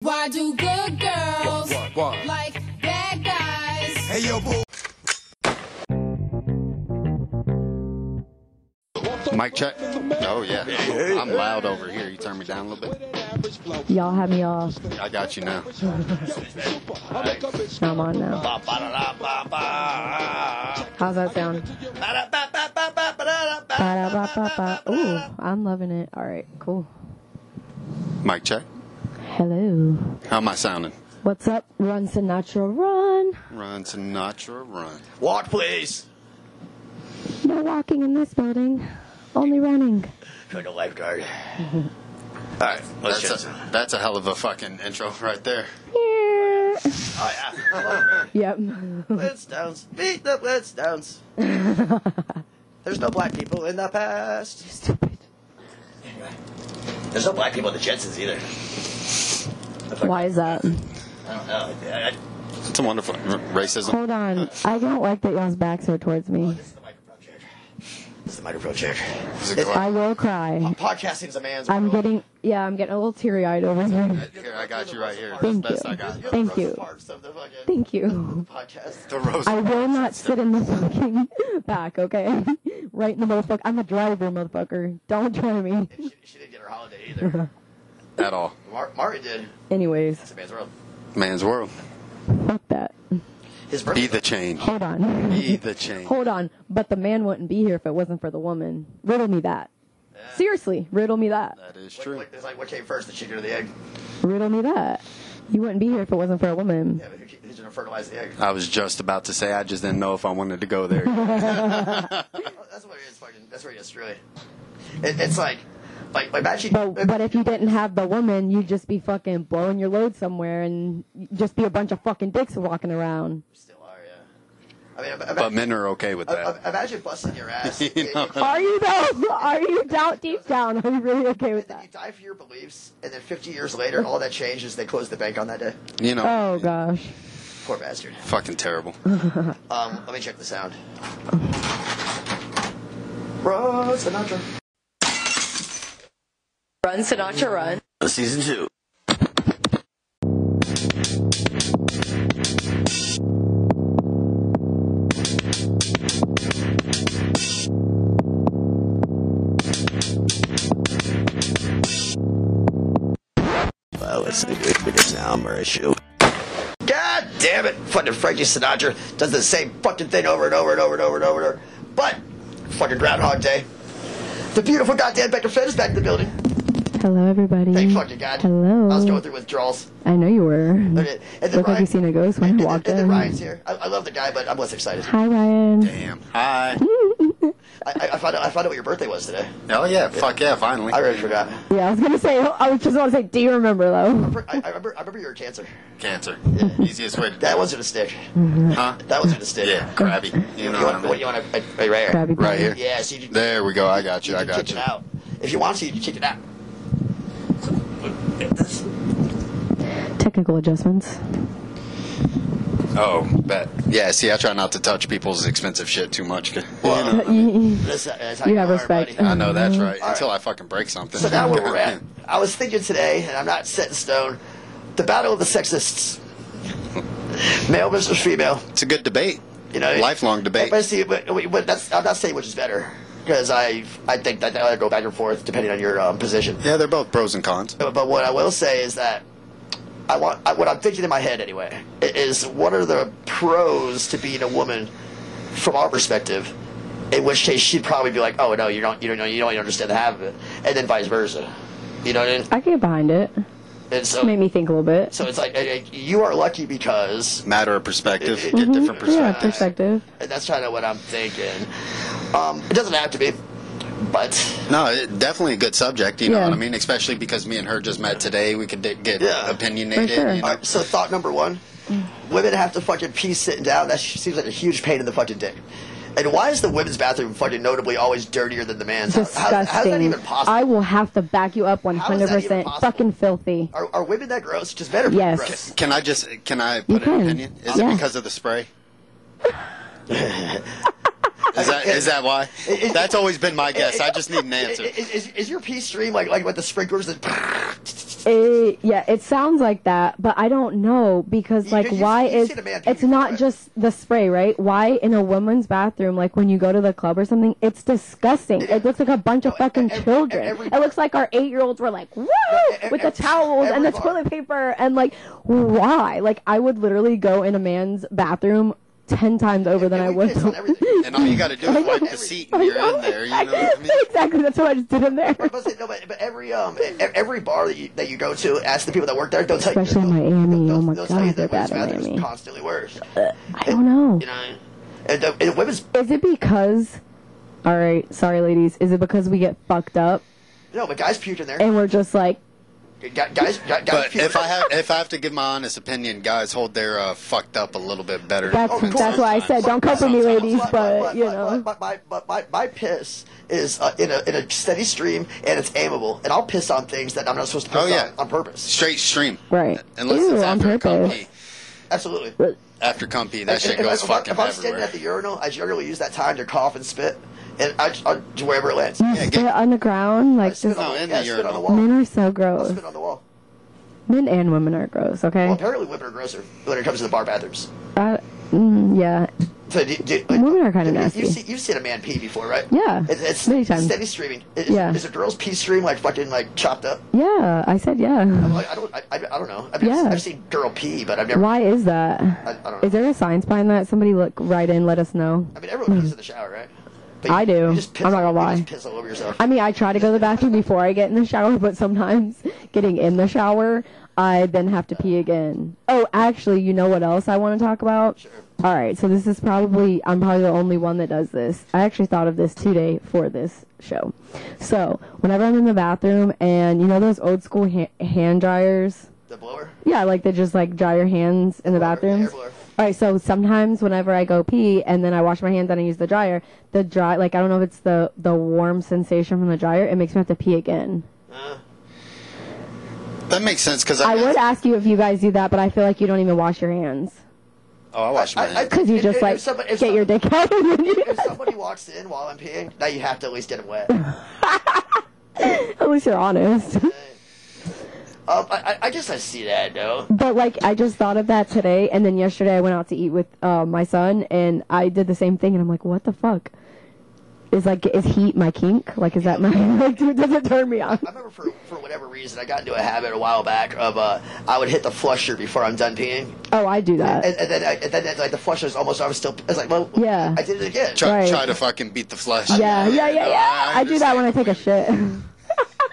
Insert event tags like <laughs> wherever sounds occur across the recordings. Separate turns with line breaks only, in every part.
Why do good girls
What, what, what?
like bad guys?
Hey yo, boo.
Mic check. Oh yeah, I'm loud over here. You turn me down a little bit.
Y'all had me off.
I got you now.
I'm on now.
Ba, ba, da, da, ba, ba.
How's that sound?
Ba, da, ba, ba, ba, ba, ba, da, da, ba.
Ba-da-ba-ba-ba. Ooh, I'm loving it. All right, cool.
Mic check.
Hello.
How am I sounding?
What's up? Run Sinatra, run.
Run Sinatra, run.
Walk, please.
No walking in this building. Only running.
Try the <laughs> lifeguard. All right, let's
That's
just.
a, that's a hell of a fucking intro right there.
Yeah.
Oh, <laughs> yeah.
Yep.
let's dance. Beat the
<laughs>
let's dance. There's no black people in the past.
Stupid.
There's no black people in the Jetsons either.
Why is that?
I don't know. I, I,
It's a wonderful r- racism.
Hold on. I don't like that y'all's backs are towards me.
this is the microphone chair. This is the microphone chair.
Is it going-
I will cry.
Podcasting is a man's
I'm
world.
getting, yeah, I'm getting a little teary eyed over here.
Here, I got you right here. That's the
Thank you.
best I got.
You're
Thank
the Rosa
you.
Parks of the fucking
Thank you.
podcast.
The rose.
I will not sit in the fucking <laughs> back, okay? <laughs> Right in the motherfucker. I'm a driver, motherfucker. Don't try me.
She, she didn't get her holiday
<laughs>
either.
At all.
Mar- Mari did.
Anyways,
It's a man's world.
Man's world.
fuck that.
His
Be
birthday.
the change.
Hold on. <laughs>
Be the change.
Hold on. But the man wouldn't be here if it wasn't for the woman. Riddle me that. Seriously, riddle me that.
That is
What-
true.
what- it's like what came first, the chicken or the egg?
Riddle me that. You wouldn't be here if it wasn't for a woman.
Yeah, but who, who's gonna fertilize the egg?
I was just about to say I just didn't know if I wanted to go
<laughs>
there.
That's what it is. Fucking. That's what it is. Really. It, it's like, like, like imagine.
But but if you didn't have the woman, you'd just be fucking blowing your load somewhere and just be a bunch of fucking dicks walking around.
still are, yeah. I mean, ima-
But men are okay with
ima-
that. <laughs>
imagine busting your ass.
You
You-
know?
Are you though? <laughs> Are you down deep down? Are you really okay with
you- you
that?
die for your beliefs, and then 50 years later, all that changes. They close the bank on that day.
You
Oh
know.
gosh.
Poor bastard.
Fucking terrible.
Um, let me check the sound. Rose Sinatra.
Run, Sinatra, run.
Season two. Well, let's see if we can now, Marishu. God damn it! Fucking Frankie Sinatra does the same fucking thing over and over and over and over and over and over. But, fucking Groundhog Day. The beautiful goddamn Becca Finn is back in the building.
Hello everybody.
Thank fucking God.
Hello.
I was going through withdrawals.
I know you were.
Okay, And then
Looked like
Ryan,
you seen a ghost when
and,
you
and,
walked
and then
in.
Ryan's here. I, I love the guy, but I'm less excited. I,
Hi Ryan.
Damn. Hi.
I, I found out, I found out what your birthday was today.
Oh yeah. Fuck yeah. Finally.
I already forgot.
Yeah, I was gonna say. I was just want to say. Do you remember though?
I, I remember. I remember you were cancer.
Cancer. Easiest way to
<laughs> That was gonna stick.
Mm-hmm.
Huh?
That was gonna stick.
Yeah, crabby.
You,
You know
you
what
want,
I
what
mean?
you want to right, right here.
Krabby
Right
Patty.
here.
Yeah, so you, you
There we go. I got you. I
can
got
kick
you.
it out. If you want to, you can kick it out.
Technical adjustments. <laughs>
Oh, bet. Yeah. See, I try not to touch people's expensive shit too much. <laughs> 'cause-
Well,
you
that's, uh, that's how
you
you
have
are,
respect.
buddy.
I know
<laughs>
that's right.
All
Until I fucking break something.
So now where we're at. I was thinking today, and I'm not set in stone. The battle of
<laughs>
the sexists. Male versus female.
<laughs> It's a good debate.
You know,
lifelong debate.
But see, but, but that's, I'm not saying which is better because I I think that I go back and forth depending on your um, position.
Yeah, they're both pros and cons.
But, but what I will say is that I want I, what I'm thinking in my head anyway i- is what are the pros to being a woman from our perspective. In which case, she'd probably be like, "Oh no, you don't, you don't know, you don't even understand the half of it," and then vice versa. You know what I mean?
I can get behind it.
And so,
Made me think a little bit.
so it's like eh, eh, you are lucky because
Matter of perspective. Mm-hmm.
It-
Get
it-
different
Yeah,
perspectives.
perspective.
And that's kind of what I'm thinking. Um, it doesn't have to be, but
No, it, definitely a good subject. You know
Yeah.
what I mean? Especially because me and her just met today. We could di- get
Yeah.
opinionated.
For sure.
you know?
all right, so thought number one: women have to fucking pee sitting down. That sh- seems like a huge pain in the fucking dick. And why is the women's bathroom fucking notably always dirtier than the man's? How- How,
Disgusting.
how is that even possible?
I will have to back you up
How is that even
100%.
possible?
Fucking filthy.
are, are women that gross? Just men are
Yes.
gross.
Can I just? Can I put an
can.
opinion? Is it
Yeah.
because of the spray? is that is that why? That's always been my guess. I just need an
I-
answer.
i- Is, is your pee stream like like with the sprinklers? That
It, yeah, it sounds like that, but I don't know because
You-
like
you-
why
you've
is
seen a man do
it's
it,
not
right?
just the spray, right? Why in a woman's bathroom, like when you go to the club or something, it's disgusting. It, looks like a bunch of
No, e-
fucking
every-
children.
every-
it looks like our eight-year-olds were like, woo,
e-
with the
every-
towels and the
every bar.
toilet paper and like, why? Like I would literally go in a man's bathroom ten times over than
and
I
we
would.
E,
<laughs>
piss on everything.
And all you got to do is wipe the seat and you're in there. You know what I mean?
exactly, that's what I just did in there.
But, but, no, but, but every um e- every bar that you, that you go to, ask the people that work there. They'll tell you.
Especially in Miami, oh my
they'll tell you
god, they're
that
bad
women's
in
bathrooms
Miami.
constantly worse.
I don't know.
You know, and, the, and women's
Is it because? All right, sorry, ladies. Is it because we get fucked up
no, but guys puke in there.
and we're just like,
Gu- Guys, guys, guys
But
puke.
if I have if I have to give my honest opinion, guys hold their uh, fucked up a little bit better.
That's-
than
that's
why I said,
sometimes.
don't come for me,
Sometimes.
ladies. but, you know.
my, my, my, my, my piss is uh, in a in a steady stream and it's aimable, and I'll piss on things that I'm not supposed to piss
Oh, yeah.
on on purpose.
Straight stream.
Right.
Unless
Ew,
it's
on
after a cum
purpose.
pee.
Absolutely.
After cum pee, that
If-
shit
if,
goes
if,
fucking
if I'm standing
everywhere.
at the urinal, I generally use that time to cough and spit, and I, I wherever it lands.
you
Yeah,
spit
get-
on the ground,
I
like
spit
just
on,
No, Oh, in
yeah,
the
I spit on the
urinal.
wall.
men are so
I'll
gross.
spit on the wall.
Men and women are gross. Okay.
Well, apparently women are grosser when it comes to the bar bathrooms.
I- mm, yeah.
So do, do,
Women are kinda
you-
nasty.
You've seen, you've seen a man pee before, right?
Yeah,
It, it's
many times.
steady streaming. Is,
Yeah.
Is a girl's pee stream like fucking like chopped up?
Yeah. I said yeah.
Like, I don't. I, I, I don't know. I mean,
Yeah.
I've seen girl pee, but I've never.
Why is that?
I, I don't know.
Is there a science behind that? Somebody look right in. Let us know.
I mean, everyone pees in the shower, right? But
I do.
You just piss
I'm not gonna
all- You
lie.
just piss all over yourself.
I mean, I try to go to the bathroom before I get in the shower, but sometimes getting in the shower, I then have to pee again. Oh, actually, you know what else I want to talk about?
Sure.
All right, so this is probably I'm probably the only one that does this. I actually thought of this today for this show. So whenever I'm in the bathroom, and you know those old school ha- hand dryers,
the blower.
yeah, like they just like dry your hands in the
Blower, yeah, air
bathrooms.
blower.
All right, so sometimes whenever I go pee and then I wash my hands and I use the dryer, the dry like I don't know if it's the the warm sensation from the dryer, it makes me have to pee again.
Uh,
That makes sense because I,
I would ask you if you guys do that, but I feel like you don't even wash your hands
Oh, I wash my
I- I-
hands.
because you
If-
just
if
like
someone- if
get your
someone-
dick out. and <laughs> then you-
if somebody walks in while I'm peeing, now you have to at least get it
<laughs>
wet.
At least you're honest.
Um, I, I- I guess I see that though.
But like I just thought of that today, and then yesterday I went out to eat with uh, my son, and I did the same thing, and I'm like, what the fuck? Is like is heat my kink? Like is that my <laughs> like dude, does it turn me on?
I remember for for whatever reason I got into a habit a while back of uh I would hit the flusher before I'm done peeing,
Oh, I do that.
and, and then I, and then like the flusher's almost I was still I was like well
Yeah.
I did it again.
Try,
Right.
try to fucking beat the flesh.
Yeah, yeah, yeah,
No,
yeah. I do that when I take a
Oh, understand.
shit.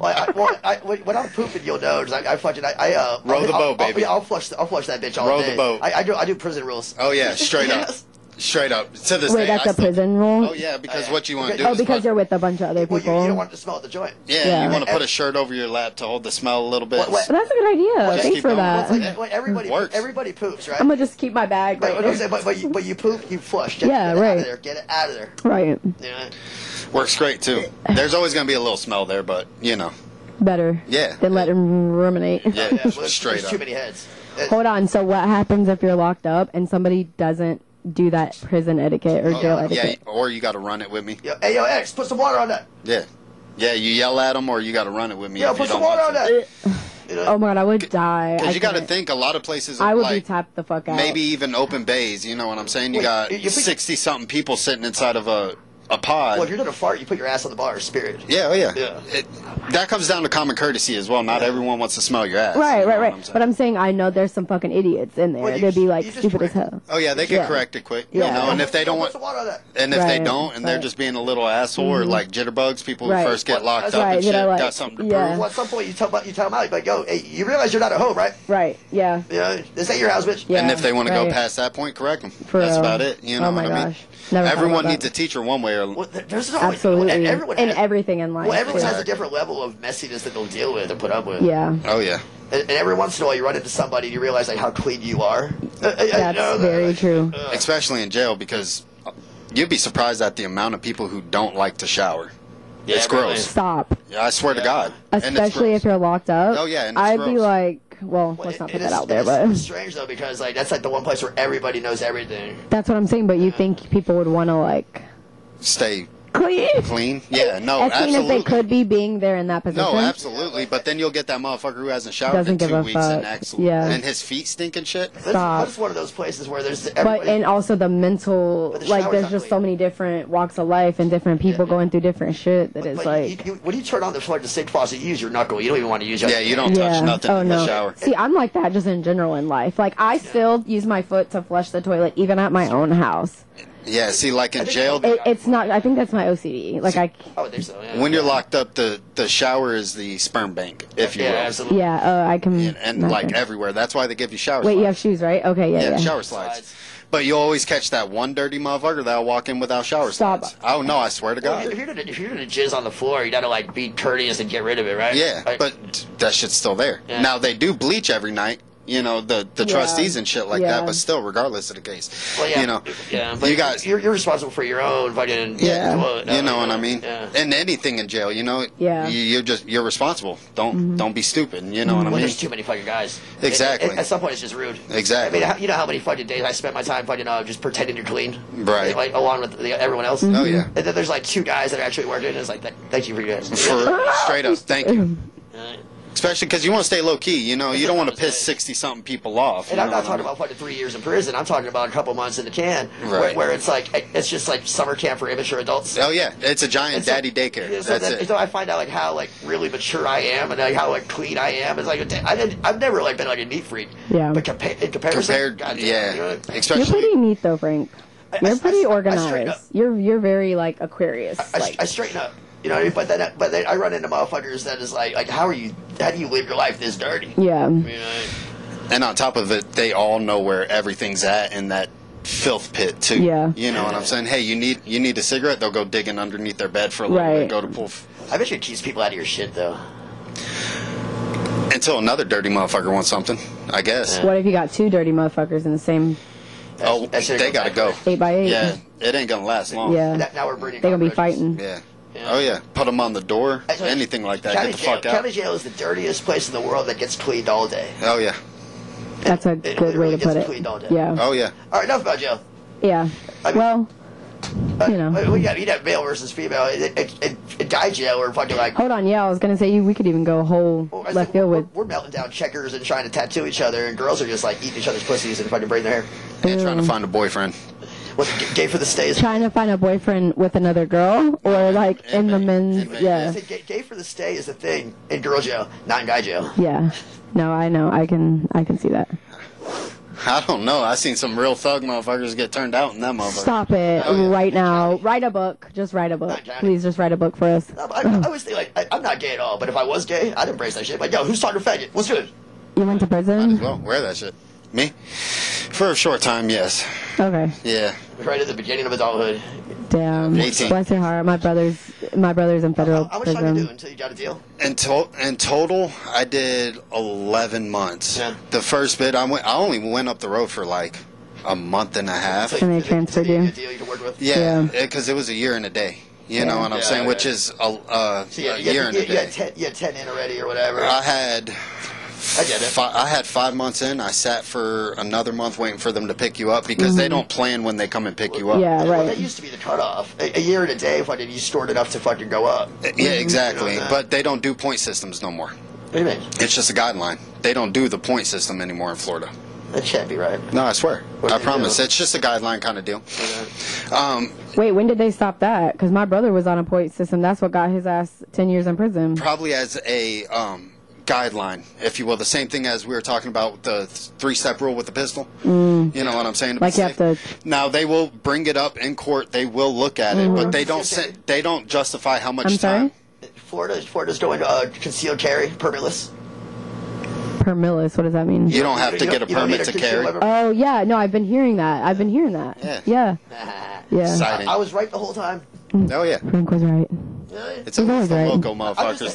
Well, I, well I, when, when I'm pooping you'll know 'cause I, I fucking I, I uh
Row the
I'll-
boat,
I'll-
baby.
yeah, I'll flush the- I'll flush that bitch all
Row the
day.
boat.
I, I do I do prison rules.
Oh yeah, straight up,
Yes.
straight up. To this
<laughs> Wait,
day,
that's
a
a prison rule?
Oh yeah, because what you want to
Okay.
do?
Oh,
is
because
put-
you're with a bunch of other
Well, you, you don't
people.
want to smell the joint.
Yeah,
Yeah.
you want to put a shirt over your lap to hold the smell a little bit.
What- what-
But that's a good idea.
just
Thanks
keep
for
going.
that.
It's like-
Well, well, everybody
Works.
everybody poops right.
Uh, I'm gonna just keep my bag
but,
right
but, I'm
here.
saying, but, but you but you poop you flush. Get,
Yeah,
get Out
right.
of there. Get it out of there.
Right,
You
<laughs>
know?
Works great too.
<laughs>
There's always gonna be a little smell there, but you know,
better.
Yeah.
Than let him ruminate.
yeah,
Yeah, well, there's-
straight
there's
up.
Too many heads. Uh,
Hold on. So what happens if you're locked up and somebody doesn't do that prison etiquette or jail
Oh, yeah,
etiquette?
or you got to run it with me.
Yo, hey, yo, X, put some water on that.
Yeah, yeah. You yell at them, or you got to run it with me. if
Yo,
you
put some
don't
water on
want
that.
to.
You know,
Oh my god, I would die. I
Because you got to
couldn't-
think. A lot of places,
I would
like,
be tapped the fuck out.
maybe even open bays. You know what I'm saying? You
Wait,
got
you- you think-
sixty something people sitting inside of a a
well, if you're
pod.
gonna fart, you put your ass on the bar. Spirit.
Yeah, oh yeah.
Yeah.
It, that comes down to common courtesy as well. Not everyone wants to smell your ass. you
Right,
know
right,
what
right.
I'm saying?
but I'm saying I know there's some fucking idiots in there.
Well, you
They'd be
just-
like
you just
stupid as
correct
hell.
oh yeah, they get
Yeah.
corrected quick.
Yeah.
You know, and if they don't
Yo,
want,
Put some water on that.
and if they
Right,
don't, and they're
right. Mm-hmm.
just being a little asshole or like jitterbugs, people who
Right.
first get
Well,
locked
that's
up
right,
and
you
shit,
know, like-
got something to
yeah.
prove.
Well, at some point, you tell you tell them out. You're like, yo, hey, you realize you're not at home, right?
Right. Yeah.
You know, this ain't your house, bitch.
Yeah.
and if they want to go
right.
past that point, correct them.
For
That's
real.
about it. You know
Oh my
what I mean?
gosh. Never thought
Everyone
about
needs a
that.
teacher one way or
Well, there- there's no
Absolutely.
Everyone
in
has,
everything in life.
Well, everyone
too.
has a different level of messiness that they'll deal with and put up with.
Yeah.
oh yeah.
And, and every once in a while, you run into somebody and you realize like how clean you are.
That's very true.
especially in jail because you'd be surprised at the amount of people who don't like to shower.
Yeah,
it's gross.
Stop.
Yeah, I swear to God. And it's
Especially if
gross.
you're locked up.
Oh, yeah, and it's
I'd be
gross.
like, well, let's not
It-
put
it
that
is-
out there,
it is
but
strange though because like that's like the one place where everybody knows everything.
that's what I'm saying. But you think people would want to like?
stay
clean.
Clean? Yeah, no,
As clean as
absolutely.
they could be being there in that position.
No, absolutely. But then you'll get that motherfucker who hasn't showered
Doesn't
in
give
two
a
weeks
fuck.
and acts
Yeah.
and his feet stink and shit.
That's,
Stop.
that's one of those places where there's
But
everybody.
and also the mental,
But the
like
shower's
there's
not
just
clean.
so many different walks of life and different people going through different shit that it's
but
like.
you, you, when you turn on the fucking sink faucet, you use your knuckle. You don't even want to use your
Yeah, you don't touch nothing in the shower.
Oh, See, I'm like that just in general in life. Like I still use my foot to flush the toilet, even at my own house.
Oh
Yeah, see, like in jail,
It, it's not. I think that's my OCD. Like I,
I would think so. Oh, Yeah.
when you're locked up, the the shower is the sperm bank, if you
yeah,
will.
absolutely.
yeah, uh, I can.
And, and like everywhere, that's why they give you shower.
wait, you
slides.
have shoes, right? Okay, yeah,
Yeah,
yeah.
shower slides. But you always catch that one dirty motherfucker that'll walk in without shower
Stop.
slides. Oh no, I swear to
Well, if
God.
you're gonna if you're gonna jizz on the floor, you gotta like be courteous and get rid of it, right?
Yeah,
Like,
but that shit's still there.
Yeah.
Now they do bleach every night. You know the the
Yeah.
trustees and shit like
Yeah.
that. But still, regardless of the case,
well, yeah,
you know,
yeah, but
you got
you're, you're responsible for your own fucking
Yeah.
Well,
you know what I mean?
Yeah.
And anything in jail, you know,
Yeah. Mm-hmm.
you, you're just you're responsible. Don't don't be stupid. You know
Well,
what I mean?
there's too many fucking guys.
Exactly.
At- at- at some point, it's just rude.
Exactly.
I mean, how- you know how many fucking days I spent my time fucking uh, just pretending you're clean,
Right.
Like along with the, everyone else.
Oh yeah,
And then there's like two guys that are actually working. And it's like, th- thank you for you guys.
for straight up, thank you.
Uh,
Especially because you want to stay low key. You know, you don't want to piss sixty something people off.
And
you
I'm
know what
not
I
talking
mean?
about fucking three years in prison. I'm talking about a couple months in the can, where,
Right.
where it's like it's just like summer camp for immature adults.
Oh yeah, it's a giant
And so-
daddy daycare.
yeah, so
That's
then-
it.
So I find out like how like really mature I am, and like how like clean I am. It's like I didn't, I've never like been like a neat freak.
Yeah.
But compa- in comparison,
Compared,
goddamn,
yeah,
you know, I-
You're
especially
pretty neat though, Frank.
I- I-
You're pretty
I- I straight up-
organized. You're you're very like Aquarius.
I,
like
I straighten up. You know what I mean? But then, but then I run into motherfuckers that is like, like, how are you? How do you live your life this dirty?
yeah.
You know,
And on top of it, they all know where everything's at in that filth pit too.
Yeah.
You know what I'm saying? Hey, you need you need a cigarette? They'll go digging underneath their bed for a little
Right.
bit, go to pool f-
I bet you it keeps people out of your shit though.
until another dirty motherfucker wants something. I guess.
What if you got two dirty motherfuckers in the same
Oh,
That shit
they
goes
gotta
back
go.
to
eight by eight?
Yeah, it ain't gonna last long.
Yeah.
That, now we're breeding.
They gonna be
cockroaches.
fighting.
Yeah.
Yeah.
Oh yeah. Put them on the door.
I-
Anything like that.
County
Get the
jail,
fuck out.
County jail is the dirtiest place in the world that gets cleaned all day.
Oh yeah.
That's a
it
good way
literally
to put
gets cleaned all day.
it. Yeah.
Oh yeah.
All right, enough about jail.
Yeah.
I mean-
Well,
Uh,
You know.
we got you got male versus female. It, it, it, it guy jail, we're fucking like.
hold on. Yeah, I was gonna say you. We could even go whole
Oh, I said,
left field
we're,
with.
we're melting down checkers and trying to tattoo each other, and girls are just like eating each other's pussies and fucking braiding their hair.
And trying to find a boyfriend.
What's it, gay for the stays?
trying to find a boyfriend with another girl
Oh,
or like in the men's
Inmate,
I
yeah
said, gay, gay for the stay is a thing in girl jail, not in guy jail.
yeah no i know i can i can see that
I don't know. I seen some real thug motherfuckers get turned out in that motherfucker.
stop it
Oh, yeah.
right now write a book just write a book
Johnny.
please just write a book for us
I, I, I always think like I, I'm not gay at all, but if I was gay, I'd embrace that shit. Like, yo, who's talking faggot? What's good?
you went to
Mm-hmm.
prison
Well, wear that shit. Me? For a short time, yes.
okay
Yeah.
Right at the beginning of adulthood.
damn
18.
bless your heart my brother's my brother's in federal
How, how much time you do
prison
until you got a deal?
In, to- in total, I did 11 months.
Yeah.
The first bit, I went. I only went up the road for like a month and a half.
Until
And they
until
transferred
until
you.
get a deal you can work with.
Yeah, because it was a year and a day. You know what I'm
Yeah,
saying?
yeah.
Which is a, uh,
So you,
a
had- you,
year
had,
and
you,
a
had- you had
day.
ten, you had ten in already or whatever.
I had.
I get it.
Fi- I had five months in. I sat for another month waiting for them to pick you up because
Mm-hmm.
they don't plan when they come and pick you up.
yeah
Well, that
right
used to be the cutoff. A, a year and a day, fucking, you stored enough to fucking go up. What
Yeah, exactly.
that.
But they don't do point systems no more.
do you mean?
It's just a guideline. They don't do the point system anymore in Florida.
That can't be right.
No, I swear.
What do
I
they
promise.
do?
It's just a guideline kind of deal. Um,
wait when did they stop that because my brother was on a point system that's what got his ass 10 years in prison
probably as a um, guideline, if you will. The same thing as we were talking about with the three step rule with the pistol. You know what I'm saying? To be
Mm. Like you have
safe.
to-
Now they will bring it up in court. They will look at it, but they don't. Say, they don't justify how much
Mm-hmm. I'm sorry?
time.
Florida, Florida's going uh, concealed carry, permitless.
per millis what does that mean
You don't have to
You
get a
you don't need
permit to
concealed
carry.
weapon.
oh yeah no i've been hearing that i've been hearing that
Yeah.
yeah <laughs> yeah
Exciting.
I, I was right the whole time.
Oh yeah,
frank was right
Really?
it's always the
right.
local
I'm just-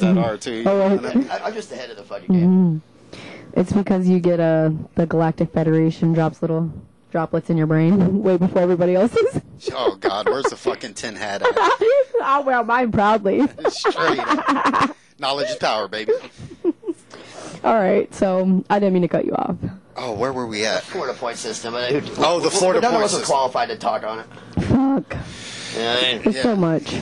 motherfuckers that are too. you know
Oh,
what I mean?
I, I'm just ahead of the fucking game.
Mm-hmm. It's because you get uh, the Galactic Federation drops little droplets in your brain <laughs> way before everybody else's. <laughs>
Oh God, where's the fucking tin hat? At?
I'll wear Oh, mine proudly.
<laughs> Straight. up. Knowledge is power, baby.
All right, so I didn't mean to cut you off.
Oh, where were we at?
Florida point system. uh, who-
Oh, the
who-
Florida
none
point
of us are
system.
qualified to talk on it.
Fuck.
You know what I mean?
There's
Yeah.
so much.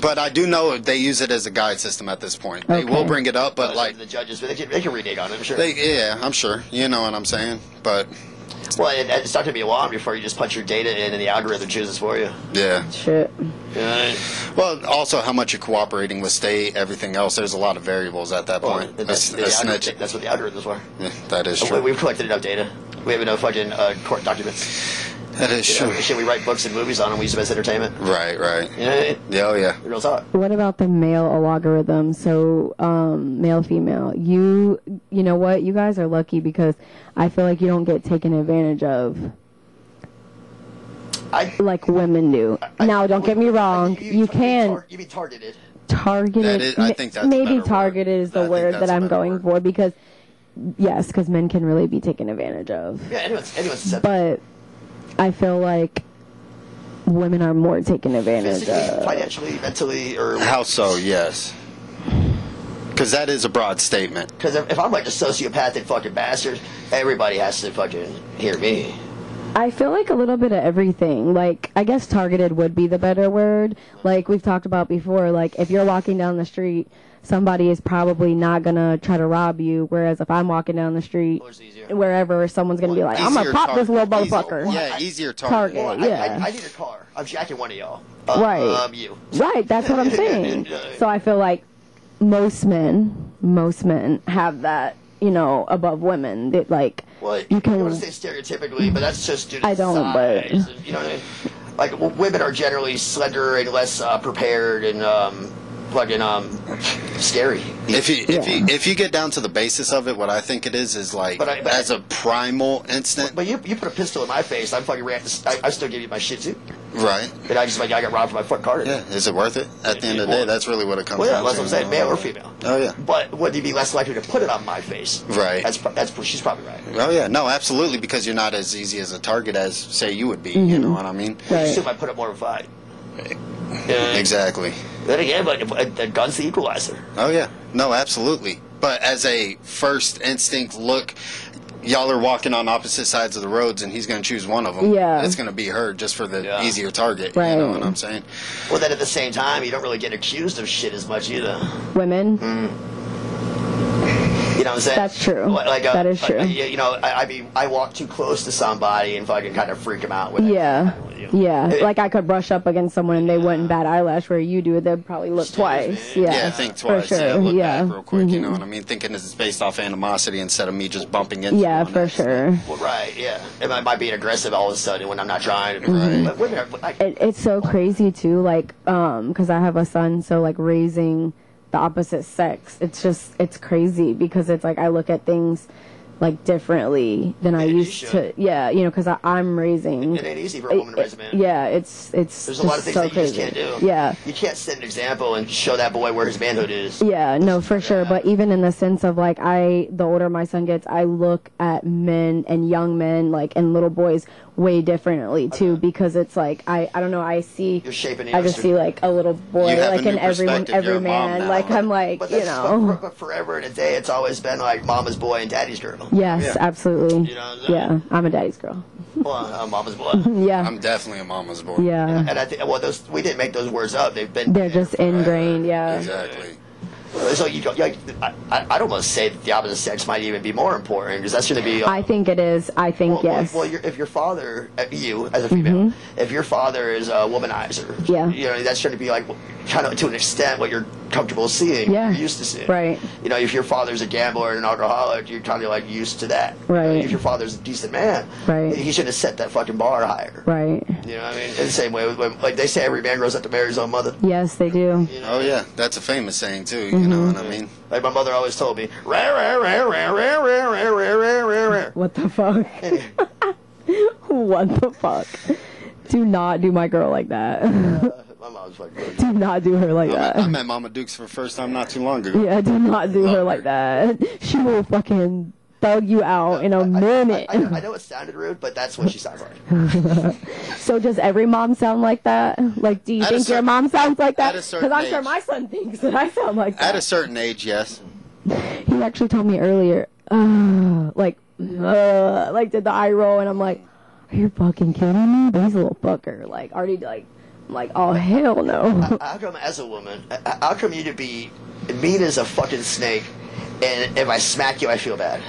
But I do know they use it as a guide system at this point. They will
Okay.
bring it up, but
But
like,
the judges, but they can, they can renege on it. I'm sure.
they yeah, I'm sure. You know what I'm saying? But
well, it, it's not gonna be long before you just punch your data in and the algorithm chooses for you.
yeah.
Shit.
You know what I mean?
Well, also how much you're cooperating with state, everything else. There's a lot of variables at that
Oh,
Well,
point.
that-
That's,
that's, the
that's
algorithm-
snitch.
that's what the algorithms were.
Yeah, that is
We,
true.
Oh, we've collected enough data. We have enough fucking uh, court documents.
that is
You know,
true.
shit, we write books and movies on, and we use them as entertainment.
Right, right.
You know what I mean?
Yeah, oh, yeah.
Real talk.
What about the male logarithm? So, um, male, female. You, you know what? You guys are lucky because I feel like you don't get taken advantage of
I,
like women do. now, don't get me wrong.
I-
You,
tar-
can
tar- you mean targeted.
That
targeted.
is- I think that's a better
maybe
word.
targeted is
I
the
think
word
that's
that
a
I'm
better
going
word.
for because yes, because men can really be taken advantage of.
Yeah, anyone's anyone's susceptible.
But I feel like women are more taken advantage
physically,
of.
financially, mentally, or
How so? Yes. Because that is a broad statement.
because if, if I'm like a sociopathic fucking bastard, everybody has to fucking hear me.
I feel like a little bit of everything. Like, I guess targeted would be the better word. Like, we've talked about before, like, if you're walking down the street, somebody is probably not gonna try to rob you, whereas if I'm walking down the street,
Or it's easier.
wherever, someone's gonna be like, I'm gonna
Easier
pop this
target.
little
Easy-
motherfucker.
yeah, easier target.
Target.
Well,
Oh, yeah.
I, I, I need a car. I'm jacking one of y'all. Uh,
Right.
Um, you.
Right, that's what
<laughs>
I'm saying. So I feel like most men, most men have that, you know, above women. That like
Well,
you
I
can
want to say stereotypically, but that's just due to
I don't,
size. and, you know what I mean? Like w- women are generally slender and less uh, prepared and um, fucking um, scary.
If you if you if you get down to the basis of it, what I think it is is like
But I- but-
as a primal instant,
But you, you put a pistol in my face, I'm fucking ran. I, I still give you my shit too.
right?
And I just like I got robbed of my fucking car.
Yeah, is it worth it? At the end of the day, that's really what it comes
Well, yeah,
down
that's
to.
what I'm saying, male or female.
Oh yeah.
But would you be less likely to put it on my face?
Right.
That's pro- that's she's probably right.
Oh yeah, no, absolutely, because you're not as easy as a target as say you would be. You
Mm-hmm.
know what I mean?
right.
Still might put up more of a fight. Yeah.
Exactly.
Then again, like a, a gun's the equalizer.
Oh yeah, no, absolutely. But as a first instinct look, y'all are walking on opposite sides of the roads, and he's going to choose one of them.
Yeah.
it's going to be her just for the
Yeah.
easier target. You
Right.
know what I'm saying?
Well, then at the same time, you don't really get accused of shit as much either.
women.
Hmm?
You know what I'm saying?
That's true.
Like, like a,
That is
like,
true.
you you know, I, I mean, I walk too close to somebody and fucking kind of freak them out with it.
Yeah.
With you.
Yeah.
Hey.
Like I could brush up against someone and they wouldn't bat eyelash where you do, they'd probably look twice.
man.
Yeah.
Yeah, think twice.
For sure.
Yeah, look
yeah. Mm-hmm.
back real quick. You know what I mean? Thinking this is based off animosity instead of me just bumping into.
Yeah,
one
for
accident.
sure.
Well, right. Yeah. Am I, am I being aggressive all of a sudden when I'm not trying? But women are like,
Mm-hmm. it, it's so crazy too like um because i have a son so like raising the opposite sex it's just it's crazy because it's like i look at things like differently than i
Yeah, you
used to
should.
yeah you know because i'm raising
it ain't easy for a woman to raise a man.
yeah it's it's
There's a lot of
just
things
so
that you
crazy
just can't do.
yeah
You can't set an example and show that boy where his manhood is.
yeah, no, for sure. But even in the sense of like, I, the older my son gets, I look at men and young men, like, and little boys way differently too, because it's like, I, I don't know, I see,
You're shaping the
I just
youngster.
see like a little boy,
You have
like
a
in
new
every
perspective. You're
every
a mom
man,
now.
like I'm like,
But
you
that's, but,
know,
for- but forever and a day, it's always been like mama's boy and daddy's girl.
yes,
Yeah.
absolutely,
You know, the-
yeah, I'm a daddy's girl,
Well, uh,
<laughs>
mama's boy.
yeah,
I'm definitely a mama's boy.
yeah,
And I think, well, those we didn't make those words up. They've been
Mm. they're just ingrained, yeah,
Exactly.
So you, go- like, I, I- I'd almost say that the opposite sex might even be more important because that's going to be. uh,
I think it is, I think
well, well,
yes,
well, your- if your father, uh, you as a female, if your father is a womanizer,
Mm-hmm. Yeah.
you know that's going to be like kind of to an extent what you're comfortable seeing,
Yeah.
you're used to seeing,
Right.
You know, if your father's a gambler and an alcoholic, you're kind of like used to that,
Right.
If your father's a decent man,
Right.
he should have set that fucking bar higher,
right,
You know, what I mean, in the same way, with women, like they say, every man grows up to marry his own mother.
yes, they do,
You know?
Oh yeah, that's a famous saying too. You know what I
Mm-hmm.
mean?
Like my mother always told me, rare, rare, rare, rare, rare, rare, rare, rare, rare, rare, rare.
What the fuck? <laughs> what the fuck? Do not do my girl like that. <laughs>
My mom's fucking. crazy.
do not do her like
I
that. <laughs>
met Mama Dukes for the first time not too long ago.
Yeah, do not do her like that. She will fucking thug you out in a minute.
I, I, I know it sounded rude, but that's what she sounds
<laughs>
like.
so does every mom sound like that? Like, do you
At a
think your
certain-
mom sounds like that?
at a certain
Because I'm sure
age.
my son thinks that I sound like
At a
that.
certain age, yes.
he actually told me earlier, uh, like, uh, like did the eye roll, and I'm like, are you fucking kidding me? But he's a little fucker. Like, already like I'm like, oh hell no.
How come as a woman, h- how come you to be mean as a fucking snake, and if I smack you, I feel bad?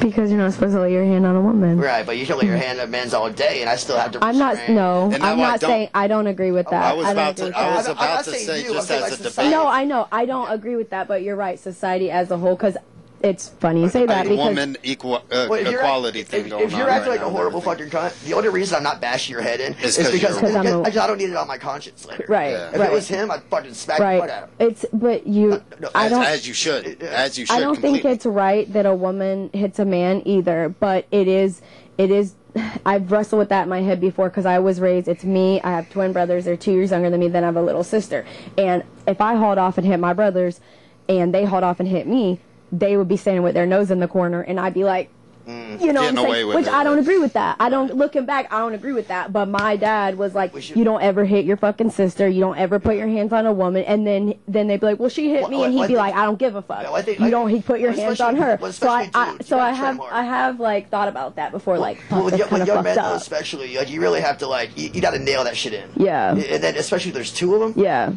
because you're not supposed to lay your hand on a woman.
Right, but you can lay your hand on men's all day, and I still have to.
Mm-hmm. I'm not
restrain.
no.
And now
I'm
I
not
don't- Oh,
saying I don't agree with that.
I was
don't
about
agree
to.
with
I
that.
was
I'm
about
not
to
saying
say
you, I'm
just
saying
as a
like
debate.
society.
No, I know. I don't agree with that, but you're right. Society as a whole, because it's funny you say that
a
because
woman equal uh,
Well, if you're
equality
act-
thing
if,
going
if you're
on
acting
right
like a
now,
horrible
everything.
fucking cunt, the only reason I'm not bashing your head in
Is
is
'cause
because
you're a
woman. 'Cause I'm a-
I, just- I don't need it on my conscience later.
right,
Yeah.
If
right,
it was him, I'd fucking smack the
right.
butt out of him.
It's but you.
no,
I
Uh, As,
don't.
as you should. As you should.
I don't
completely.
think it's right that a woman hits a man either, but it is, it is. I've wrestled with that in my head before because I was raised. It's me. I have twin brothers. They're two years younger than me. Then I have a little sister. And if I hauled off and hit my brothers, and they hauled off and hit me, they would be standing with their nose in the corner, and I'd be like, you know, what I'm
Mm, Getting away
saying?
with
which
it.
I don't agree with that. I don't. Looking back, I don't agree with that. But my dad was like,
should-
you don't ever hit your fucking sister. You don't ever put your hands on a woman. And then then they'd be like, well, she hit
Well,
me, and
I-
he'd
I
be
think-
like, I don't give a fuck.
Yeah, well, I think-
you
I-
don't. He put your
well,
hands on
especially-
her.
well,
so I,
especially
I
dudes,
so
you
I
gotta try
have
more.
I have like thought about that before. Like,
Well,
fuck,
with,
that's
young,
kind
with
of
young
fucked
men, though,
up.
especially, like, you really have to like you, you got to nail that shit in.
Yeah.
And then especially if there's two of them.
Yeah,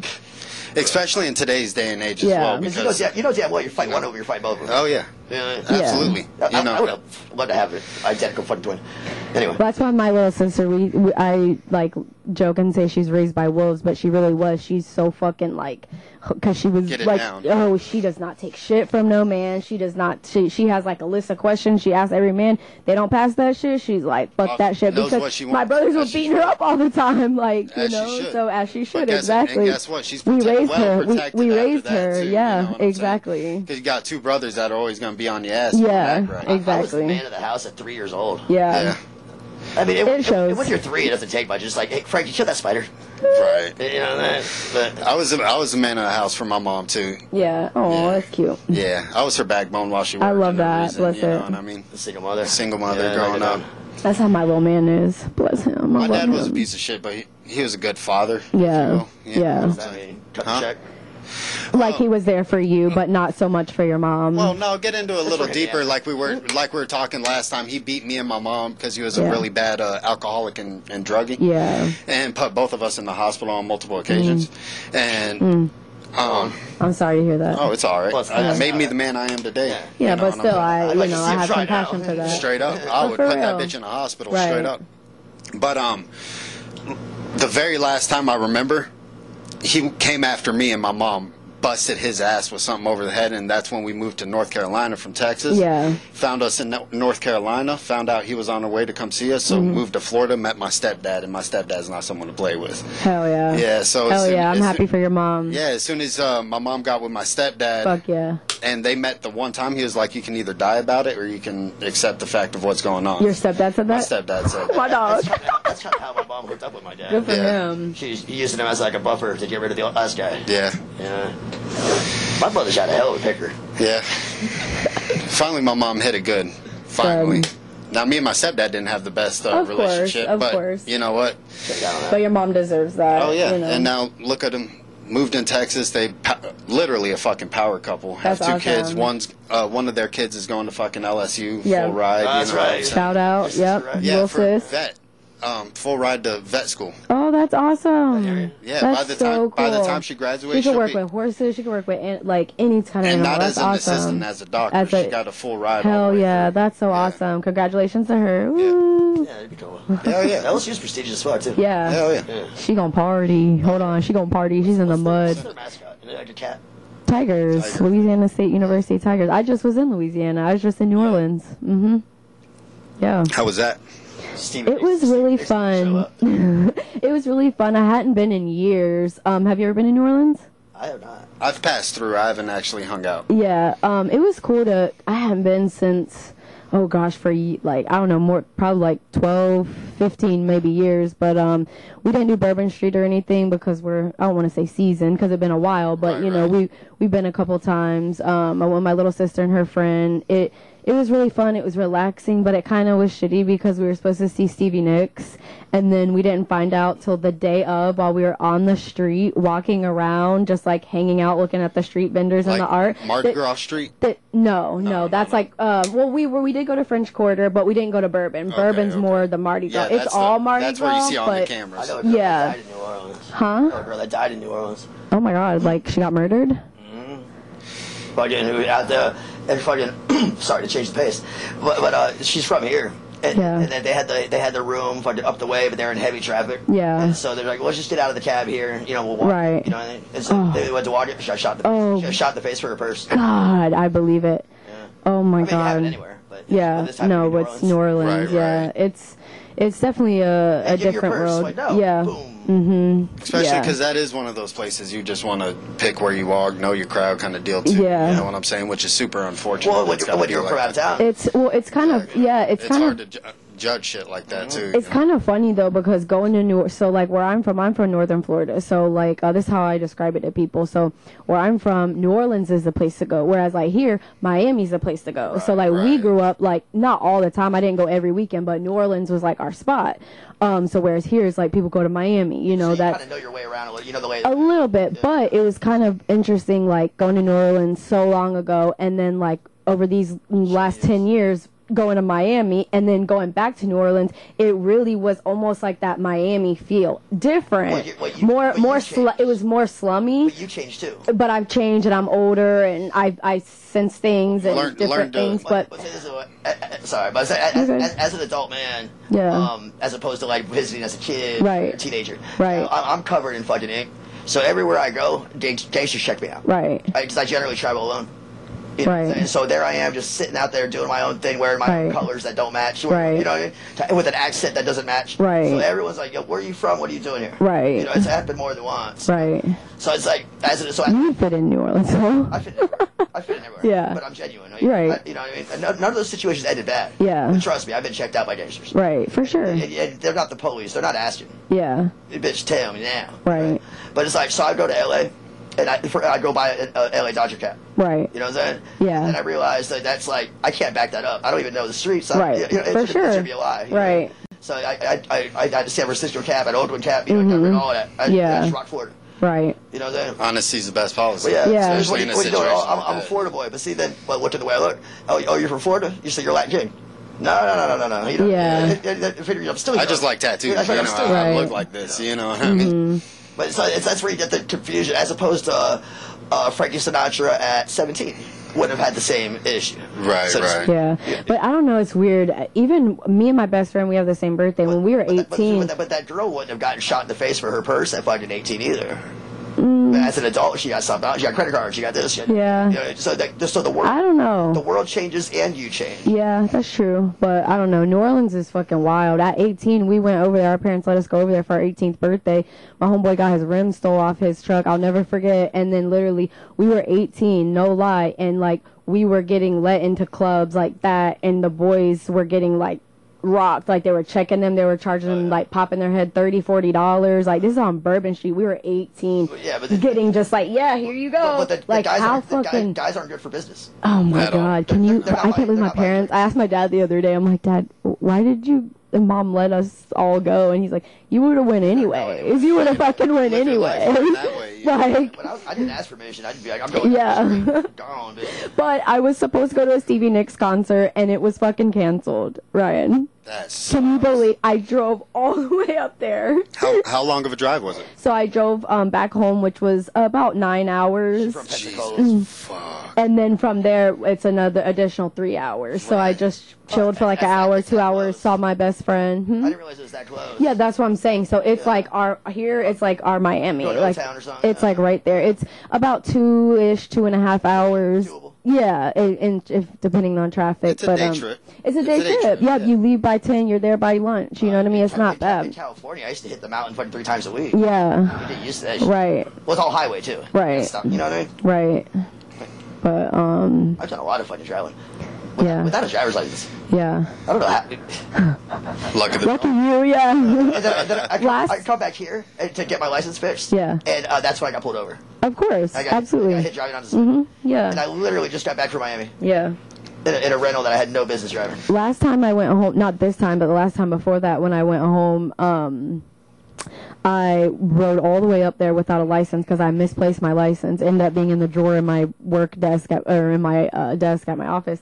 especially in today's day and age as
Yeah.
well.
Because
Because you know,
Because
damn, you know damn well you're fighting one over, you're fighting both of them.
oh yeah,
yeah.
absolutely.
I,
You
I, I would
know,
have loved to have an identical fucking twin. Anyway.
that's why my little sister. We, we I like joke and say she's raised by wolves, but she really was. She's so fucking like, cause she was
Get it
like,
down.
oh, she does not take shit from no man. She does not. She she has like a list of questions she asks every man. They don't pass that shit. She's like, fuck
Well,
that shit
knows what
because
she
my
wants,
brothers were
as she
beating her
should.
up all the time. <laughs> Like you
As she
know,
should.
so as she should
But guess- and
exactly.
guess what? She's
we
protect-
raised
well
her. We,
protected
we
after
raised
that,
her.
too, you know
yeah,
what I'm saying?
exactly.
because you got two brothers that are always going to be on your ass.
Yeah,
Right, right.
I was the
exactly.
man of the house at three years old.
Yeah.
Yeah,
I mean, it,
It
it
shows.
when you're three, it doesn't take much. It's like, hey, Frank, you kill that spider.
right.
You know that. But uh,
I was I was the man of the house for my mom too.
Yeah. Oh, that's cute.
Yeah, I was her backbone while she worked.
I love
and
that.
everything,
Bless
you know
her.
what I mean?
the single mother.
Single mother
Yeah,
growing
I
up.
know.
That's how my little man is. Bless him. I
My
love
dad was a
him.
piece of shit, but he, he was a good father. if
Yeah.
you will. You know
Yeah.
what I'm
Does that
saying?
mean cut the
Huh?
check?
Like he was there for you, but not so much for your mom.
Well, no, get into a little
right,
deeper,
yeah.
like we were, like we were talking last time. He beat me and my mom because he was a
Yeah.
really bad uh, alcoholic and, and druggie,
yeah,
and put both of us in the hospital on multiple occasions.
Mm.
And um,
I'm sorry to hear that.
oh, it's all right.
Well, it's
Uh,
not-
it made me the man I am today.
Yeah.
You
yeah,
know
but
what I'm
still,
saying?
I,
I'd
you
like to
know,
see
I
him
have
try now.
compassion for that.
Straight
<laughs>
up, I would
for
put that
real.
bitch in the hospital.
Right.
Straight up. But um, the very last time I remember, he came after me and my mom busted his ass with something over the head, and that's when we moved to North Carolina from Texas.
Yeah.
Found us in No- North Carolina. Found out he was on the way to come see us,
Mm-hmm.
so moved to Florida. Met my stepdad, and my stepdad's not someone to play with.
Hell yeah.
Yeah. So as
Hell
soon-
yeah. I'm
as
happy
soon-
for your mom.
Yeah, as soon as uh, my mom got with my stepdad,
Fuck yeah.
and they met the one time, he was like, "You can either die about it, or you can accept the fact of what's going on."
Your stepdad said
My
that.
stepdad
<laughs>
said.
My dog.
That's kinda- That's kind of how my mom hooked up with my
Good for
dad.
Yeah.
him.
She was using him as like a buffer to get rid of the last guy.
Yeah,
Yeah. My brother's had a hell of a picker.
yeah. Finally, my mom hit it good. Finally. Now, me and my stepdad didn't have the best uh,
Of course,
relationship,
of
but
course.
you know what?
But your mom deserves that.
Oh yeah,
You know?
and now look at them. Moved in Texas, they po- literally a fucking power couple. Have
That's
two
awesome.
kids. One's uh, one of their kids is going to fucking LSU
Yeah.
full ride. you
That's
know what I'm
right.
saying?
Shout out. Yep.
right.
Yeah,
Little
for
sis.
vet, um, full ride to vet school.
Oh, that's awesome.
Yeah,
that's
by the time
so cool.
by the time she graduates,
she can
she'll
work
be-
with horses. She can work with an, like any kind of
and
animal.
not
that's
as an
awesome.
assistant, as a doctor,
As
she
a-
got a full ride. all
Hell
the way
yeah, that's so awesome. Congratulations to her. Woo.
Yeah, that'd be cool.
through. Hell yeah,
LSU's prestigious as fuck, too.
Yeah.
hell yeah.
She gonna party. Hold on, she gonna party. She's in the
What's
mud.
their mascot? Is it Like a cat.
Tigers,
Tigers.
Louisiana State University Tigers. I just was in Louisiana. I was just in New Orleans. Mm-hmm. Yeah.
How was that?
Steven
It was really fun. It was really fun. I hadn't been in years. Um, have you ever been in New Orleans?
I have not.
I've passed through. I haven't actually hung out.
Yeah, um, it was cool to. I haven't been since, oh gosh, for ye- like I don't know, more probably like 12, 15 maybe years. But um, we didn't do Bourbon Street or anything because we're I don't want to say seasoned because it's been a while. But
Right,
you know,
right.
we we've been a couple times. Um, I went with my little sister and her friend. It it was really fun. It was relaxing, but it kind of was shitty because we were supposed to see Stevie Nicks, and then we didn't find out till the day of while we were on the street walking around, just like hanging out, looking at the street vendors and the art.
Mardi
that-
Gras Street.
that- no, no, that's like uh, well, we were we did go to French Quarter, but we didn't go to Bourbon. Bourbon's
okay.
more the Mardi Gras.
Yeah,
it's
that's
all
the,
Mardi
That's
Gras.
what you see on the
but-
I
cameras.
know a girl
Yeah.
that died in New Orleans. I know
Huh?
a girl that died in New Orleans.
Oh my God! Like she got murdered.
Fucking who out there and fucking <clears throat> sorry to change the pace, but but uh, she's from here. And,
Yeah.
and then they had the they had the room fucking up the way, but they were in heavy traffic.
Yeah.
And so they're like, let's just get out of the cab here. You know, we'll walk.
Right.
You know, what I mean? and so
Oh.
they went to walk. She got shot in the
Oh.
she got shot in the face for her purse.
God, I believe it. Oh my
I mean, it
God.
happened anywhere, but
Yeah,
this happened in
no,
New
it's New Orleans.
Right,
yeah,
right.
it's it's definitely a,
They
a
give you a
different
purse,
world.
like, no,
yeah, Mm-hmm.
boom.
Especially
yeah.
because that is one of those places you just want to pick where you are, know your crowd kind of deal too.
Yeah.
You know what I'm saying? Which is super unfortunate.
Well,
that
when,
it's gotta
when
be
you're
like
from out of
that.
town,
it's well, it's kind of yeah, it's,
It's
kind of
hard to ju- judge shit like that too.
It's kind of funny though because going to New so like where I'm from, I'm from Northern Florida. So like uh, this is how I describe it to people. So where I'm from, New Orleans is the place to go. Whereas like here, Miami's the place to go. so like we
right.
grew up like not all the time. I didn't go every weekend, but New Orleans was like our spot. Um, so whereas here is like people go to Miami. You know
you
that
kind of know your way around a little. You know the way.
a little bit, but it was kind of interesting, like going to New Orleans so long ago, and then like over these last ten years going to Miami and then going back to New Orleans. It really was almost like that Miami feel, different,
Well, you- well, you-
more
well, you
more. Slu-
changed.
it was more slummy,
but you changed too.
but I've changed and I'm older and I I sense things and
Learned- learned
different
to-
things,
But,
but.
but this is what- uh, uh, sorry, but as, as,
good.
as, as an adult man,
Yeah.
um, as opposed to like visiting as a kid,
Right.
or a teenager,
Right.
You know, I'm, I'm covered in fucking ink, so everywhere I go, gangs- gangsters check me out,
Right.
Because I generally travel alone. You know what I'm
Right.
saying? so there I am, just sitting out there doing my own thing, wearing my own
Right.
colors that don't match. wearing-
Right.
You know what I mean? With an accent that doesn't match.
Right.
So everyone's like, "Yo, where are you from? What are you doing here?"
Right.
You know, it's happened more than once.
Right.
So it's like, as it, so I,
You would fit in New Orleans, though. <laughs>
I fit everywhere. I fit in everywhere.
Yeah.
But I'm genuine. I-
Right.
I- you know what I mean? And None none of those situations ended bad.
Yeah.
But trust me, I've been checked out by gangsters.
Right, for sure.
And, and they're not the police. They're not asking.
Yeah.
They bitch tell me now.
Right.
But it's like, so I go to LA and I, for, I go buy an uh, LA Dodger cap.
Right.
You know what I'm saying?
Yeah.
And I realized that that's like, I can't back that up. I don't even know the streets. I,
Right.
uh, You know, it
For
should- It
sure.
should be a lie. you know?
Right.
So I, I, I, I got a San Francisco cap, an Oakland cap, you know, I covered all that. I,
Mm-hmm. Yeah.
I just rocked Florida.
Right.
You know what I'm saying?
Honesty's the best policy.
But yeah,
Yeah.
so it's what,
Especially
you,
in a
what you doing?
situation
Oh, I'm,
like
I'm a
that.
Florida boy, but see, then well, look at the way I look. Oh, oh, you're from Florida? You say you're Latin King? No, no, no, no, no, no. You don't,
Yeah.
I'm still.
I just like tattoos.
Yeah, that's
you
right,
know,
I'm still-
I, I
Right. Mm-hmm.
look like this. You know what I mean?
But it's, it's, that's where you get the confusion, as opposed to uh, uh, Frankie Sinatra at 17 would have had the same issue.
Right,
to
right.
speak.
Yeah, but I don't know. It's weird. Even me and my best friend, we have the same birthday. When we were
But that, but,
eighteen,
but that, but that girl wouldn't have gotten shot in the face for her purse at fucking 18 either. As an adult, she got something. She got credit cards. She got this. She got,
Mm. Yeah.
You know, so that, so the world,
I don't know.
the world changes and you change.
Yeah, that's true. But I don't know. New Orleans is fucking wild. At 18, we went over there. Our parents let us go over there for our 18th birthday. My homeboy got his rim stole off his truck. I'll never forget. And then literally, we were 18, no lie. And like, we were getting let into clubs like that. And the boys were getting like, rocked like they were checking them they were charging
Oh,
them like popping their head 30 40 dollars like this is on bourbon street we were 18
Yeah, but the-
getting just like yeah here you go
But the, the
like
guys,
how
aren't, the guy-
fucking
guys aren't good
<laughs>
for business.
Oh my
at all.
god! Can you?
they're not
I can't believe
my-
my
they're not my
parents. I asked my dad the other day. I'm like, Dad, why did you and Mom let us all go? And he's like, You would have went anyway. If you would have fucking went
Live your
anyway.
life that way, you
<laughs>
know?
Like,
When I, was, I didn't ask permission. I'd be like, I'm going.
Yeah.
down
<laughs>
the street. Gone, bitch.
but I was supposed to go to a Stevie Nicks concert and it was fucking canceled. Ryan,
That's
can you believe I drove <laughs> all the way up there?
how, how long of a drive was it?
So I drove um, back home, which was about nine hours.
From
Mm.
Pensacola.
Jesus, fuck.
and then from there it's another additional three hours so i
Right.
just chilled for like an
That's-
hour
that's
two
not
hours
close.
saw my best friend
I
hmm?
didn't realize it was that close.
yeah that's what i'm saying so it's like our here it's like our miami
Go to
like
Old Town or something,
it's
yeah.
like right there it's about two-ish two and a half hours
Doable.
yeah and, and if, depending on traffic
It's a
but
day
um,
trip.
it's a day trip, yeah, you leave by 10 you're there by lunch you know what i mean it's
Uh, In
not
Cal- In
bad
California, I used to hit the mountain fucking three times a week.
yeah
I get used to that. shit.
right
Well, it's all highway too.
Right.
Stuff, you know what I mean?
right but um
I've done a lot of fucking traveling.
yeah
Without a driver's license,
yeah
I don't know how. And
Luck of the
lucky you <laughs> yeah
<laughs> then, and then I, come,
Last-
I come back here and, to get my license fixed.
Yeah.
And uh, that's when I got pulled over.
Of course,
I got, I
absolutely. Mm-hmm.
got hit driving on the
yeah,
And I literally just got back from Miami.
yeah,
And in a, in a rental that I had no business driving.
last time I went home, not this time, but the last time before that, when I went home, um, I rode all the way up there without a license because I misplaced my license. Ended up being in the drawer in my work desk at, or in my uh, desk at my office,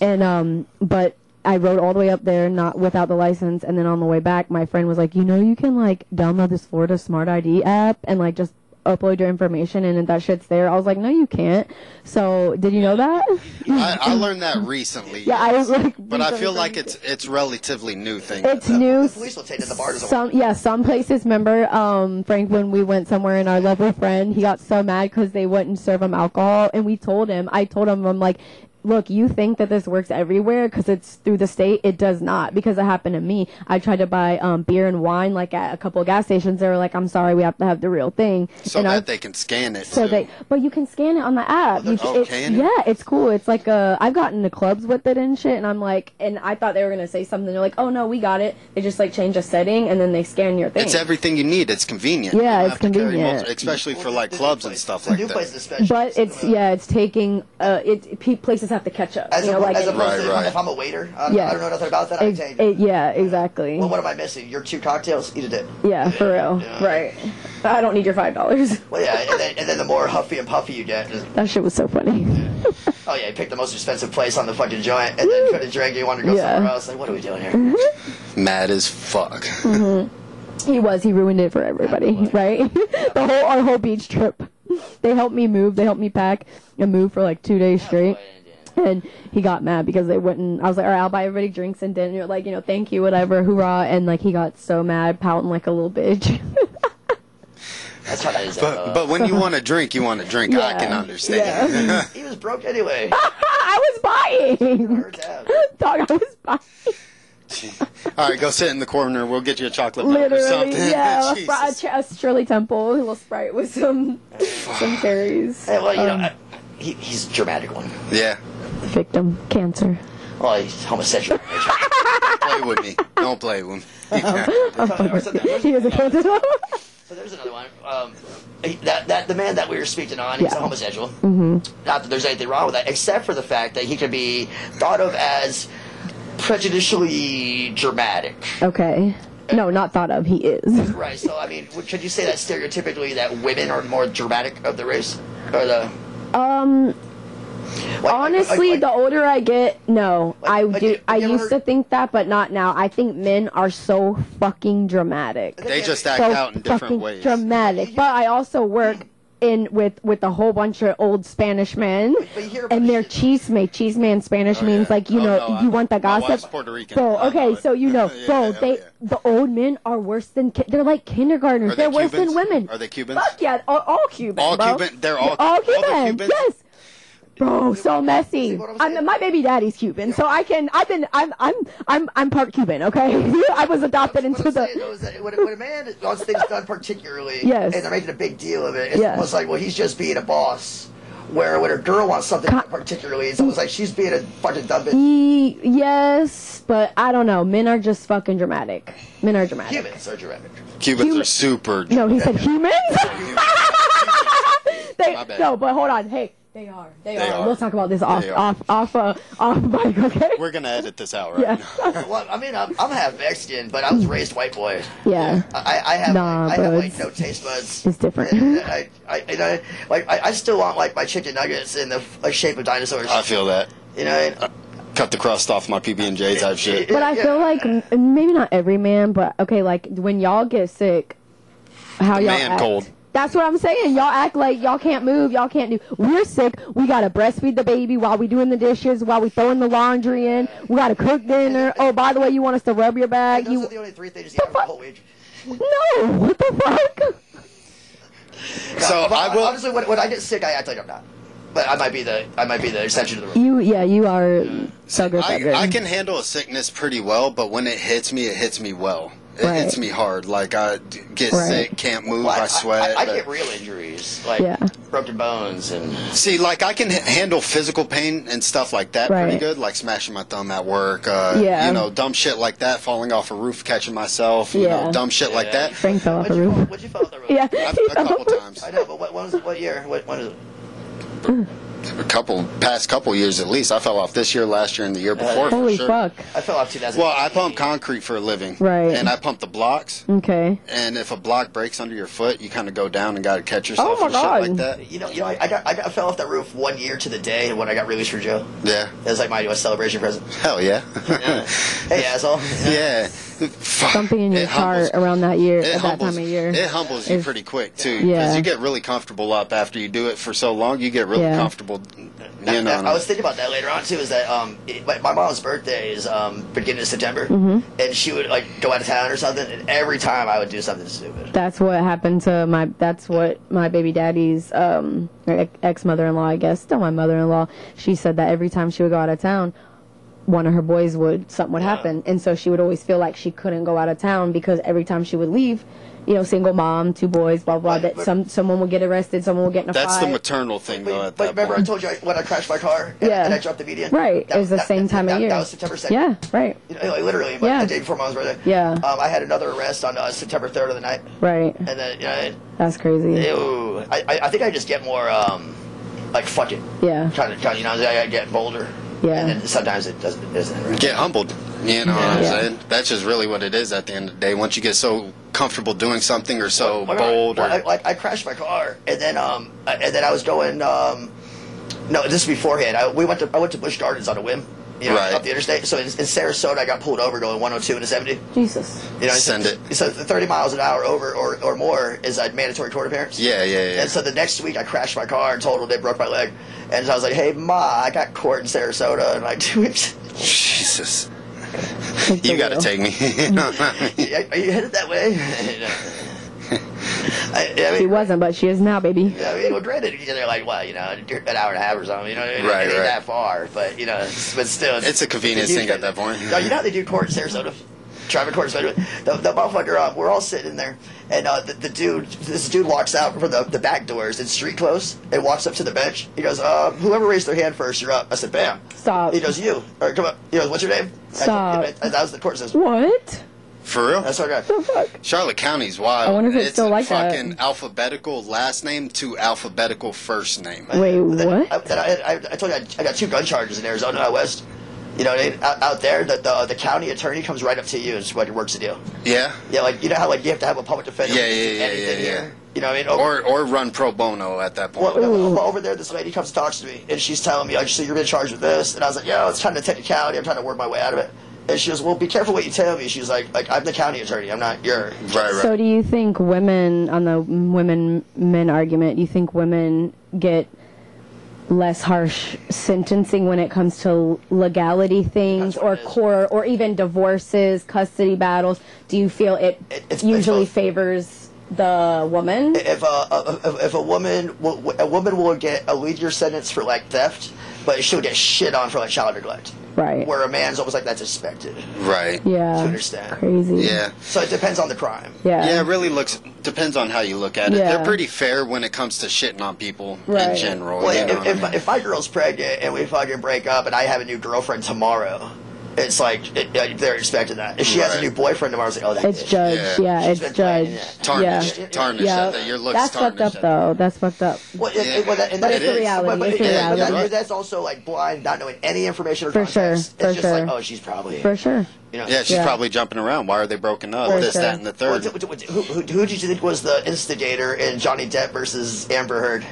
and um, but I rode all the way up there not without the license. And then on the way back, my friend was like, "You know, you can like download this Florida Smart ID app and like just." upload your information and that shit's there. I was like, no, you can't. So, did you know that?
I, I learned that recently.
yeah, I was like,
but I feel like it's it's relatively new thing.
<laughs> it's
that-
new.
Police will take it. The bar doesn't.
Some yeah, some places. Remember, um, Frank, when we went somewhere and our local friend, he got so mad because they wouldn't serve him alcohol, and we told him, I told him, I'm like, look, you think that this works everywhere because it's through the state, it does not because it happened to me. I tried to buy um, beer and wine like at a couple of gas stations. They were like, I'm sorry, we have to have the real thing.
so
and
that
I-
they can scan it.
so
too.
they, but you can scan it on the app. You,
Oh,
it's-
can you?
yeah, it's cool. It's like uh, I've gotten to clubs with it and shit, and I'm like, and I thought they were gonna say something. They're like, oh no, we got it. They just like change a setting and then they scan your thing.
it's everything you need. It's convenient.
Yeah,
You don't
it's
have to carry
convenient.
multi- especially for like
The new
clubs and
place-
stuff
the
like
new places
that.
especially.
but it's yeah, it's taking uh, it pe- places have to catch up.
uh, As,
you know,
a,
like
as
any-
opposed to
Right, right.
if I'm a waiter, I don't,
Yeah.
I don't know nothing about that. I
ex-
change.
it- yeah, exactly.
well, what am I missing? Your two cocktails, eat a dick.
Yeah, for real. Right. I don't need your five dollars. <laughs>
Well, yeah, and then, and then the more huffy and puffy you get, just,
That shit was so funny.
oh yeah, you pick the most expensive place on the fucking joint, and then couldn't drink, you want to go
Yeah. Mm-hmm.
somewhere else. Like, what are we doing here?
Mad as fuck.
He was. He ruined it for everybody, right? <laughs> the whole our whole beach trip. They helped me move. They helped me pack and move for like two days straight. And he got mad because they wouldn't. I was like, all right, I'll buy everybody drinks and dinner. Like, you know, thank you, whatever, hoorah. And like, he got so mad, pouting like a little bitch.
That's how that
<laughs>
is. uh,
But but
<laughs>
when you want to drink, you want to drink. I
Yeah.
can understand.
he was
<laughs>
broke anyway.
I was
<laughs>
buying.
Her dad.
<laughs> Dog, I was buying.
<laughs> All right, go sit in the corner. We'll get you a chocolate milk or
Literally,
something. <laughs>
yeah. A,
Jesus.
fr- a ch- a Shirley Temple, a little Sprite with some some cherries.
Hey, well, you know, I, he, he's a dramatic one.
yeah.
Victim cancer.
Well,
<laughs>
he's homosexual.
Play with me. Don't play with me.
Or something.
He is a cancer.
<laughs>
So there's another one. Um, he- that, that the man that we were speaking on, he's
Yeah.
a homosexual. Mm-hmm. Not that there's anything wrong with that, except for the fact that he can be thought of as prejudicially dramatic.
okay. No, not thought of. He is.
Right. So I mean, would- could you say that stereotypically that women are more dramatic of the race or the?
Um.
like-
Honestly,
like-
the older I get, no,
Like-
I
like,
do.
have
I
you ever
used to
heard-
think that, but not now. I think men are so fucking dramatic.
They just act
so
out in
fucking
different ways.
dramatic. But I also work in with with a whole bunch of old Spanish men,
but you hear about
and they're
shit-
cheese mate. Cheese man Spanish
Oh,
means
yeah.
like you
Oh,
know
no, I-
you want the
my
gossip.
wife's Puerto Rican.
Bro,
I know
okay,
it.
so
<laughs>
you know,
Yeah,
bro,
hell
they
yeah.
the old men are worse than ki- they're like kindergartners.
Are they
are worse
Cubans?
than women.
Are they Cubans?
Fuck yeah, all, all Cuban.
All
bro.
Cuban- they're all-
all
all the
Cuban.
Cubans?
Yes. Bro, so
See
messy.
what I'm
I'm,
saying?
my baby daddy's Cuban, so I can. I've been. I'm. I'm. I'm. I'm part Cuban. Okay, <laughs> I was adopted
What
into
I'm saying, though,
the.
is that when, when a man wants things done particularly,
Yes.
and they're making a big deal of it, it's
Yeah.
almost like, well, he's just being a boss. Where when a girl wants something
Con-
particularly, it's almost like she's being a fucking dumb
Mm. He,
bitch.
yes, but I don't know. Men are just fucking dramatic. Men are dramatic.
Humans are dramatic.
Cubans
Human-
are super. <laughs>
No, he said humans. they,
My bad.
no, but hold on. Hey, they are. <laughs> They,
They
are.
are.
We'll talk about this off,
They are.
off, off, uh, off mic. Okay.
We're gonna edit this out right
yeah.
now.
Well, I mean, I'm, I'm half Mexican, but I was raised white boy.
yeah.
I, I have,
Mm. Nah,
like, I have
bro,
like
it's-
no taste buds.
it's different. <laughs>
And uh, I, I, and I, like, I, I still want like my chicken nuggets in the f- shape of dinosaurs.
I feel that.
you know, and-
Cut the crust off my PB and J type
<laughs>
shit.
But I feel like m- maybe not every man, but okay, like when y'all get sick, how
The
y'all
man
act.
cold.
That's what I'm saying. Y'all act like y'all can't move, y'all can't do. We're sick. We gotta breastfeed the baby while we doing the dishes, while we throwing the laundry in. We gotta cook dinner. Oh, by the way, you want us to rub your back?
those
You
are the only three things you have for the whole week.
no? What the fuck?
So I will.
Honestly, when, when I get sick, I act like I'm not. But I might be the I might be the exception to the rule.
You yeah, you are so good.
I, I can handle a sickness pretty well, but when it hits me, it hits me well. It
Right.
hits me hard. Like I d- get
Right.
sick, can't move,
Well,
I sweat.
I, I
but-
get real injuries, like
Yeah.
broken bones and.
See, like I can h- handle physical pain and stuff like that
Right.
pretty good, like smashing my thumb at work. Uh,
Yeah.
You know, dumb shit like that, falling off a roof, catching myself. You
Yeah.
know, dumb shit like
Yeah.
that.
Frank fell off a
What'd you,
<laughs>
fall,
roof.
what'd you fall off the roof?
Yeah.
I've, a couple times.
I know, but what when was what year? What when is it?
a couple past couple years at least. I fell off this year, last year, and the year before. for
Holy
sure.
fuck.
I fell off 2000.
Well, I pump concrete for a living,
Right.
And I pump the blocks.
Okay.
And if a block breaks under your foot, you kind of go down and got to catch yourself
Oh my
and shit like
God.
that.
you know, you know, I, I got I got fell off that roof one year to the day when I got released from jail.
Yeah.
That was like my US celebration present.
Hell yeah. <laughs>
Yeah. hey asshole.
yeah. Fuck.
Something in your
It
car
humbles-
around that year,
it
at that
humbles-
time of year.
It humbles you
It's-
pretty quick too,
Yeah.
because you get really comfortable up after you do it for so long. You get really
Yeah.
comfortable.
That-
You
that-
know,
I was thinking about that later on too. Is that um, it, my, my mom's birthday is um, beginning of September,
Mm-hmm.
and she would like go out of town or something, and every time I would do something stupid.
That's what happened to my. That's what my baby daddy's um ex mother in law, I guess, still my mother in law. She said that every time she would go out of town, one of her boys would something would happen, and so she would always feel like she couldn't go out of town because every time she would leave, you know, single mom, two boys, blah blah. That some someone would get arrested, someone would get in a
that's the
fight.
maternal thing though.
But,
At
but
that
remember, I
point.
told you I, when I crashed my car and,
Yeah.
and I dropped the median.
right,
That-
it was the
that-
same
that-
time
that,
of year.
That was September second.
Yeah, right,
You know, like, literally, like,
Yeah.
the day before mom's birthday.
Yeah.
Um, I had another arrest on uh, September third of the night,
right.
and then you know,
That's crazy.
Ew. I, I, I think I just get more, um, like, fuck it.
Yeah.
Kind of, kind of, you know, I I get bolder.
Yeah.
And then sometimes it doesn't, it isn't. Right?
get humbled. You know what I'm
Yeah.
saying? That's just really what it is at the end of the day. Once you get so comfortable doing something or so
Like,
bold, or,
Like, like, I crashed my car, and then, um, I- and then I was going, um, no, this is beforehand. I, we went to, I went to Busch Gardens on a whim. You know,
Right.
up the interstate. So in, in Sarasota, I got pulled over going 102 and a 70. You
Jesus.
know,
Send
so,
it.
So 30 miles an hour over or, or more is a mandatory court appearance.
yeah, yeah, yeah.
And so the next week, I crashed my car and totaled it, broke my leg. And so I was like, hey, Ma, I got court in Sarasota. And like, <laughs> two weeks.
Jesus,
Take the
you got to
wheel.
take me. <laughs>
Are are you headed that way? <laughs> And, uh,
<laughs>
I, I mean,
She wasn't, but she is now, baby.
I mean, well, granted, you know, they're like, well, you know, you're an hour and a half or something. You know, it,
Right,
it ain't
right.
that far, but you know, it's- but still,
It's a convenience
huge
thing at that point.
No, you know how they do court in Sarasota, traffic court in Sarasota. The, the motherfucker, um, we're all sitting in there, and uh, the, the dude, this dude walks out from the, the back doors in street clothes and walks up to the bench. He goes, uh, whoever raised their hand first, you're up. I said, bam.
Stop.
He goes, you. Or come up. He goes, what's your name? I said-
Stop.
I- I- that was the court system.
What?
For real?
That's our guy.
The fuck?
Charlotte County's wild.
I wonder if it's still like that.
fucking alphabetical last name to alphabetical first name.
Wait,
But then-
what?
I, then I, I, I told you I, I got two gun charges in Arizona out west. You know, what I mean? out, out there, the, the the county attorney comes right up to you and it's what works the deal.
Yeah.
Yeah, like you know how like you have to have a public defender.
Yeah,
to do
yeah, yeah,
anything
yeah, yeah.
here? You know, what I mean, over,
Or or run pro bono at that point.
well, no, well, over there, this lady comes and talks to me, and she's telling me like, so you're being charged with this, and I was like, yo, it's kind of technicality. I'm trying to work my way out of it. And she goes, well, be careful what you tell me. She's like, like I'm the county attorney. I'm not your.
Right, right.
So do you think women on the women men argument? Do you think women get less harsh sentencing when it comes to legality things
That's what
or
it is.
court or even divorces, custody battles? Do you feel it,
It- it's-
usually
it's both.
favors the woman?
if a if, if a woman will, a woman will get a leader sentence for like theft, but she'll get shit on for like child neglect.
Right.
Where a man's almost like that's expected.
Right.
yeah.
to understand.
Crazy.
Yeah.
So it depends on the crime.
Yeah.
Yeah, it really looks depends on how you look at it.
Yeah.
They're pretty fair when it comes to shitting on people in
Right.
general.
Well,
you know what
if,
Oh, I
if,
mean?
if my girl's pregnant and we fucking break up and I have a new girlfriend tomorrow, it's like it, uh, they're expecting that. If she has a
Right.
new boyfriend tomorrow, it's like, oh, that
It's
bitch.
Yeah.
judged. Yeah,
She's been
it's
playing
judged.
it.
tarnished,
Yeah.
tarnished.
Yeah.
That, that your looks
That's fucked
tarnished.
up
at that-
though. That's fucked up.
Well, it,
Yeah.
it, well, that, and
But
that-
it's a reality.
But, but,
It's a
yeah,
reality.
but that-
Yeah.
that's also like blind, not knowing any information or
For sure.
context.
For
it's just like,
sure.
oh, she's probably.
For sure.
You know,
Yeah, she's
Yeah.
probably jumping around. Why are they broken up?
For
this,
sure.
that, and the
Well,
third.
d- d- who, who, who did you think was the instigator in Johnny Depp versus Amber Heard?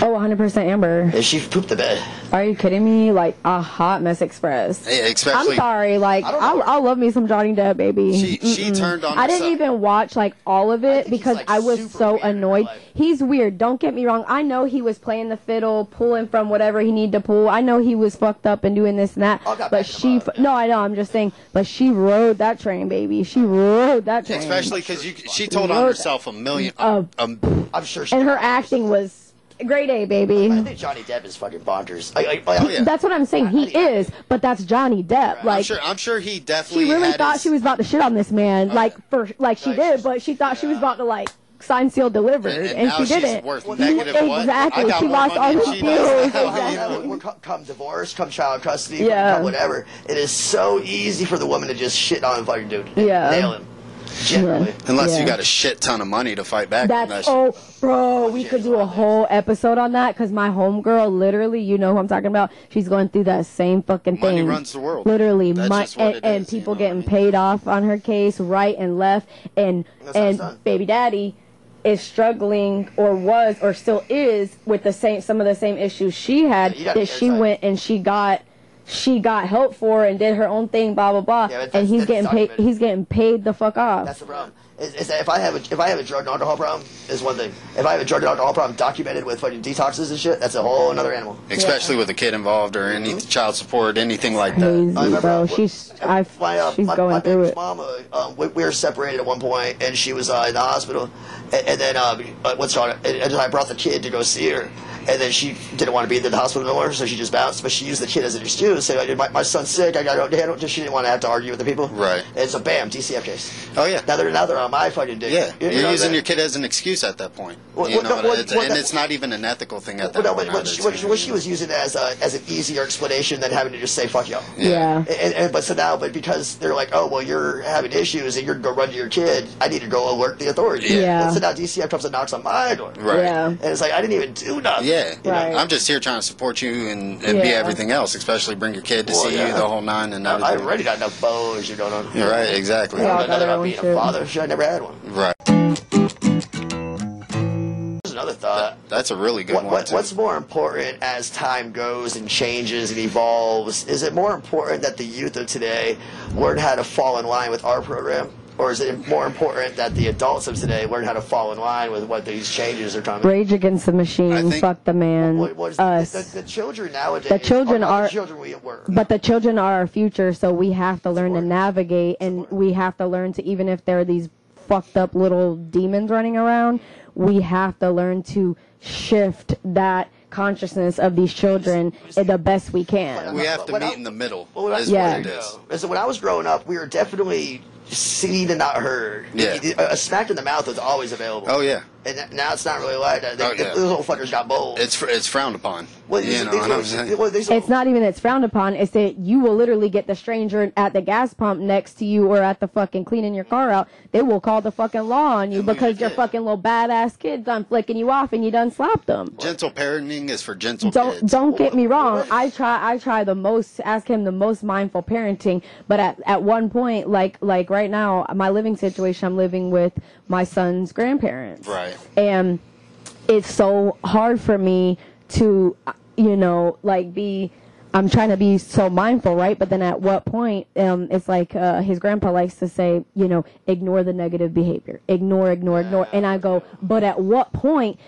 Oh, 100% Amber.
And she pooped the bed.
Are you kidding me? Like a hot mess express.
Yeah,
I'm
Eh, especially
sorry. Like
I don't know.
I'll, I'll love me some Johnny Depp, baby.
she she
Mm-mm.
turned on.
I didn't
herself.
even watch like all of it
he's,
because
like,
I was
super
so
weird in real
annoyed.
life.
He's weird. Don't get me wrong. I know he was playing the fiddle, pulling from whatever he needed to pull. I know he was fucked up and doing this and that.
I'll got
But
back in the
she,
mud,
f- no, I know. I'm just saying. But she rode that train, baby. She rode that train.
Especially because you, she told
Wrote-
on herself a million.
Oh,
um,
I'm sure she.
And her acting was grade A, baby.
I think Johnny Depp is fucking bonkers. Like, like, like,
Oh, yeah.
That's what I'm saying. He
I- I-
is, but that's Johnny Depp.
I'm
Like
sure. I'm sure he
she
definitely.
really
had
thought
his-
she was about to shit on this man, like for like she
Like,
did,
she's-
but she thought she was about to like sign seal delivered,
And,
and,
and now
she
she's
didn't.
worth
Well,
negative one.
exactly.
I got
She
more
lost
money
all
than
her
she <laughs> does.
bills.
Well, how-
Exactly.
how- we're co- come divorce, come child custody,
Yeah.
come whatever. It is so easy for the woman to just shit on a fucking dude. and
Yeah.
Nail him. generally.
Unless
Yeah.
you got a shit ton of money to fight back. from that
That's
shit.
oh, bro, we could do a whole episode on that because my homegirl, literally, you know who I'm talking about. She's going through that same fucking thing.
Money runs the world.
Literally,
That's
mon-
just what
and,
it
and
is, you
people
know what I
getting
mean?
paid off on her case, right and left, and
That's how it's done.
and baby daddy is struggling or was or still is with the same some of the same issues she had
Yeah, you gotta
that
be
she
inside.
went and she got she got help for and did her own thing blah blah blah
Yeah, but
and
that's-
he's
that's
getting paid
documented.
he's getting paid the fuck off
That's the problem. Is, is that if I have a if I have a drug and alcohol problem is one thing. If I have a drug and alcohol problem documented with fucking detoxes and shit, that's a whole another animal.
Especially with a kid involved or any
Mm-hmm.
child support, anything like
crazy
that.
I remember,
bro
uh,
she's i
my, uh,
she's
my,
going
my
through
baby's
it
Mama, um, we, we were separated at one point, and she was uh, in the hospital, and, and then uh, uh, what's wrong? And, and then I brought the kid to go see her, and then she didn't want to be in the hospital anymore, so she just bounced. But she used the kid as an excuse, saying, "My, my son's sick. I got to handle." it." Just she didn't want to have to argue with the people.
Right.
And so, bam, DCF case.
Oh, yeah.
Now they're now they're on my fucking dick.
Yeah,
You-
you're
you know
using
that-
your kid as an excuse at that point.
Well,
you
well,
know,
no, well,
it's,
well,
and
that-
it's not even an ethical thing at
Well,
that
no,
point.
what, what,
either,
she,
too.
what, she, what she was using as a, as an easier explanation than having to just say "fuck you."
yeah.
And, and, and but so now, but because they're like, oh well, you're having issues, and you're gonna go run to your kid. I need to go alert the authorities.
Yeah.
And so now DCF comes and knocks on my door.
Right.
Yeah.
And it's like I didn't even do nothing.
Yeah,
You know?
Right.
I'm just here trying to support you and, and be
Yeah.
everything else, especially bring your kid to
Well,
see you,
yeah.
the whole nine and
I- I've
everything.
already got enough bows. You know.
You're right, exactly.
Yeah.
Another
Got
about
our
being
own
a father. Shit, I never had one.
Right.
There's another thought.
That's a really good
What,
one.
what,
too.
what's more important as time goes and changes and evolves? Is it more important that the youth of today learn how to fall in line with our program? Or is it more important that the adults of today learn how to fall in line with what these changes are coming?
Rage Against the Machine,
think-
fuck the man,
What, what is
us.
the, the, the children nowadays
The children
not
are-
the children we were.
but the children are our future, so we have to learn to
Support.
navigate, and we have to learn to even if there are these fucked up little demons running around, we have to learn to shift that consciousness of these children the best we can.
we have to
When I-
meet in the middle.
Well, when I,
is
Yeah.
what it is.
is that when I was growing up, we were definitely seen and not heard.
Yeah.
A, a smack in the mouth was always available.
Oh yeah,
And that- now it's not really like that. They,
Oh, yeah.
Those little fuckers got bold.
it's fr- it's frowned upon.
Well,
you
these-
know
these
what I'm
little-
saying?
well, these
It's
little-
not even that it's frowned upon, it's that you will literally get the stranger at the gas pump next to you or at the fucking cleaning your car out. They will call the fucking law on you
lose
because
your
your
kid.
fucking little badass kid done flicking you off and you done slapped them.
gentle parenting is for gentle
don't
kids.
don't get me wrong.
Right.
I try I try the most ask him the most mindful parenting, but at, at one point like like right now my living situation I'm living with my son's grandparents.
Right.
And it's so hard for me to uh, you know like be I'm trying to be so mindful, right? But then at what point um it's like uh his grandpa likes to say, you know, ignore the negative behavior. Ignore, ignore, ignore. And I go, but at what point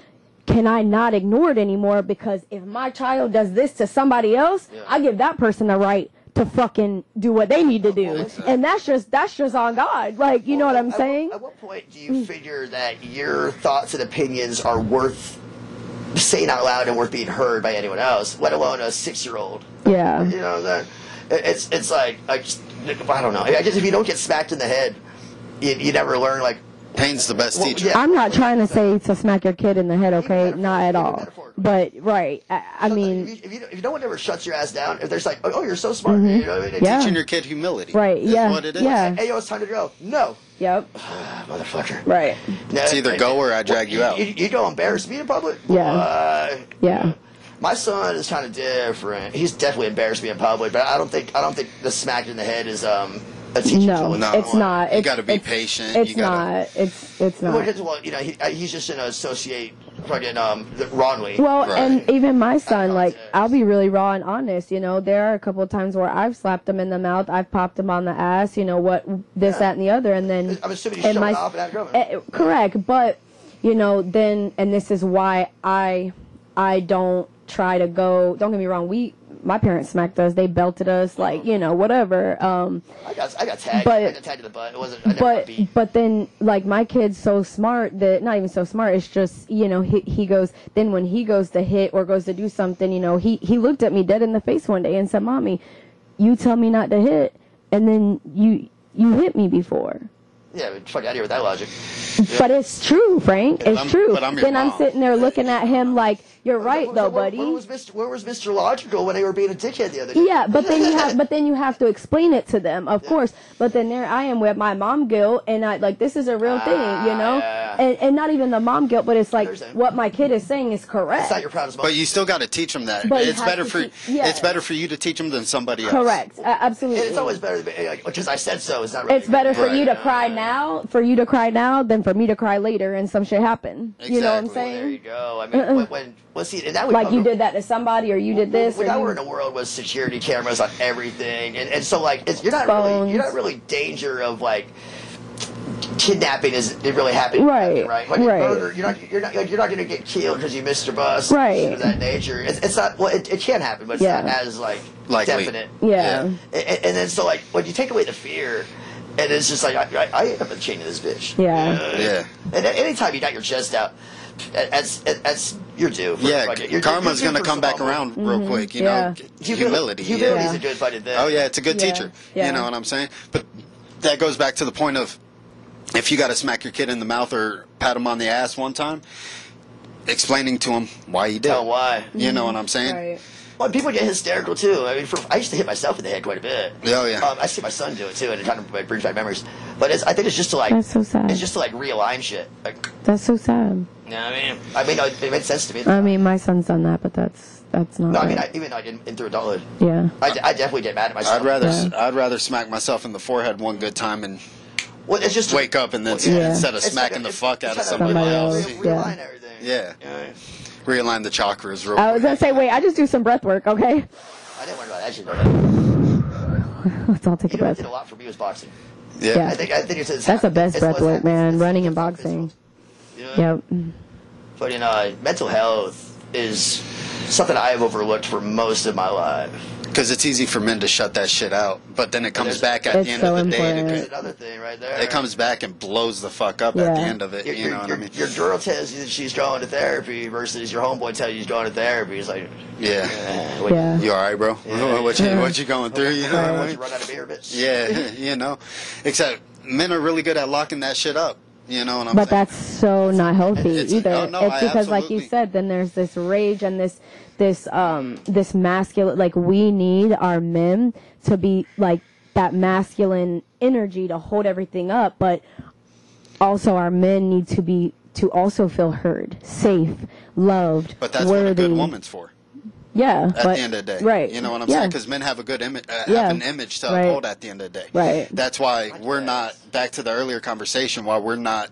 can I not ignore it anymore? Because if my child does this to somebody else, I give that person the right to fucking do what they need to do. And that's just that's just on God. Like, you know what I'm
At-
saying? Mm.
At what point do you figure that your thoughts and opinions are worth saying out loud and worth being heard by anyone else, let alone a six-year-old?
Yeah.
You know that it- it's it's like I just I don't know. I just if you don't get smacked in the head, you, you never learn. Like
Pain's the best
Well,
teacher.
yeah.
I'm not trying to say to smack your kid in the head, okay?
metaphor-
Not at
even
all.
metaphor.
But right, I, I
if
mean,
you, if, you, if no one ever shuts your ass down, if there's like oh, oh, you're so smart, you know what I mean? It's
Mm-hmm. Yeah.
Teaching your kid humility.
Right,
Is
yeah,
What it is.
yeah.
Hey yo, it's time to go. No,
yep,
Ah, motherfucker.
right,
No,
It's either go or I drag you out.
You, you go embarrass me in public.
Yeah.
Uh,
yeah,
My son is kind of different. He's definitely embarrassed me in public, but I don't think I don't think the smack in the head is um a teacher.
No,
tool.
No,
it's not.
you
It's-
gotta be
it's-
patient.
It's
You gotta-
not. It's it's
Well,
not.
because, well, you know, he, uh, he's just gonna associate fucking um the- wrongly.
Well,
Right.
and even my son, like,
Context.
I'll be really raw and honest. You know, there are a couple of times where I've slapped him in the mouth, I've popped him on the ass. You know what, this, that, and the other, and then
I'm assuming he's
and
showing
my
off and not coming.
eh, correct, but you know, then, and this is why I, I don't try to go. Don't get me wrong. We, my parents smacked us. They belted us, like,
Mm-hmm.
you know, whatever. Um,
I got I got tagged.
But-
I got tagged in the butt. It wasn't. I never got
but
beat.
but then like my kid's so smart that not even so smart it's just you know he, he goes then when he goes to hit or goes to do something you know he he looked at me dead in the face one day and said mommy you tell me not to hit and then you you hit me before
yeah, I mean, fuck out of here with that logic.
But it's true, Frank. It's
I'm-
true.
but I'm your
then I'm
mom.
sitting there looking at him like, "You're right, though,
where,
buddy."
Where was, Mr., where was Mr. Logical when they were being a dickhead the other day?
Yeah, but then you
<laughs>
have but then you have to explain it to them, of course. But then there I am with my mom guilt and I like this is a real thing, you know?
Ah, yeah.
And and not even the mom guilt, but it's like
understand.
what my kid is saying is correct.
It's not your proudest moment.
But you still got to teach them that.
But you
it's
have
better
to
for
teach- yeah.
it's better for you to teach them than somebody else.
correct. A-
And
absolutely.
it's always better than like, because I said so. It's not really
It's better for
Right.
you to cry now, for you to cry now than for me to cry later and some shit happen. You know what I'm
Exactly.
Well, there you
saying? Uh-uh.
go. I mean, when, when well, see, and that would
Like
come
you
to-
did that to somebody or you did this
Well,
or
now
you-
we're in a world with security cameras on everything, and, and so like it's, you're not really you're not
Phones.
really in danger of like kidnapping is it really happening
Right,
right like
right.
murder you're not you're not like, you're not gonna get killed because you missed your bus
Right.
shit of that nature it's, it's not well it, it can happen but it's
Yeah.
not as like
Likely.
definite
yeah.
Yeah.
and, and and then so like when you take away the fear and it's just like I, I, I end up in the chain of this bitch
Yeah.
Yeah.
and a- anytime you got your chest out, that's that's your due. for
Yeah,
fucking- you're-
karma's
you're
gonna
due for
come back
some
around real quick, you
Mm-hmm. Yeah.
know. Humility.
Humility
yeah.
is a good fucking thing.
Oh yeah, it's a good
Yeah.
teacher.
Yeah.
You know what I'm saying? But that goes back to the point of if you got to smack your kid in the mouth or pat him on the ass one time, explaining to him why you did.
Tell
it.
why.
You know what I'm saying?
Mm-hmm. Right.
Well, people get hysterical too. I mean, for, I used to hit myself in the head quite a bit.
Oh, yeah.
Um, I see my son do it too, and it kind of brings back memories. But it's, I think it's just to like.
That's so sad.
It's just to like realign shit. Like,
That's so sad.
you know what I mean? I mean, it, it made sense to me.
I mean, my son's done that, but that's that's not
no, I mean, I,
right.
even though I didn't in through adulthood,
yeah.
I, de- I definitely get mad at myself.
I'd rather
Yeah.
I'd rather smack myself in the forehead one good time and
well, it's just
wake up and then
Yeah.
instead of
it's
smacking
like
the
a-
fuck out of
it's
somebody
like a-
else,
else.
Realign
Yeah.
everything.
Yeah.
You know what I mean?
realign the chakras real
I
quick.
was gonna say, wait, I just do some breath work, okay? <laughs>
I didn't worry about that shit. though. You
Let's all take a
know what did
breath.
a lot for me was boxing.
yeah.
I think I think it's, it's
That's the best
it's what's
breath work,
happening.
man,
It's-
running and
it's what's
boxing.
happening. Yeah.
Yep.
But you know, mental health is something I have overlooked for most of my life.
because it's easy for men to shut that shit out, but then it comes
There's-
back at
It's
the end
so
of the day.
important.
To,
That's another thing right there.
it comes back and blows the fuck up at the
Yeah.
end of it.
Your,
You know
your,
what I
your,
mean?
your girl tells you that she's going to therapy versus your homeboy tells you he's going to therapy. It's like,
Yeah.
eh, what,
Yeah.
You all right, bro? <laughs> what, you, what
<laughs>
you going through? You know what I
what, you
mean?
run out of beer, bitch?
Yeah, <laughs> you know. Except men are really good at locking that shit up. You know what I'm
But
saying?
that's so not healthy
It's-
either.
no, no, I
it's because, like you
absolutely-
said, then there's this rage and this this um this masculine. Like we need our men to be like that masculine energy to hold everything up, but also our men need to be to also feel heard, safe, loved,
But that's
worthy.
what a good woman's for.
Yeah.
At
but,
the end of the day,
right?
You know what I'm
yeah.
saying? Because men have a good image, uh,
Yeah.
have an image to
Right.
uphold at the end of the day.
Right.
That's why we're not back to the earlier conversation. Why we're not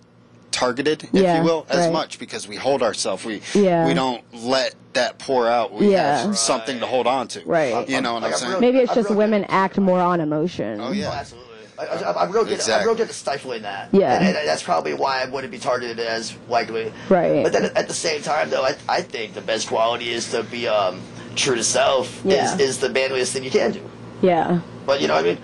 targeted, if
Yeah,
you will, as
right.
much because we hold ourselves. We
Yeah.
we don't let that pour out. We
Yeah.
have something to hold on to.
Right.
You know what
Like
I'm
a
saying?
real-
Maybe it's
I
just
really-
women act more on emotion.
Oh
Oh,
yeah.
absolutely. I, I, I'm real good. I'm
Exactly.
real good at stifling that.
Yeah.
and, and that's probably why I wouldn't be targeted as likely.
Right.
But then at- at the same time, though, I, I think the best quality is to be um, true to self.
Yeah.
Is, is the manliest thing you can do.
Yeah.
But you know what I mean?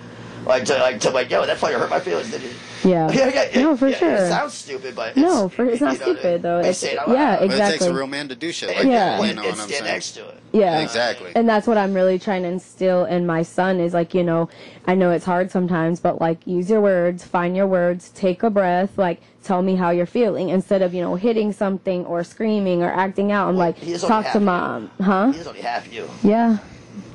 Like to like to like, yo, that fucking hurt my feelings, didn't
Yeah.
it? <laughs> Yeah, yeah, yeah,
No, for
yeah,
sure.
It sounds stupid, but it's,
No, for- it's
you
not
know what I mean?
stupid, though.
They
It's-
say it out
yeah,
loud.
But it takes a
Exactly.
real man to do shit
It-
like
Yeah.
that.
it-
You know
it's
what I'm
stand
saying?
next to it.
Yeah.
Exactly.
And that's what I'm really trying to instill in my son is like, you know, I know it's hard sometimes, but like use your words, find your words, take a breath, like tell me how you're feeling instead of, you know, hitting something or screaming or acting out. I'm like,
he is only
talk
half
to
you.
mom, huh?
He does only half you.
Yeah.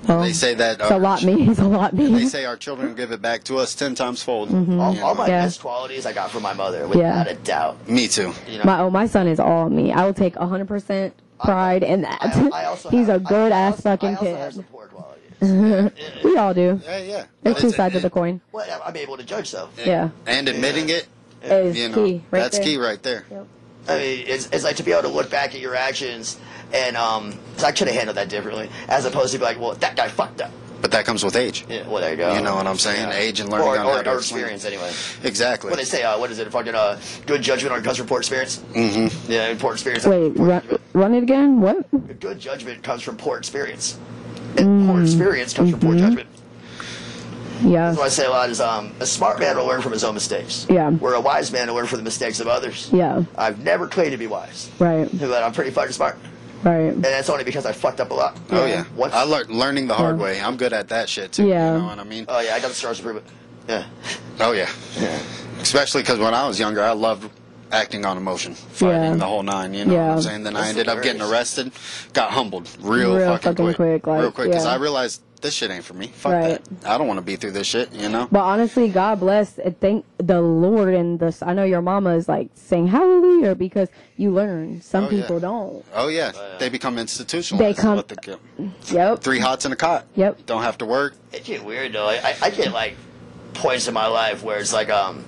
Well,
They
it's
say that.
a lot me. <laughs> He's a lot
They
me.
say our children give it back to us ten times fold.
Mm-hmm.
All, all my
Yeah.
best qualities I got from my mother, without a doubt.
Me too.
You know,
My oh, my son is all me. I will take 100% pride in that. <laughs>
I, I also
He's
have,
a
I-
good
I
ass
also- I
fucking
also have
kid.
some poor qualities.
<laughs> We all do.
Yeah, yeah.
There's
But
two
it's-
sides of the coin.
Well, I'm able to judge though.
Yeah.
And admitting it,
Is
you know,
key. Right
that's
there.
key right there.
I mean, it's, it's like to be able to look back at your actions and um, 'cause I could have handled that differently, as opposed to be like, well, that guy fucked up.
But that comes with age.
Yeah, well, there you go.
You know what I'm saying? Age and learning
Or,
on
or,
how to
or
explain.
experience, anyway.
Exactly.
What they say? Uh, what is it? Fucking uh, good judgment on customer poor experience. Mm-hmm. Yeah, poor experience.
Wait, run, run it again? What?
Good judgment comes from poor experience, and
Mm-hmm.
poor experience comes from poor judgment.
Yeah.
That's what I say a lot is um, a smart man will learn from his own mistakes.
Yeah.
Where a wise man will learn from the mistakes of others.
Yeah.
I've never claimed to be wise,
Right.
but I'm pretty fucking smart, and
Right.
that's only because I fucked up a lot.
oh yeah.
Once,
I learned learning the hard
Yeah.
way. I'm good at that shit too.
Yeah.
You know what I mean?
oh yeah, I got the stars to prove it. Yeah.
oh yeah. Especially because when I was younger, I loved acting on emotion, fighting
Yeah.
the whole nine. You know what
Yeah.
I'm saying? Then I
That's
ended up getting
hilarious.
arrested, got humbled real,
Real
fucking,
fucking quick, like,
real quick, because
yeah.
I realized this shit ain't for me. Fuck
Right.
that. I don't want to be through this shit. You know?
But honestly, God bless. and Thank the Lord and the. I know your mama is like saying hallelujah because you learn. Some
Oh, yeah.
people don't.
oh yeah, they become institutionalized.
They come-
What the-
Yep.
three hots in a cot.
Yep.
Don't have to work.
It's get weird though. I, I, I get like points in my life where it's like um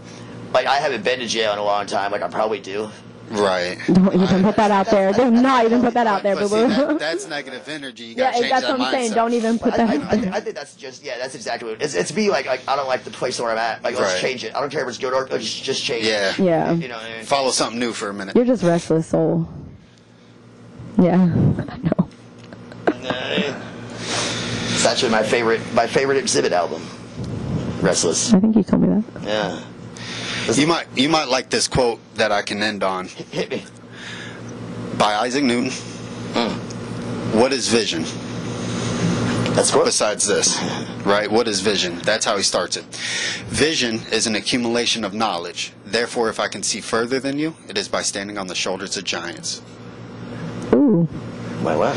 like I haven't been to jail in a long time. Like I probably do.
Right.
<laughs> Don't even put that out there. Do not even put that out there,
But
boo
see,
boo.
that,
<laughs>
that's negative energy. You gotta
Yeah,
change
that's
that
what I'm saying.
mindset.
Don't even put
I, I,
that out
I,
there.
I think that's just yeah. That's exactly what it is. It's me like like I don't like the place where I'm at. Like let's
Right.
change it. I don't care if it's good or let's just, just change.
Yeah.
<laughs>
It.
Yeah.
You know. what I mean?
Follow something new for a minute.
You're just restless soul. <laughs> Yeah, <laughs> I know.
It's actually my favorite my favorite exhibit album. Restless.
I think you told me that.
Yeah.
You might you might like this quote that I can end on
Hit me.
by Isaac Newton.
Hmm.
What is vision?
That's cool.
Besides this, right? What is vision? That's how he starts it. Vision is an accumulation of knowledge. Therefore, if I can see further than you, it is by standing on the shoulders of giants.
Ooh,
My wow.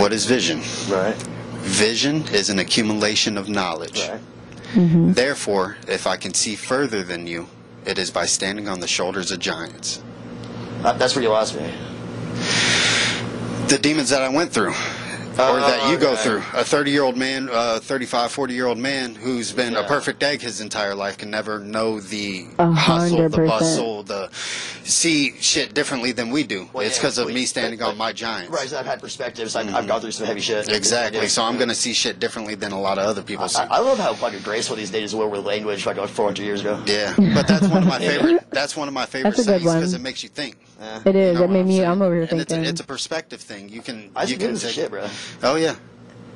What is vision?
Right.
Vision is an accumulation of knowledge.
Right.
Therefore, if I can see further than you, it is by standing on the shoulders of giants.
Uh, that's where you lost me.
the demons that I went through or
Oh,
that you go
okay.
through. A 30 year old man, uh, 35, 40 year old man who's been a perfect egg his entire life can never know the
A
hustle,
hundred
the
percent.
bustle, the see shit differently than we do.
Well,
it's
yeah,
because of
we-
me standing
but-
on my giants.
Right, so I've had perspectives. I've, I've gone through some heavy shit.
Exactly.
Yeah.
So I'm going to see shit differently than a lot of other people see.
I, I love how fucking graceful these days were with language fucking like 400 years ago.
yeah, but that's one of
<laughs>
my favorite. That's one of my favorite
That's a good
sayings because
one.
it makes you think.
it
You
is.
know
it
what
made me.
saying?
I'm over here
And it's a-
thinking.
It's a, perspective thing. You can.
I
you
just
can
give a
take-
shit, bro.
Oh yeah.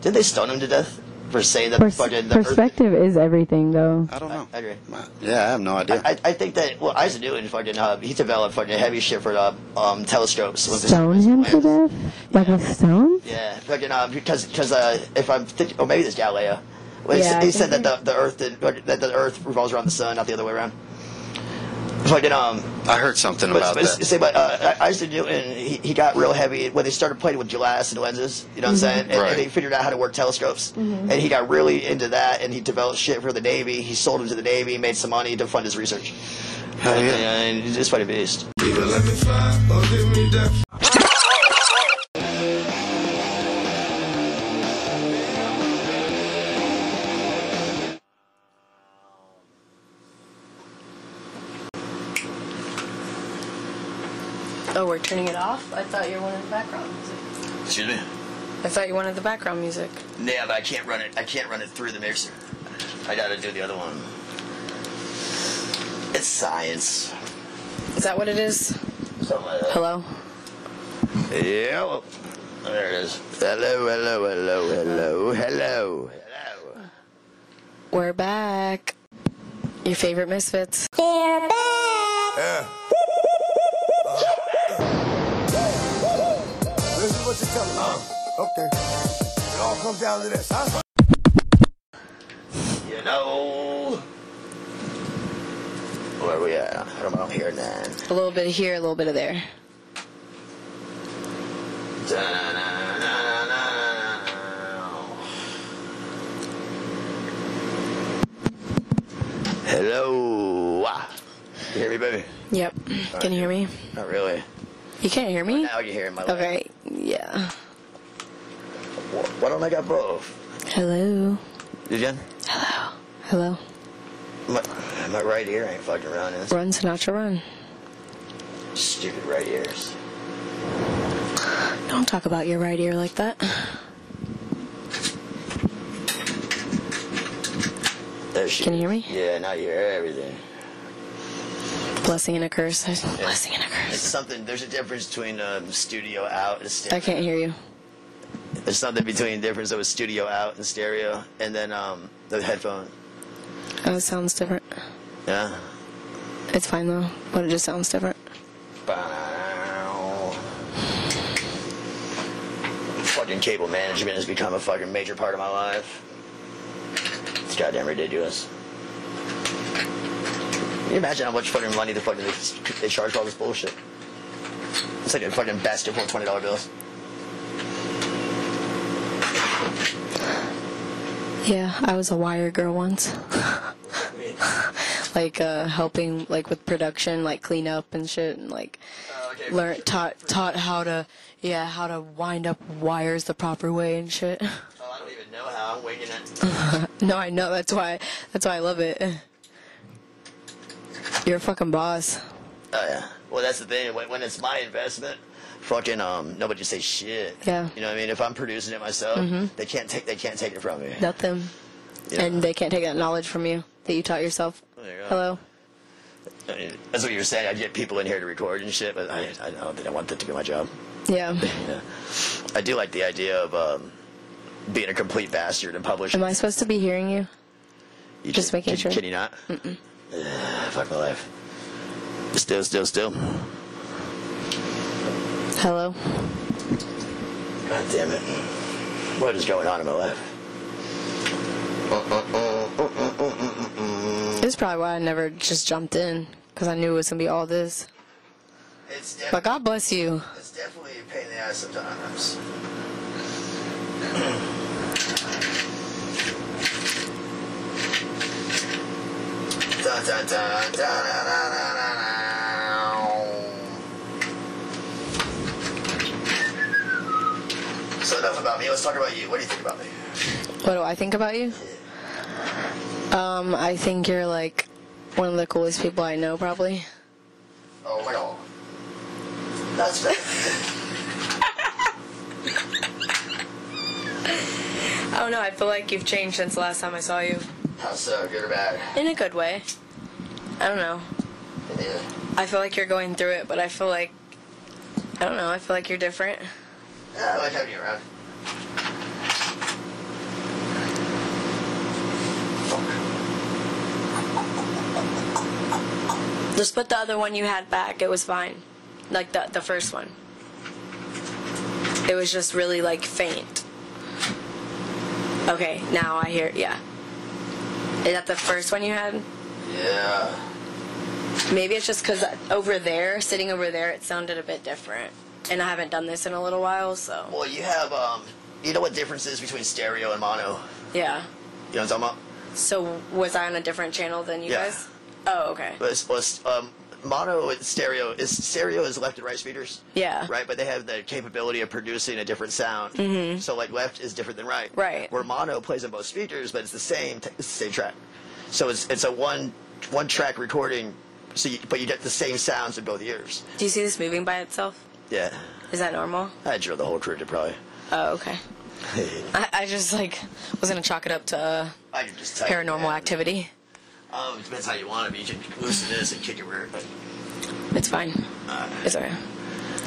Didn't they stone him to death for saying that
Pers-
fucking the
perspective is everything, though.
I don't know.
I agree.
Yeah, I have no idea.
Earth, I, I think that well, Isaac Newton fucking uh, he developed fucking heavy shit for uh, um telescopes. Was it-
Stone him to death, like with stones.
Yeah, fucking um because because uh if I'm thinking oh maybe this Galileo. Well, he,
Yeah,
said-
I
he
think
said that the, the Earth did, that the Earth revolves around the sun, not the other way around. Fucking um.
I heard something
But,
about
but,
that.
say, but uh, Isaac Newton, he, he got real heavy when they started playing with glass and lenses. You know
Mm-hmm.
what I'm saying? And, and
Right.
they figured out how to work telescopes, and he got really into that. And he developed shit for the Navy. He sold them to the Navy, made some money to fund his research.
yeah.
And he's just fucking beast.
Either let me fly or give me that.
Oh, we're turning it off? I thought you wanted the background music.
Excuse me.
I thought you wanted the background music.
Yeah, but I can't run it. I can't run it through the mixer. I got to do the other one. It's science.
Is that what it is?
Something like that.
Hello?
Yeah. There it is. Hello, hello, hello, hello, hello, hello.
We're back. Your favorite misfits.
Yeah. Listen what you tell me. Okay. It all comes down to this, huh?
You know. Where we at? I don't know. Here then.
A little bit of here, a little bit of there.
Hello. You hear me, baby?
Yep. Can you hear me?
Not really.
You can't hear me?
Now you hear my.
Okay. Yeah.
Wh- Why don't I got both?
Hello?
You again?
Hello?
My, my right ear ain't fucking running. It's
Run, Sinatra, run.
stupid right ears.
Don't talk about your right ear like that.
There she.
Can you
is.
hear me?
Yeah. Now you hear everything.
Blessing and a curse. There's a blessing and a
It's
curse.
something. There's a difference between um, studio out and stereo.
I can't hear you.
There's something between the difference of a studio out and stereo, and then um, the headphone.
Oh, it sounds different.
Yeah.
It's fine though, but it just sounds different.
Bow. Fucking cable management has become a fucking major part of my life. It's goddamn ridiculous. you imagine how much fucking money the fucking they, they charge for all this bullshit? It's like a fucking basket full of twenty dollar bills.
Yeah, I was a wire girl once. <laughs> like uh, helping like with production, like clean up and shit, and like
Oh, okay.
learn taught taught how to yeah how to wind up wires the proper way and shit. <laughs>
Oh, I don't even know how I'm winging it.
No, I know that's why that's why I love it. You're a fucking boss.
Oh yeah. Well, that's the thing. When, when it's my investment, fucking um, nobody say shit.
Yeah.
You know what I mean? If I'm producing it myself, they can't take they can't take it from me.
Nothing,
Yeah.
and they can't take that knowledge from you that you taught yourself.
There you go.
Hello.
I mean, that's what you were saying. I get people in here to record and shit, but I I don't think I want that to be my job.
Yeah.
Yeah. I do like the idea of um, being a complete bastard and publishing.
Am I supposed to be hearing you?
You
just
can-
making
can,
sure.
Can you not? Ugh, fuck my life. Still, still, still. God
Hello.
damn it. What is going on in my life?
This is probably why I never just jumped in because I knew it was gonna be all this.
It's
But God bless you.
It's definitely a pain in the ass sometimes. Da, da, da, da, da, da, da, da, da. So enough about me. Let's talk about you. What do you think about me?
What do I think about you? Um, I think you're like one of the coolest people I know, probably.
Oh my god. That's bad. <laughs>
Oh no, I feel like you've changed since the last time I saw you.
How so? Good or bad?
In a good way. I don't know.
Yeah.
I feel like you're going through it, but I feel like I don't know. I feel like you're different.
Yeah, I like having you around.
Just put the other one you had back. It was fine. Like the the first one. It was just really like faint. Okay, now I hear. Yeah. Is that the first one you had?
Yeah.
Maybe it's just because over there, sitting over there, it sounded a bit different. And I haven't done this in a little while, so
Well, you have, um, you know what difference is between stereo and mono? You
yeah.
know what I'm talking about?
So was I on a different channel than you
Yeah.
guys? Oh, okay.
But it's, well, it's, um, mono and stereo is stereo is left and right speakers.
Yeah.
Right, but they have the capability of producing a different sound. So like left is different than right.
Mm-hmm. Right.
Where mono plays on both speakers, but it's the same, t- it's the same track. So it's it's a one one track recording. So you, but you get the same sounds in both ears.
Do you see this moving by itself?
Yeah.
Is that normal?
I drilled the whole crew to probably. <laughs>
Oh, okay. I, I just like was gonna chalk it up to uh,
I can just type
paranormal
that.
activity.
Um, it depends how you want it. But you can listen to this and kick it where. But
It's fine. It's alright.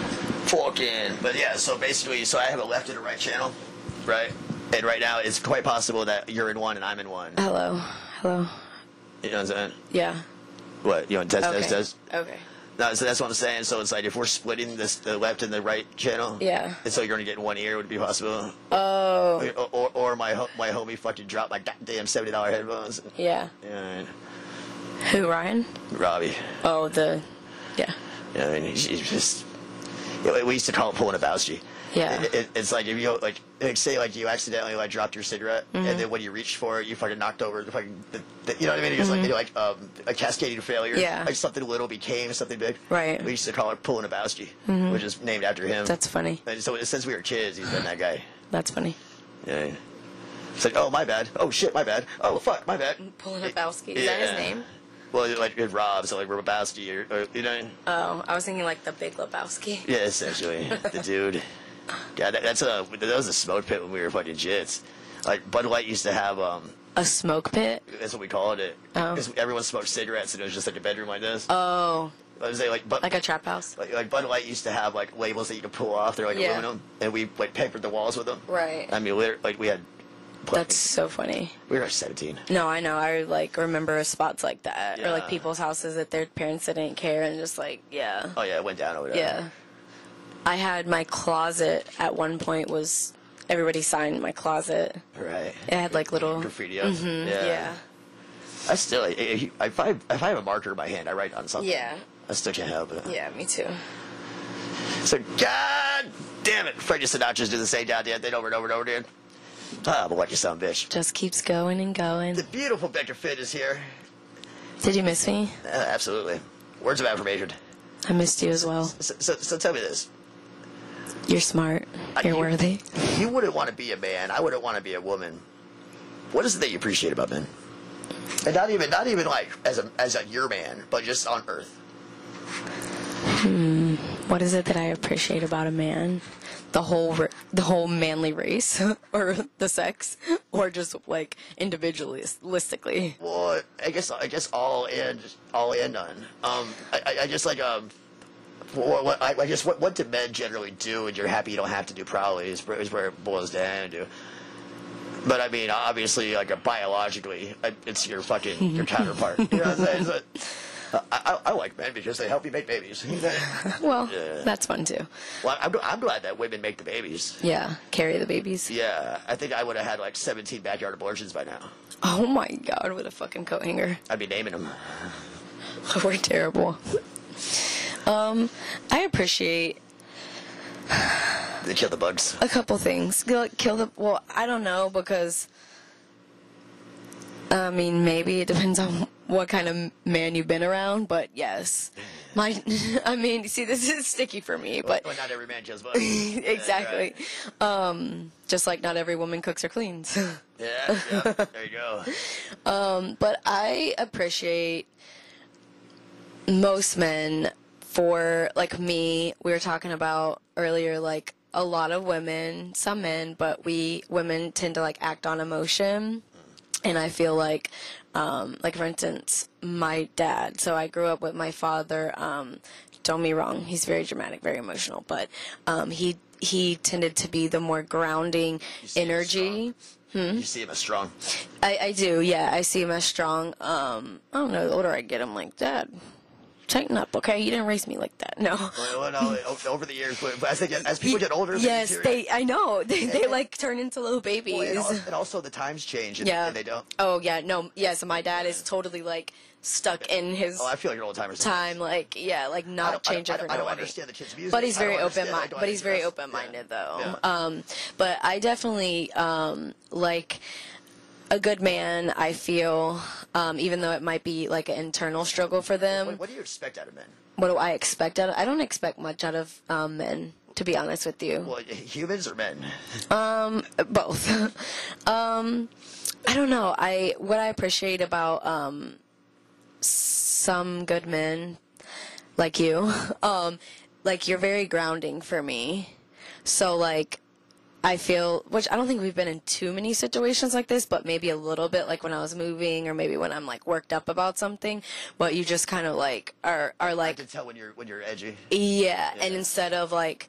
fucking. But yeah, so basically, so I have a left and a right channel, right? And right now, it's quite possible that you're in one and I'm in one.
Hello. Hello.
You know what I'm saying?
Yeah.
What you know? Test,
Okay.
test, test.
Okay.
No, so that's what I'm saying. So it's like if we're splitting this the left and the right channel,
Yeah.
And so you're only getting one ear would it be possible.
Oh.
Or, or, or my ho- my homie fucking dropped my goddamn seventy dollar headphones.
Yeah.
Yeah,
Who, Ryan?
Robbie.
Oh, the. Yeah.
You know, what I mean, he's he's just. you know, we used to call it pulling a Bowski.
Yeah.
It, it, it's like if you like, like say like you accidentally like dropped your cigarette,
Mm-hmm.
and then when you reached for it, you fucking knocked over the fucking, the, the, you know what I mean? It was like like um, a cascading failure.
Mm-hmm. Yeah.
Like something little became something big.
Right. Mm-hmm.
We used to call it pulling a Bowski, which is named after him.
That's funny.
And so since we were kids, he's been that guy.
That's funny.
Yeah. It's like, oh my bad. Oh shit, my bad. Oh fuck, my bad.
Pulling a Bowski. Is that his
Yeah.
name?
Well, like it Rob, so like Robowski, or, or you know.
Oh, I was thinking like the Big Lebowski.
Yeah, essentially, the dude. Yeah, that, that's a that was a smoke pit when we were fucking jits. Like Bud Light used to have um,
A smoke pit?
that's what we called it.
Oh.
'Cause everyone smoked cigarettes and it was just like a bedroom like this.
Oh,
I was saying, like Bud,
like a trap house?
like, like Bud Light used to have like labels that you could pull off. They're like
Yeah.
aluminum, and we like papered the walls with them.
Right.
I mean, liter- like we had.
That's so funny.
we were like seventeen.
No, I know. I like remember spots like that, or
Yeah.
like people's houses that their parents didn't care, and just like yeah,
Oh yeah, it went down over there.
yeah. I had my closet at one point was everybody signed my closet.
Right.
It had like little Mm,
Graffiti. up. Yeah.
Mm-hmm. yeah.
I still, I- I- I- if I if I have a marker in my hand, I write on something.
Yeah.
I still can't help it.
Yeah, me too.
So god damn it, Fred Sinatra do the same goddamn thing over and over and over again. Ah, but what you son of a bitch.
Just keeps going and going.
The beautiful Becca Fit is here.
Did you miss me?
Uh, absolutely. Words of affirmation.
I missed you as well.
So, so, so tell me this.
You're smart.
I-
You're
you-
worthy.
You wouldn't want to be a man. I wouldn't want to be a woman. What is it that you appreciate about men? And not even, not even like as a as a your man, but just on Earth.
What is it that I appreciate about a man? The whole r- the whole manly race, <laughs> or the sex, or just like individualistically.
Well, I guess I guess all in, all in on. Um, I, I- I just like um, what, what I, I guess what what do men generally do? And you're happy you don't have to do probably is, where- is where it boils down to. But I mean, obviously, like uh, biologically, uh, it's your fucking your counterpart. You know what I'm saying? So, I, I, I like men because they help you make babies. <laughs>
Well,
Yeah.
that's fun too.
well, I'm, gl- I'm glad that women make the babies.
Yeah, carry the babies.
Yeah, I think I would have had like 17 backyard abortions by now.
Oh my god, with a fucking coat hanger.
I'd be naming them.
<laughs> We're terrible. Um, I appreciate
They kill the bugs.
a couple things. Kill, kill the well, I don't know because I mean maybe it depends on what kind of man you've been around, but yes, my <laughs> I mean see this is sticky for me,
<laughs>
but <laughs>
Well, not every man kills bugs. Yeah, you're
exactly.
right.
Um, just like not every woman cooks or cleans. <laughs>
Yeah, yeah, there you go.
but I appreciate most men for like me. We were talking about earlier, like a lot of women, some men, but we women tend to like act on emotion. And I feel like, um, like for instance, my dad. So I grew up with my father. Um, don't me wrong, he's very dramatic, very emotional, but um, he he tended to be the more grounding
see him
energy.
You see him as strong.
I, I do, yeah. I see him as strong. Um, I don't know. The older I get, I'm like, Dad, tighten up, okay? You didn't raise me like that. No.
Well, well, no, o- over the years, but but I think as- as people get older,
Yes,
deteriorate.
they. I know. <laughs>
<laughs>
They, they like turn into little
Well, and,
babies.
al- and also the times change, and,
<laughs> Yeah.
and they don't.
Oh yeah, no. Yeah. So my dad is totally like stuck in his
Oh, I feel like an old timer.
time. Like yeah, like
I
not
don't, I don't,
changing
I
for
don't, I don't
nobody.
understand the kids' music.
But he's
I don't
very
understand-
open
I
minded.
don't
But he's very
understand-
open minded
Yeah.
though. Um, but I definitely um, like a good man. I feel um, even though it might be like an internal struggle for them.
What, what do you expect out of men?
What do I expect out? Of, I don't expect much out of um, men. To be honest with you,
Well, humans or
<sighs>
men?
both. <laughs> um, I don't know. I what I appreciate about um, some good men like you, <laughs> um, like you're very grounding for me. So like. I feel, which I don't think we've been in too many situations like this, but maybe a little bit, like when I was moving, or maybe when I'm like worked up about something. But you just kind of like are are
I
like
can tell when you're when you're edgy.
E yeah, and instead of like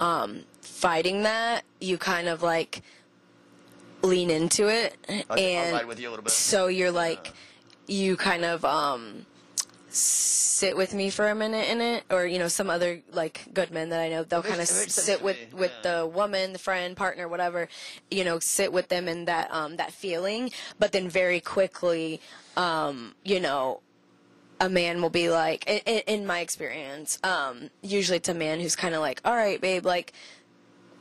um, fighting that, you kind of like lean into it,
I'll
and
ride with you a little bit.
so you're like you kind of um, sit with me for a minute in it, or you know some other like good men that I know they'll kind of
makes- it makes sense
sit
to
with
me,
with
yeah.
the woman, the friend, partner, whatever, you know, sit with them in that um, that feeling, but then very quickly, um, you know a man will be like in, in my experience um usually it's a man who's kind of like all right babe like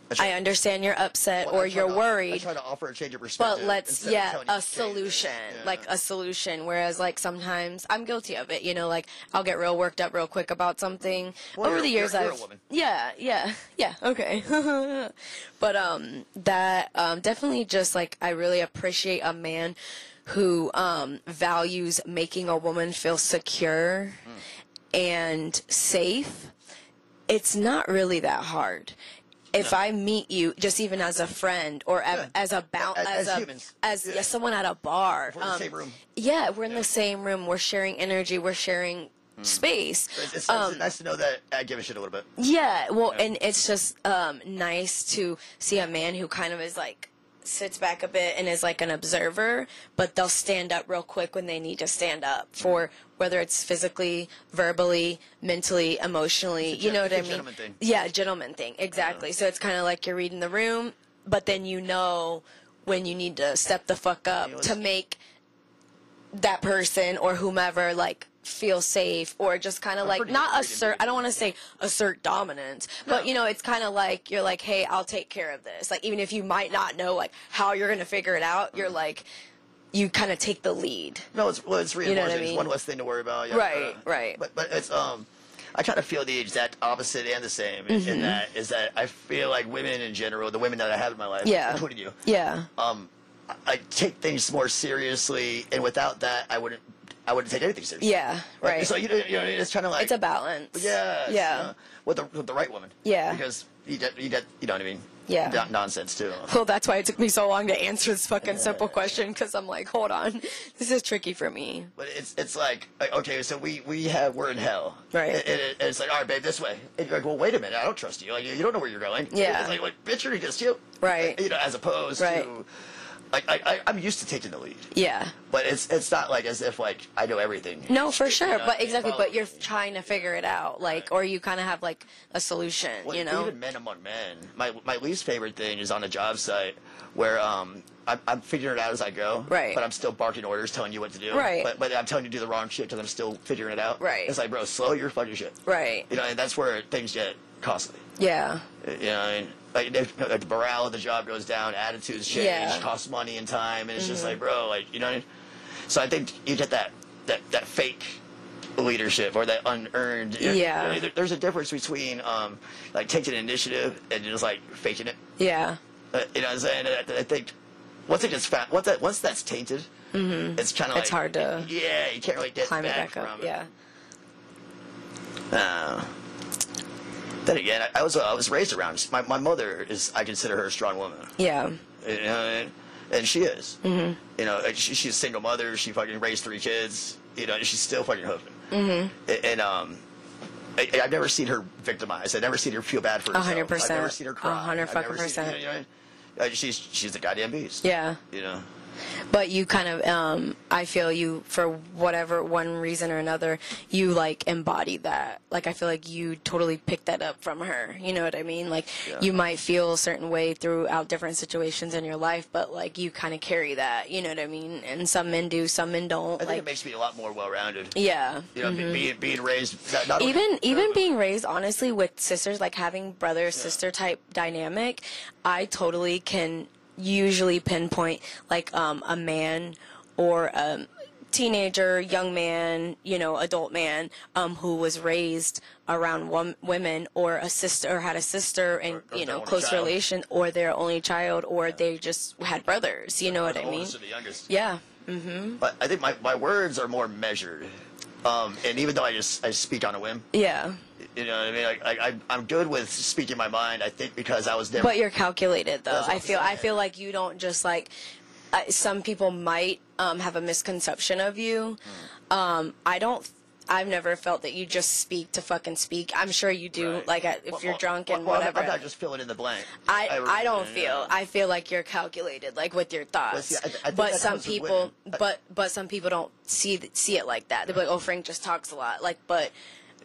try-
i understand you're upset
Well, I
or
try
you're
to- I
worried
try to offer a change of perspective.
but let's
instead of
yeah
telling you
a
to change it.
solution
Yeah.
like a solution whereas like sometimes i'm guilty of it you know like i'll get real worked up real quick about something
Well,
over the
you're-
years
you're-
i've
you're a woman.
yeah yeah yeah okay <laughs> but um that um definitely just like i really appreciate a man who um values making a woman feel secure
Hmm.
and safe it's not really that hard if I meet you, just even as a friend or a, as a bound,
As-
as,
as
a,
humans.
as
Yeah.
yeah, someone at a bar, um,
We're in the same room.
yeah, we're in the same room. We're sharing energy. We're sharing
Hmm.
space.
It's, it's,
um,
it's nice to know that I give a shit a little bit.
yeah, well, and it's just um, nice to see a man who kind of is like sits back a bit and is like an observer, but they'll stand up real quick when they need to stand up for whether it's physically, verbally, mentally, emotionally.
gen-
you know what
it's a
I mean?
gentleman thing.
Yeah, gentleman thing. Exactly. So it's kind of like you're reading the room, but then you know when you need to step the fuck up
Yeah, it was-
to make that person or whomever like feel safe or just kind of like
pretty-
not
pretty
assert i don't want to say assert dominance but you know it's kind of like you're like hey i'll take care of this like even if you might not know like how you're gonna figure it out you're like you kind of take the lead
No, it's well, it's
know
reinforcing.
what I
It's
mean?
one less thing to worry about. yeah,
Right,
uh,
right.
But but it's um, I kind of feel the exact opposite and the same in,
Mm-hmm.
in that is that I feel like women in general, the women that I have in my life, <laughs>
Yeah.
including you,
yeah
um, I, I take things more seriously, and without that, I wouldn't I wouldn't take anything seriously.
yeah
Like,
right
So you know, you know what I mean? It's trying to like
it's a balance
Yeah.
yeah
with the with the right woman.
Yeah.
Because you get you get you know what I mean.
Yeah.
Not nonsense too.
Well, that's why it took me so long to answer this fucking simple question because I'm like, hold on, this is tricky for me.
But it's it's like like, okay, so we we have we're in hell,
Right.
And, and it's like all right, babe, this way. And you're like, well, wait a minute, I don't trust you. Like you, you don't know where you're going.
Yeah.
It's like, like bitch, you're just you.
Right.
You know, as opposed
Right.
to like I, I I'm used to taking the lead,
Yeah.
but it's it's not like as if like I know everything.
No, for sure.
Yeah,
But
you
exactly,
follow
but you're
me.
trying to figure it out, like, or you kind of have like a solution,
Well,
you know?
even men among men. My my least favorite thing is on a job site where um I'm, I'm figuring it out as I go.
Right.
But I'm still barking orders, telling you what to do.
Right.
But, but I'm telling you to do the wrong shit because I'm still figuring it out.
Right.
It's like, bro, slow your fucking shit.
Right.
You know, and that's where things get costly.
Yeah.
You know, and like, if- like the morale of the job goes down, attitudes change,
Yeah. Mm-hmm.
costs money and time, and it's just like, bro, like you know. What I mean? So I think you get that that that fake leadership or that unearned. you know,
Yeah.
I mean, there- there's a difference between um like taking initiative and just like faking it.
Yeah.
Uh, you know what I'm saying? And I, I think once it gets fat, once that once that's tainted, it's kind of
Mm-hmm. It's hard to
yeah, you can't really get
Climb it
back
back up.
from it.
Yeah.
Uh, then again, I, I was uh, I was raised around. My, my mother is I consider her a strong woman.
Yeah.
You know, and, and she is. Mm-hmm. You know, and she, she's a single mother. She fucking raised three kids. You know, and she's still fucking hoofing. Mm-hmm. And, um, I, I've never seen her victimized. I've never seen her feel bad for
A
herself.
hundred
I've never
percent.
seen her
A
cry.
hundred
I've
fucking
never seen-
percent.
You know, uh, she's she's the goddamn beast.
Yeah.
You know.
but you kind of um i feel you for whatever one reason or another you like embody that like i feel like you totally picked that up from her you know what i mean like
Yeah.
you might feel a certain way throughout different situations in your life but like you kind of carry that you know what i mean and some men do some men
I
don't
think it
like
makes me a lot more well-rounded.
yeah
You know, be being, being raised not, not only-
even even being raised honestly with sisters like having brother sister type dynamic i totally can usually pinpoint like um, a man or a teenager young man you know adult man um, who was raised around wom- women or a sister or had a sister and
or their
you know
only
close
child.
relation or their only child or they just had brothers you know what
the
i mean
oldest or the youngest.
yeah
But I think my, my words are more measured. Um, and even though I just I speak on a whim,
yeah
you know what I mean? Like, I, I, I'm good with speaking my mind, I think, because I was never.
But you're calculated though.
That's what
I
I'm
feel I
saying.
feel like you don't just like I, some people might um, have a misconception of you.
Mm.
Um, I don't. I've never felt that you just speak to fucking speak. I'm sure you do.
Right.
Like at, if
Well,
you're
well,
drunk and
well, I'm-
whatever.
I'm not just filling in the blank.
I, I, don't
yeah.
feel. I feel like you're calculated, like with your thoughts.
see, I- I think
but
that
some
comes with
people,
women. I-
but but some people don't see th- see it like that. They're like, oh, Frank just talks a lot. Like, but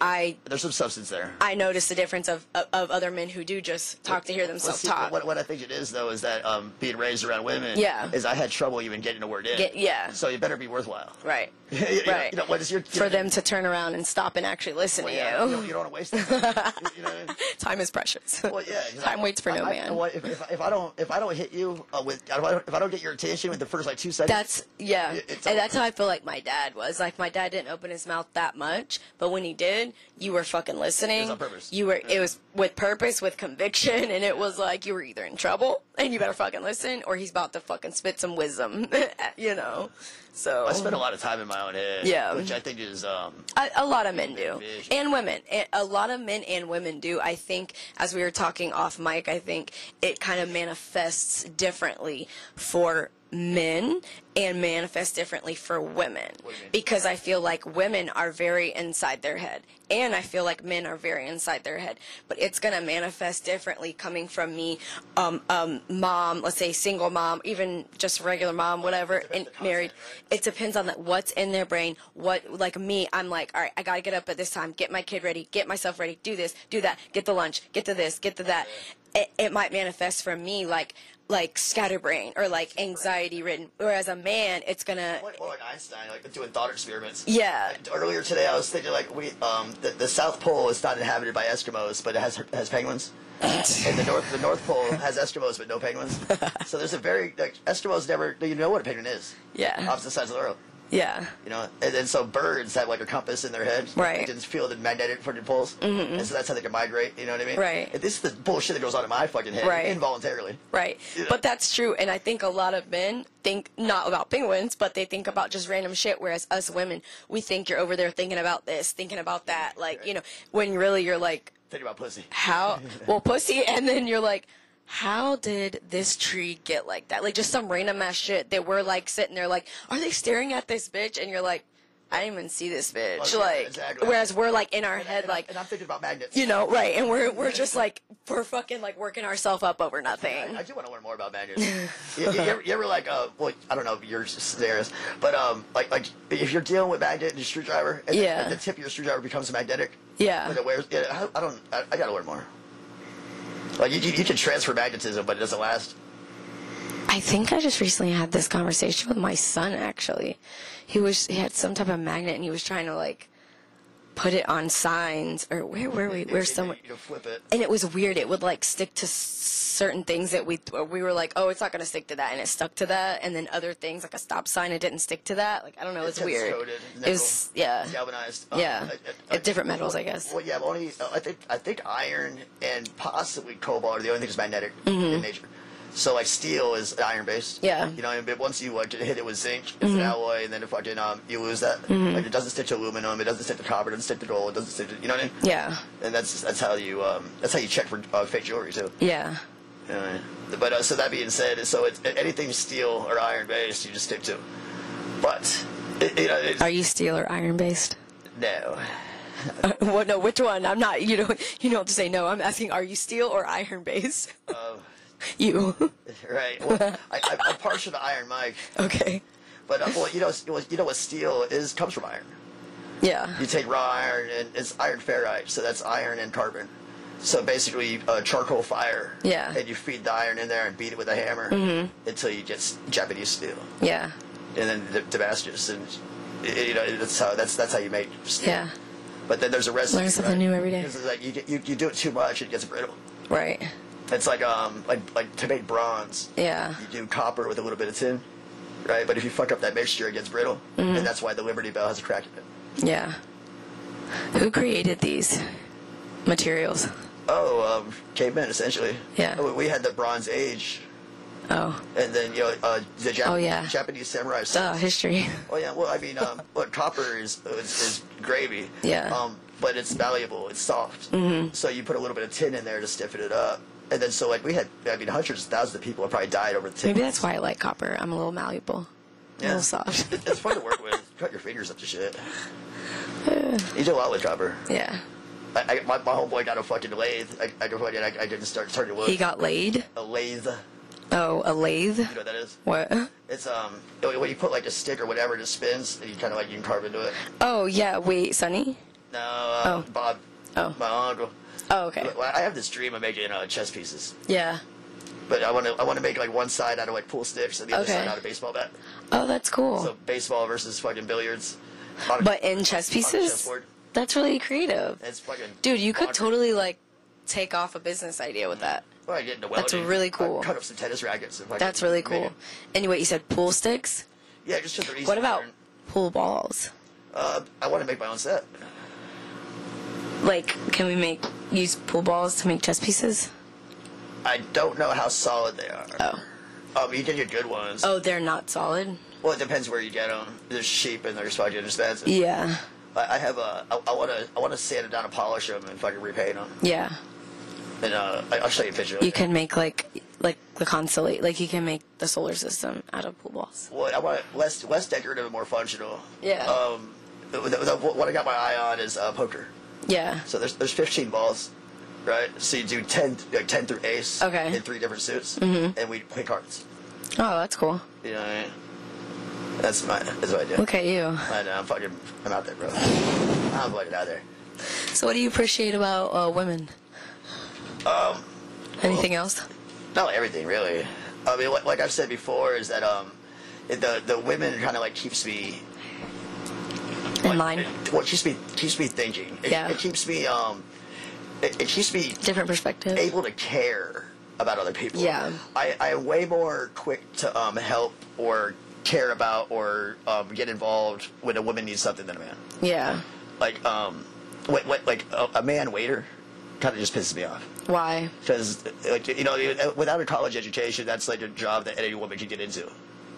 I
There's some substance there.
I notice the difference of of, of other men who do just talk to hear
Well,
themselves
see,
talk.
What, what I think it is, though, is that um, being raised around women
Yeah.
is I had trouble even getting a word in.
Get- yeah.
So you better be worthwhile. <laughs>
right.
You know-
Right.
You know, what is your,
for them to turn around and stop and actually listen
Well,
to
yeah,
you.
You, don't want to waste that. you know what I mean?
<laughs> Time is precious.
Well,
<laughs>
yeah. 'cause
Time
I-
waits for
I-
no
I-
man.
well, If, if, if I don't if I don't hit you uh, with if I, don't, if I don't get your attention with the first like two seconds,
That's yeah,
It- it's
and
all-
that's how I feel like my dad was. Like my dad didn't open his mouth that much, but when he did, you were fucking listening.
on purpose.
You were it was with purpose, with conviction, and it was like you were either in trouble and you better fucking listen, or he's about to fucking spit some wisdom, <laughs> you know. So
I spend a lot of time in my own head.
Yeah.
Which I think is um
A, a lot of men do,
Vision.
and women. A- A lot of men and women do. I think, as we were talking off mic, I think it kind of manifests differently for men and manifests differently for women because I feel like women are very inside their head and I feel like men are very inside their head but it's going to manifest differently coming from me um, um, mom let's say single mom even just regular mom whatever and married it depends on that what's in their brain what like me i'm like all right i gotta get up at this time get my kid ready get myself ready do this do that get the lunch get to this get to that it, it might manifest for me like like scatterbrain or like anxiety ridden. Whereas a man, it's gonna
More, more like Einstein, like doing thought experiments.
yeah.
Like, earlier today, I was thinking like we um the, the South Pole is not inhabited by Eskimos, but it has has
<laughs>
penguins. and the North the North Pole has Eskimos but no
<laughs>
penguins. so there's a very like Eskimos never you know what a penguin is.
Yeah.
Opposite sides of the world.
Yeah.
You know, and then so birds have like a compass in their head.
Right. Mm-hmm.
They can feel the magnetic fucking poles. And so that's how they can migrate, you know what I mean?
Right.
And this is the bullshit that goes on in my fucking head
Right.
involuntarily.
Right.
Yeah.
But that's true. And I think a lot of men think not about penguins, but they think about just random shit. Whereas us women, we think you're over there thinking about this, thinking about that. Like, you know, when really you're like,
Think about pussy. <laughs>
how, well, pussy. And then you're like, how did this tree get like that? Like, just some random ass shit that we're like sitting there, like, are they staring at this bitch? And you're like, I didn't even see this bitch.
Okay,
like,
Oh, exactly.
whereas we're like in our head,
And I-
like,
and I'm thinking about magnets.
you know, right. And we're,
<laughs>
we're just like, we're fucking like working ourselves up over nothing.
I do want to learn more about
<laughs>
magnets. you, you, you ever, you ever, like, uh, well, I don't know if yours is theirs, but um, like, like if you're dealing with magnet and your screwdriver, and,
Yeah.
the, and the tip of your screwdriver becomes magnetic,
Yeah.
but it wears. Yeah, I, I don't. I, I gotta learn more. Like you, you, you can transfer magnetism, but it doesn't last.
I think I just recently had this conversation with my son. Actually, he was he had some type of magnet and he was trying to like put it on signs or where were we?
It-
Where
it-
someone
You can flip it.
and it was weird. It would like stick to s- certain things that we or we were like, oh, it's not gonna stick to that, and it stuck to that, and then other things like a stop sign, it didn't stick to that. Like I don't know, it's
It's
weird.
coated,
It was
nickel,
yeah,
Galvanized.
yeah,
Uh, uh, uh,
At different metals, I guess.
Well, yeah, but only uh, I think I think iron and possibly cobalt are the only things magnetic in nature. So like steel is iron based.
Mm-hmm. Yeah. Mm-hmm.
You know, and but once you like, hit it with zinc, it's an alloy, and then if fucking um you lose that, like it doesn't stick to aluminum, it doesn't stick to copper, it doesn't stick to gold, it doesn't stick to you know what I mean?
Yeah,
And that's that's how you um that's how you check for uh, fake jewelry too.
yeah,
You know what I mean? But uh, so that being said, so it's anything steel or iron based, you just stick to. But it, you know, it's,
Are you steel or iron based?
no. <laughs>
Uh, well, no, which one? I'm not. You know, <laughs> you don't have to say no. I'm asking, are you steel or iron based?
Um,
<laughs> You.
Right. Well, I, I, I'm partial to iron, Mike,
Okay.
but uh, well, you know, well, you know what steel is comes from iron.
Yeah.
You take raw iron, and it's iron ferrite, so that's iron and carbon. So basically, uh, charcoal fire.
Yeah. Mm-hmm.
And you feed the iron in there and beat it with a hammer until you get s- Japanese steel,
Yeah.
and then the Damascus, and y- you know that's how that's that's how you make steel.
Yeah.
But then there's a recipe.
Learn something
right?
new every day.
Because it's like you, get- you you do it too much, it gets brittle.
Right.
It's like um like like to make bronze.
Yeah.
you do copper with a little bit of tin, right? But if you fuck up that mixture, it gets brittle,
Mm-hmm.
and that's why the Liberty Bell has a crack in it.
Yeah. Who created these materials?
Oh, um, cavemen essentially.
Yeah.
Oh, We had the Bronze Age,
Oh.
and then you know uh, the Jap-
Oh, yeah.
Japanese samurai.
Duh. History.
Oh yeah. Well, I mean,
<laughs>
um, well, copper is, is is gravy.
Yeah. Mm-hmm.
Um, but it's malleable. It's soft. So you put a little bit of tin in there to stiffen it up. And then, so like we had, I mean, hundreds of thousands of people have probably died over the tin.
Maybe that's why I like copper. I'm a little malleable. A
Yeah.
little
<laughs>
soft.
It's fun to work with. Cut your fingers up to
<laughs>
shit. You do a lot with copper.
yeah.
I, I, my, my homeboy got a fucking lathe. I, I, go fucking- I, I didn't start starting wood.
He got laid.
a lathe. You
Oh, a lathe.
know what that is?
What?
It's um when you put like a stick or whatever and it spins and you kind of like you can carve into it.
Oh yeah. Wait, Sonny.
No, uh,
Oh.
Bob,
Oh.
my uncle.
Oh okay.
Well, I have this dream of making uh, chess pieces,
Yeah.
but I want to I want to make like one side out of like pool sticks and the other
Okay.
side out of baseball bat.
Oh, that's cool.
So baseball versus fucking billiards. On a-
but in chess pieces,
chessboard.
that's really creative.
it's fucking
Dude, you could
bonkers.
totally like take off a business idea with that.
Well, I get into
That's
welding.
really
I
cool.
cut up some tennis rackets. and fucking
That's really
made
cool.
it.
Anyway, you said pool sticks.
Yeah, just because they're easy.
What
to
about
learn.
pool balls?
Uh, I want to make my own set.
Like, can we make use pool balls to make chess pieces?
I don't know how solid they are.
Oh,
Um, you get your good ones.
oh, they're not solid.
Well, it depends where you get them. There's cheap and there's fucking expensive.
Yeah,
I, I have a. I, I want to. I want to sand it down and polish them and fucking repaint them.
yeah.
And uh, I, I'll show you a picture. of
You
it.
can make like like the constellate. Like you can make the solar system out of pool balls.
Well, I want it less less decorative and more functional.
Yeah.
Um, the, the, the- what I got my eye on is uh, poker.
Yeah.
So there's there's 15 balls, right? So you do 10 like 10 through ace.
Okay.
In three different suits. Mm-hmm. And we play cards.
Oh, that's cool.
You know what I mean? That's my that's what I do.
Look at you.
I know. I'm fucking. uh, I'm out there, bro. I'm fucking out there.
So, what do you appreciate about uh, women? Um. Anything else?
Not everything, really. I mean, like, like I've said before, is that um, the the women kind of like keeps me
in line.
Well, it keeps me keeps me thinking. It,
Yeah.
it keeps me um, it, it keeps me
Different perspective.
able to care about other people.
Yeah.
I, I am way more quick to um, help or care about or um, get involved when a woman needs something than a man.
Yeah.
Like um, what, what, like a, a man waiter, kind of just pisses me off
Why?
because like you know uh, without a college education that's like a job that any woman can get into.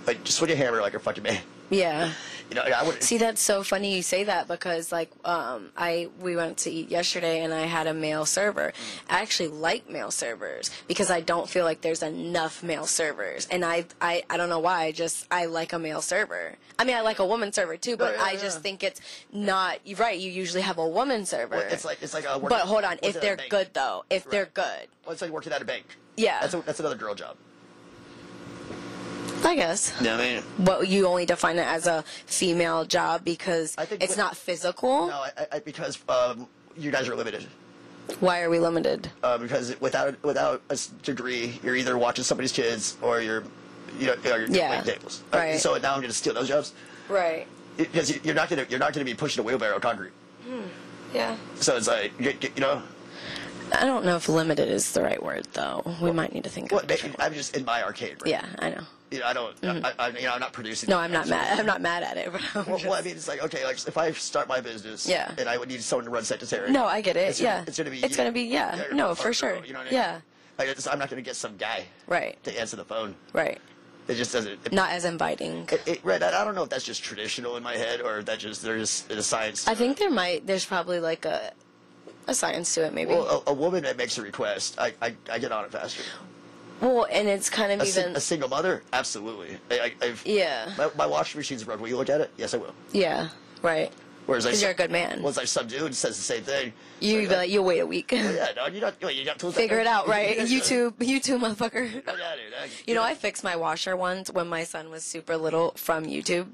Like just swing your hammer like a fucking man.
Yeah.
You know I would.
See, that's so funny you say that because, like, um, I we went to eat yesterday and I had a male server. I actually like male servers because I don't feel like there's enough male servers, and I I, I don't know why. I just I like a male server. I mean, I like a woman server too, but
Oh, yeah,
I
yeah.
just think it's not you're right. You usually have a woman server.
<laughs> it's like it's like uh, working-
but hold on,
working at
if
a
they're
bank.
good though, if they're good,
Well, it's like working at a bank.
Yeah.
That's, a, that's another girl job.
I guess.
Yeah, I mean.
But you only define it as a female job because
I think
it's
what-
not physical.
No, I, I- I, because um, you guys are limited.
Why are we limited?
Uh, because without without a s- degree, you're either watching somebody's kids or you're, you know, or you're
Yeah.
playing tables. Uh,
Right.
So now I'm going to steal those jobs
Right.
because you- you're not going to you're not going to be pushing a wheelbarrow of concrete.
Yeah.
So it's like you, you you know,
I don't know if limited is the right word though. We might need to think
what,
of it.
I'm just in my arcade. Right?
Yeah, I know.
You know, I don't. I, I, you know, I'm not producing.
No, I'm not
just-
mad. I'm not mad at it, but I'm
Well,
just,
well, I mean, it's like okay, like if I start my business,
Yeah.
and I would need someone to run secretary.
No, I get it.
it's gonna-
yeah.
it's gonna be.
It's gonna be yeah.
you're
no,
a
for
fucker,
sure.
You know what I mean?
Yeah.
Like, it's, I'm not gonna get some guy
Right.
to answer the phone.
Right.
It just doesn't. It,
Not as inviting.
It, it, right. I I don't know if that's just traditional in my head or if that just there's just a science. to
I
it.
think there might there's probably like a a science to it maybe. Well,
Well, a, a woman that makes a request, I, I, I get on it faster.
and it's kind of
A, sing-
even
a single mother, absolutely. I, I, I've,
Yeah.
My, my washing machine's broken. Will you look at it? Yes, I will.
Yeah. Right.
Whereas I,
'Cause
su-
you're a good man.
Once I some dude says the same thing.
You
like,
be like, you'll wait a week.
Yeah, no, you not. You got tools. out
<laughs> Figure
there?
it out,
<laughs>
right?
Yeah,
YouTube, YouTube, motherfucker.
yeah, dude, I-
You know, I fixed my washer once when my son was super little from YouTube.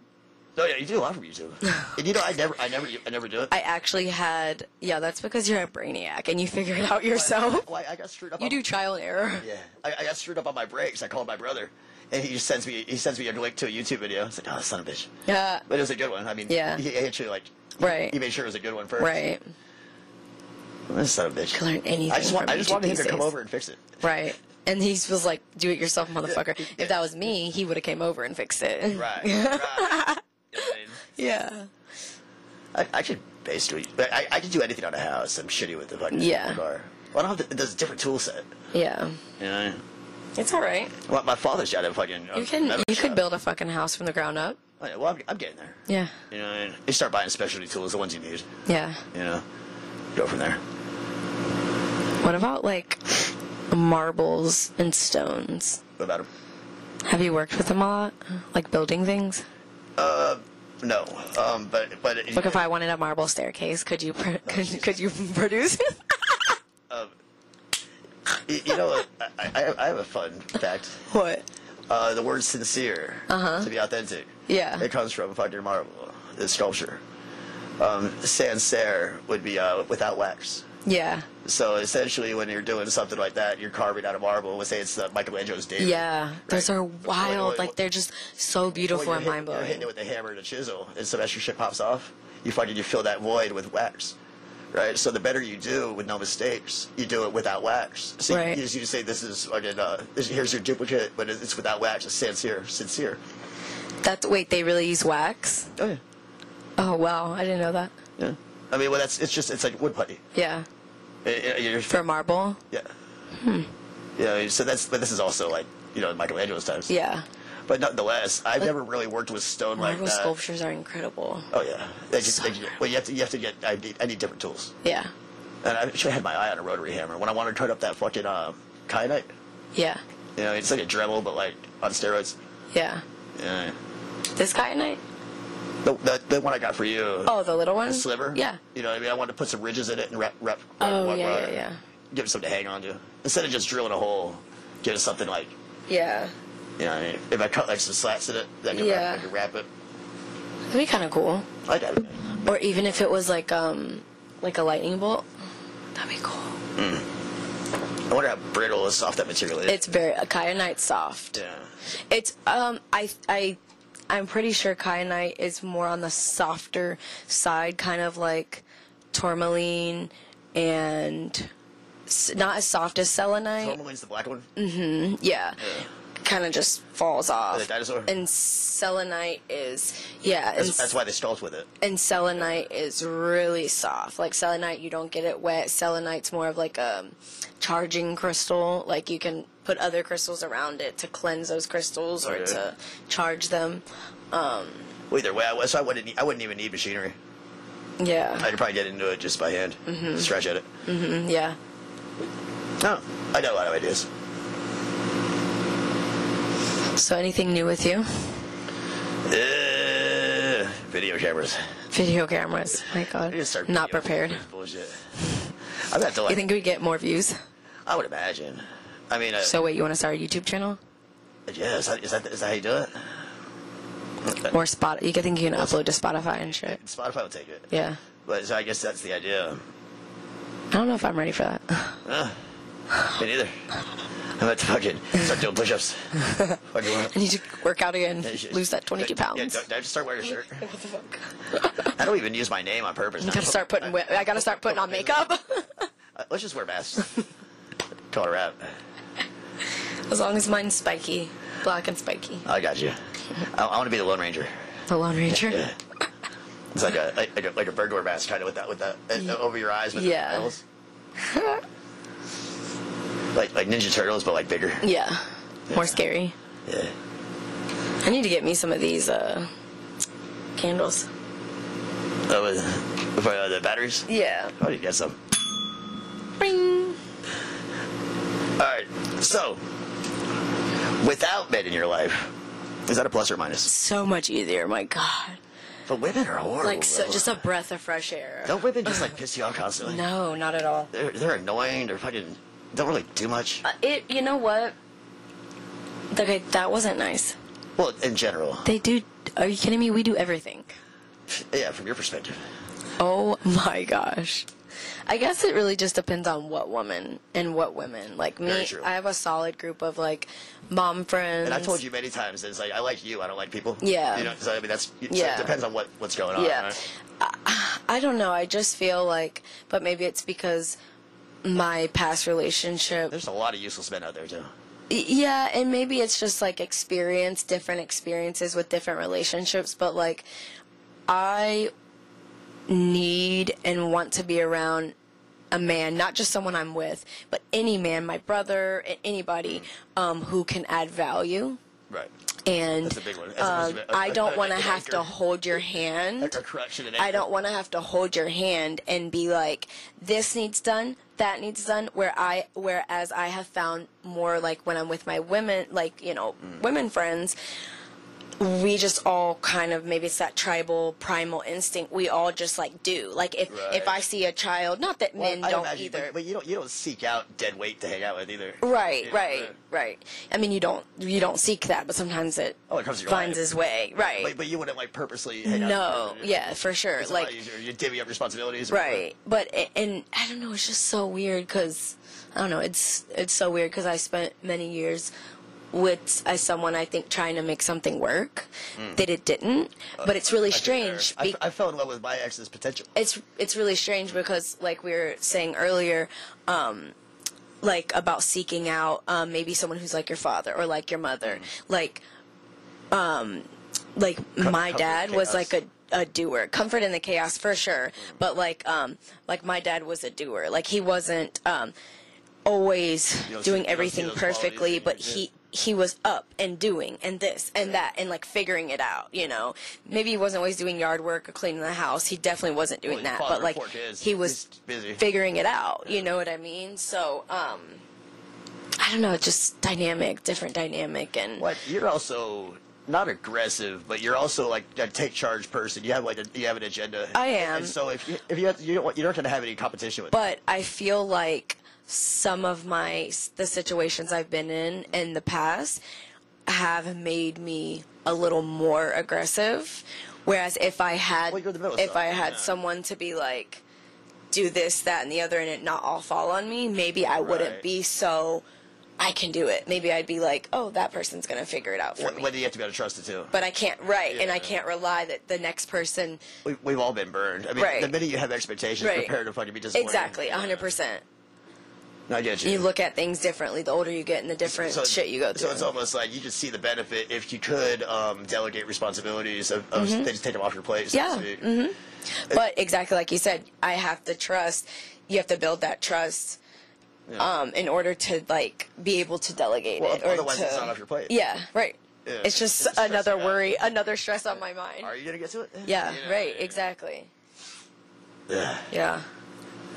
No, yeah, you do a lot from
<laughs>
YouTube. and you know, I never, I never, I never do it.
I actually had, yeah, that's because you're a brainiac and you figure it out yourself.
Why I got screwed up.
You
on,
do trial and error.
Yeah, I, I got screwed up on my breaks. I called my brother, and he just sends me, he sends me a link to a YouTube video. It's like, oh, son of a bitch.
Yeah.
But it was a good one. I mean,
Yeah.
he, he actually like,
Right.
he made sure it was a good one first.
Right.
This son of a bitch.
Can learn anything
I just want,
from
I just
YouTube
wanted him
these
to come
days.
over and fix it.
Right. And he was like, do it yourself, motherfucker. If that was me, he would have came over and fixed it.
Right. right. You know what I mean?
<laughs> Yeah.
I, I could basically, I, I could do anything on a house. I'm shitty with the fucking
Yeah.
car. Well, I don't have the, there's a different tool set.
Yeah.
Yeah.
It's all right.
Well, my father's got a fucking. uh,
You can
metal
you
shop.
could build a fucking house from the ground up.
Oh, yeah, Well, I'm, I'm getting there.
Yeah.
You know, and you start buying specialty tools, the ones you need.
Yeah.
You know, go from there.
What about like marbles and stones?
What about him?
Have you worked with them a lot? Like building things?
No, um, but but
Like if I wanted a marble staircase, could you pr- <laughs> could, could you produce it?
you, you know, what? I, I, I have a fun fact.
<laughs> what?
Uh, the word sincere to be authentic.
Uh-huh. Yeah.
It comes from fucking marble, the sculpture. Um, sincere would be uh, without wax.
Yeah.
So essentially, when you're doing something like that, you're carving out of marble. Let's say it's uh, Michelangelo's David.
Yeah. Those
Right.
are
Well, well,
wild. Like they're just so
Well,
beautiful
you're
and
hit-
mind
You're hitting
blowing.
it with a hammer and a chisel, and some extra shit pops off. You fucking you fill that void with wax, right? So the better you do with no mistakes, you do it without wax. So you-
Right.
you, just you just say this is fucking uh, this, here's your duplicate, but it- it's without wax. It's sincere, sincere.
That's wait, they really use wax?
Oh yeah,
Oh wow, I didn't know that.
yeah. I mean, well, that's it's just it's like wood putty.
Yeah.
Uh, uh, you're-
For marble?
yeah.
Hmm.
Yeah. So that's but this is also like you know Michelangelo's times.
Yeah.
But nonetheless, I've never really worked with stone like
Marble
that.
sculptures are incredible.
Oh yeah. They just, they just- well, you have to you have to get I need, I need different tools.
Yeah.
And I actually had my eye on a rotary hammer when I wanted to turn up that fucking uh, kyanite.
Yeah.
You know, it's like a Dremel, but like on steroids.
Yeah.
Yeah.
This guy and I
The, the, the one I got for you.
Oh, the little one?
The sliver.
Yeah.
You know, what I mean, I wanted to put some ridges in it and wrap, wrap.
Oh,
wrap-
yeah,
wrap-
yeah, yeah.
Give it something to hang on to instead of just drilling a hole. Give it something like,
Yeah.
you know, what I mean? if I cut like some slats in it, then I can,
Yeah.
wrap, I can wrap it.
That'd be kinda cool.
I got it.
Or even if it was like um like a lightning bolt. That'd be cool.
I wonder how brittle and soft that material is.
It's very kyanite soft.
yeah.
It's um I I I'm pretty sure kyanite is more on the softer side, kind of like tourmaline and s- not as soft as selenite.
Tourmaline's the black one.
Mm. Yeah. Kind of just falls off.
The dinosaur?
And selenite is yeah, and,
That's, that's why they stalled with it.
and selenite is really soft. Like selenite you don't get it wet. Selenite's more of like a charging crystal. Like you can put other crystals around it to cleanse those crystals or
Okay.
to charge them.
Well, either way, I, was- so I wouldn't. need- I wouldn't even need machinery.
Yeah. mm,
I'd probably get into it just by hand,
Mm-hmm.
stretch at it.
Yeah.
Oh, I got a lot of ideas.
So anything new with you?
Uh, video cameras.
Video cameras. My god.
I just start
Not
video
prepared.
cameras, Bullshit. I'm not to like.
You think we get more views?
I would imagine. I mean, uh,
So wait, you want to start a YouTube channel?
yeah, is that, is that is that how you do it?
Or spot you can think you can upload to Spotify and shit.
Spotify will take it.
Yeah.
But so I guess that's the idea.
I don't know if I'm ready for that. <laughs>
Me neither. I'm about to fucking start doing
<laughs>
push-ups. Fucking wanna-
I need to work out again.
Yeah, shit.
Lose that 22 pounds.
Yeah, don't- don't just start wearing a shirt. <laughs> I don't even use my name on purpose.
I gotta start putting. wi- I gotta start putting on makeup. <laughs>
Uh, Let's just wear masks. Call it a wrap.
as long as mine's spiky, black and spiky.
I got you. I, I want to be the Lone Ranger.
The Lone Ranger.
Yeah. It's like a like, like a like a burglar mask, kind of with that with that uh, over your eyes with
Yeah.
the
<laughs>
nails. like like Ninja Turtles, but like bigger.
Yeah. More scary.
Yeah.
I need to get me some of these uh, candles.
Oh, with, with uh, the batteries.
Yeah.
Oh, you got some.
Ring.
All right. So, without men in your life, is that a plus or minus?
So much easier. My God.
But women are horrible.
Like so,
bro.
just a breath of fresh air.
Don't women just like piss you off constantly?
No, not at all.
They're they're annoying. They're fucking don't really do much.
Uh, It. You know what? Okay, that wasn't nice.
Well, in general.
They do. Are you kidding me? We do everything.
Yeah, from your perspective.
Oh my gosh. I guess it really just depends on what woman and what women. Like
Very
me,
true.
I have a solid group of like mom friends.
And I've told you many times that it's like I like you, I don't like people.
Yeah.
You know, so I mean that's so
Yeah.
it depends on what what's going on.
Yeah.
right?
I don't know. I just feel like, but maybe it's because my past relationship.
There's a lot of useless men out there too.
Y- Yeah, and maybe it's just like experience, different experiences with different relationships, but like I need and want to be around a man, not just someone I'm with, but any man, my brother, a- anybody um, who can add value.
Right.
And
That's a big one. <laughs> That's supposed
um,
to be a-
I
a-
don't
a-
want to
an
have to
anchor.
hold your hand.
Like a crutch and an
I
anchor.
don't want to have to hold your hand and be like, this needs done, that needs done. Where I, whereas I have found more like when I'm with my women, like you know,
Mm.
women friends, we just all kind of maybe it's that tribal primal instinct. We all just like do. Like if if
Right.
I see a child, not that men
I
don't
imagine,
either.
But, but you don't you don't seek out dead weight to hang out with either.
Right,
Yeah,
right,
yeah.
right. I mean, you don't you don't seek that, but sometimes it,
Oh, it comes to your
finds
life.
its way. Right.
But, but you wouldn't like purposely hang out.
no,
with-
yeah, for sure.
It's a
Like
lot easier. you divvy up responsibilities.
Right, but a- and I don't know. It's just so weird because I don't know. It's it's so weird because I spent many years with as someone I think trying to make something work that it didn't. But it's really strange.
Hmm. I,
be-
I fell in love with my ex's potential.
it's it's really strange because like we were saying earlier um like about seeking out um maybe someone who's like your father or like your mother
Mm-hmm.
like um like my
comfort
dad was
chaos. Mm-hmm.
like a a doer comfort in the chaos for sure but like um like my dad was a doer like he wasn't um always
You don't see- you don't
doing
see
everything
those qualities
perfectly
in
but
your
he he was up and doing and this and that and like figuring it out you know maybe he wasn't always doing yard work or cleaning the house he definitely wasn't doing
Well,
that
father
but
of
like
four kids.
he was
He's busy.
figuring it out you know what i mean so um i don't know just dynamic different dynamic and
What you're also not aggressive, but you're also like a take charge person. You have like a, you have an agenda.
I am.
And so if you, if you have, you don't want- you're not going to have any competition with.
but I feel like some of my the situations I've been in in the past have made me a little more aggressive. Whereas if I had
Well, you're the middle
if I
son,
had
yeah.
someone to be like do this, that, and the other, and it not all fall on me, maybe I
Right.
wouldn't be so. I can do it. Maybe I'd be like, oh, that person's gonna figure it out for
When,
me.
when do you have to be able to trust it too?
but I can't, right? And I
Yeah.
can't rely that the next person,
we, we've all been burned. I mean,
Right.
the minute you have expectations,
Right.
prepare to fucking be disappointed.
exactly, hundred percent.
No, I get you.
You look at things differently. The older you get, and the different
So-
shit you go through.
So it's almost like you could see the benefit if you could um, delegate responsibilities of, of they just take them off your plate. so to
Mm-hmm. Yeah, Mm-hmm.
speak.
But exactly like you said, I have to trust. You have to build that trust
Yeah.
um, in order to like be able to delegate
Well,
it. Or
otherwise
to,
it's not off your plate.
Yeah, right.
Yeah.
It's just
It's stressing
another
you out.
worry, another stress on my mind.
Are you gonna get to it?
yeah,
You know,
right.
yeah.
Exactly.
Yeah.
Yeah.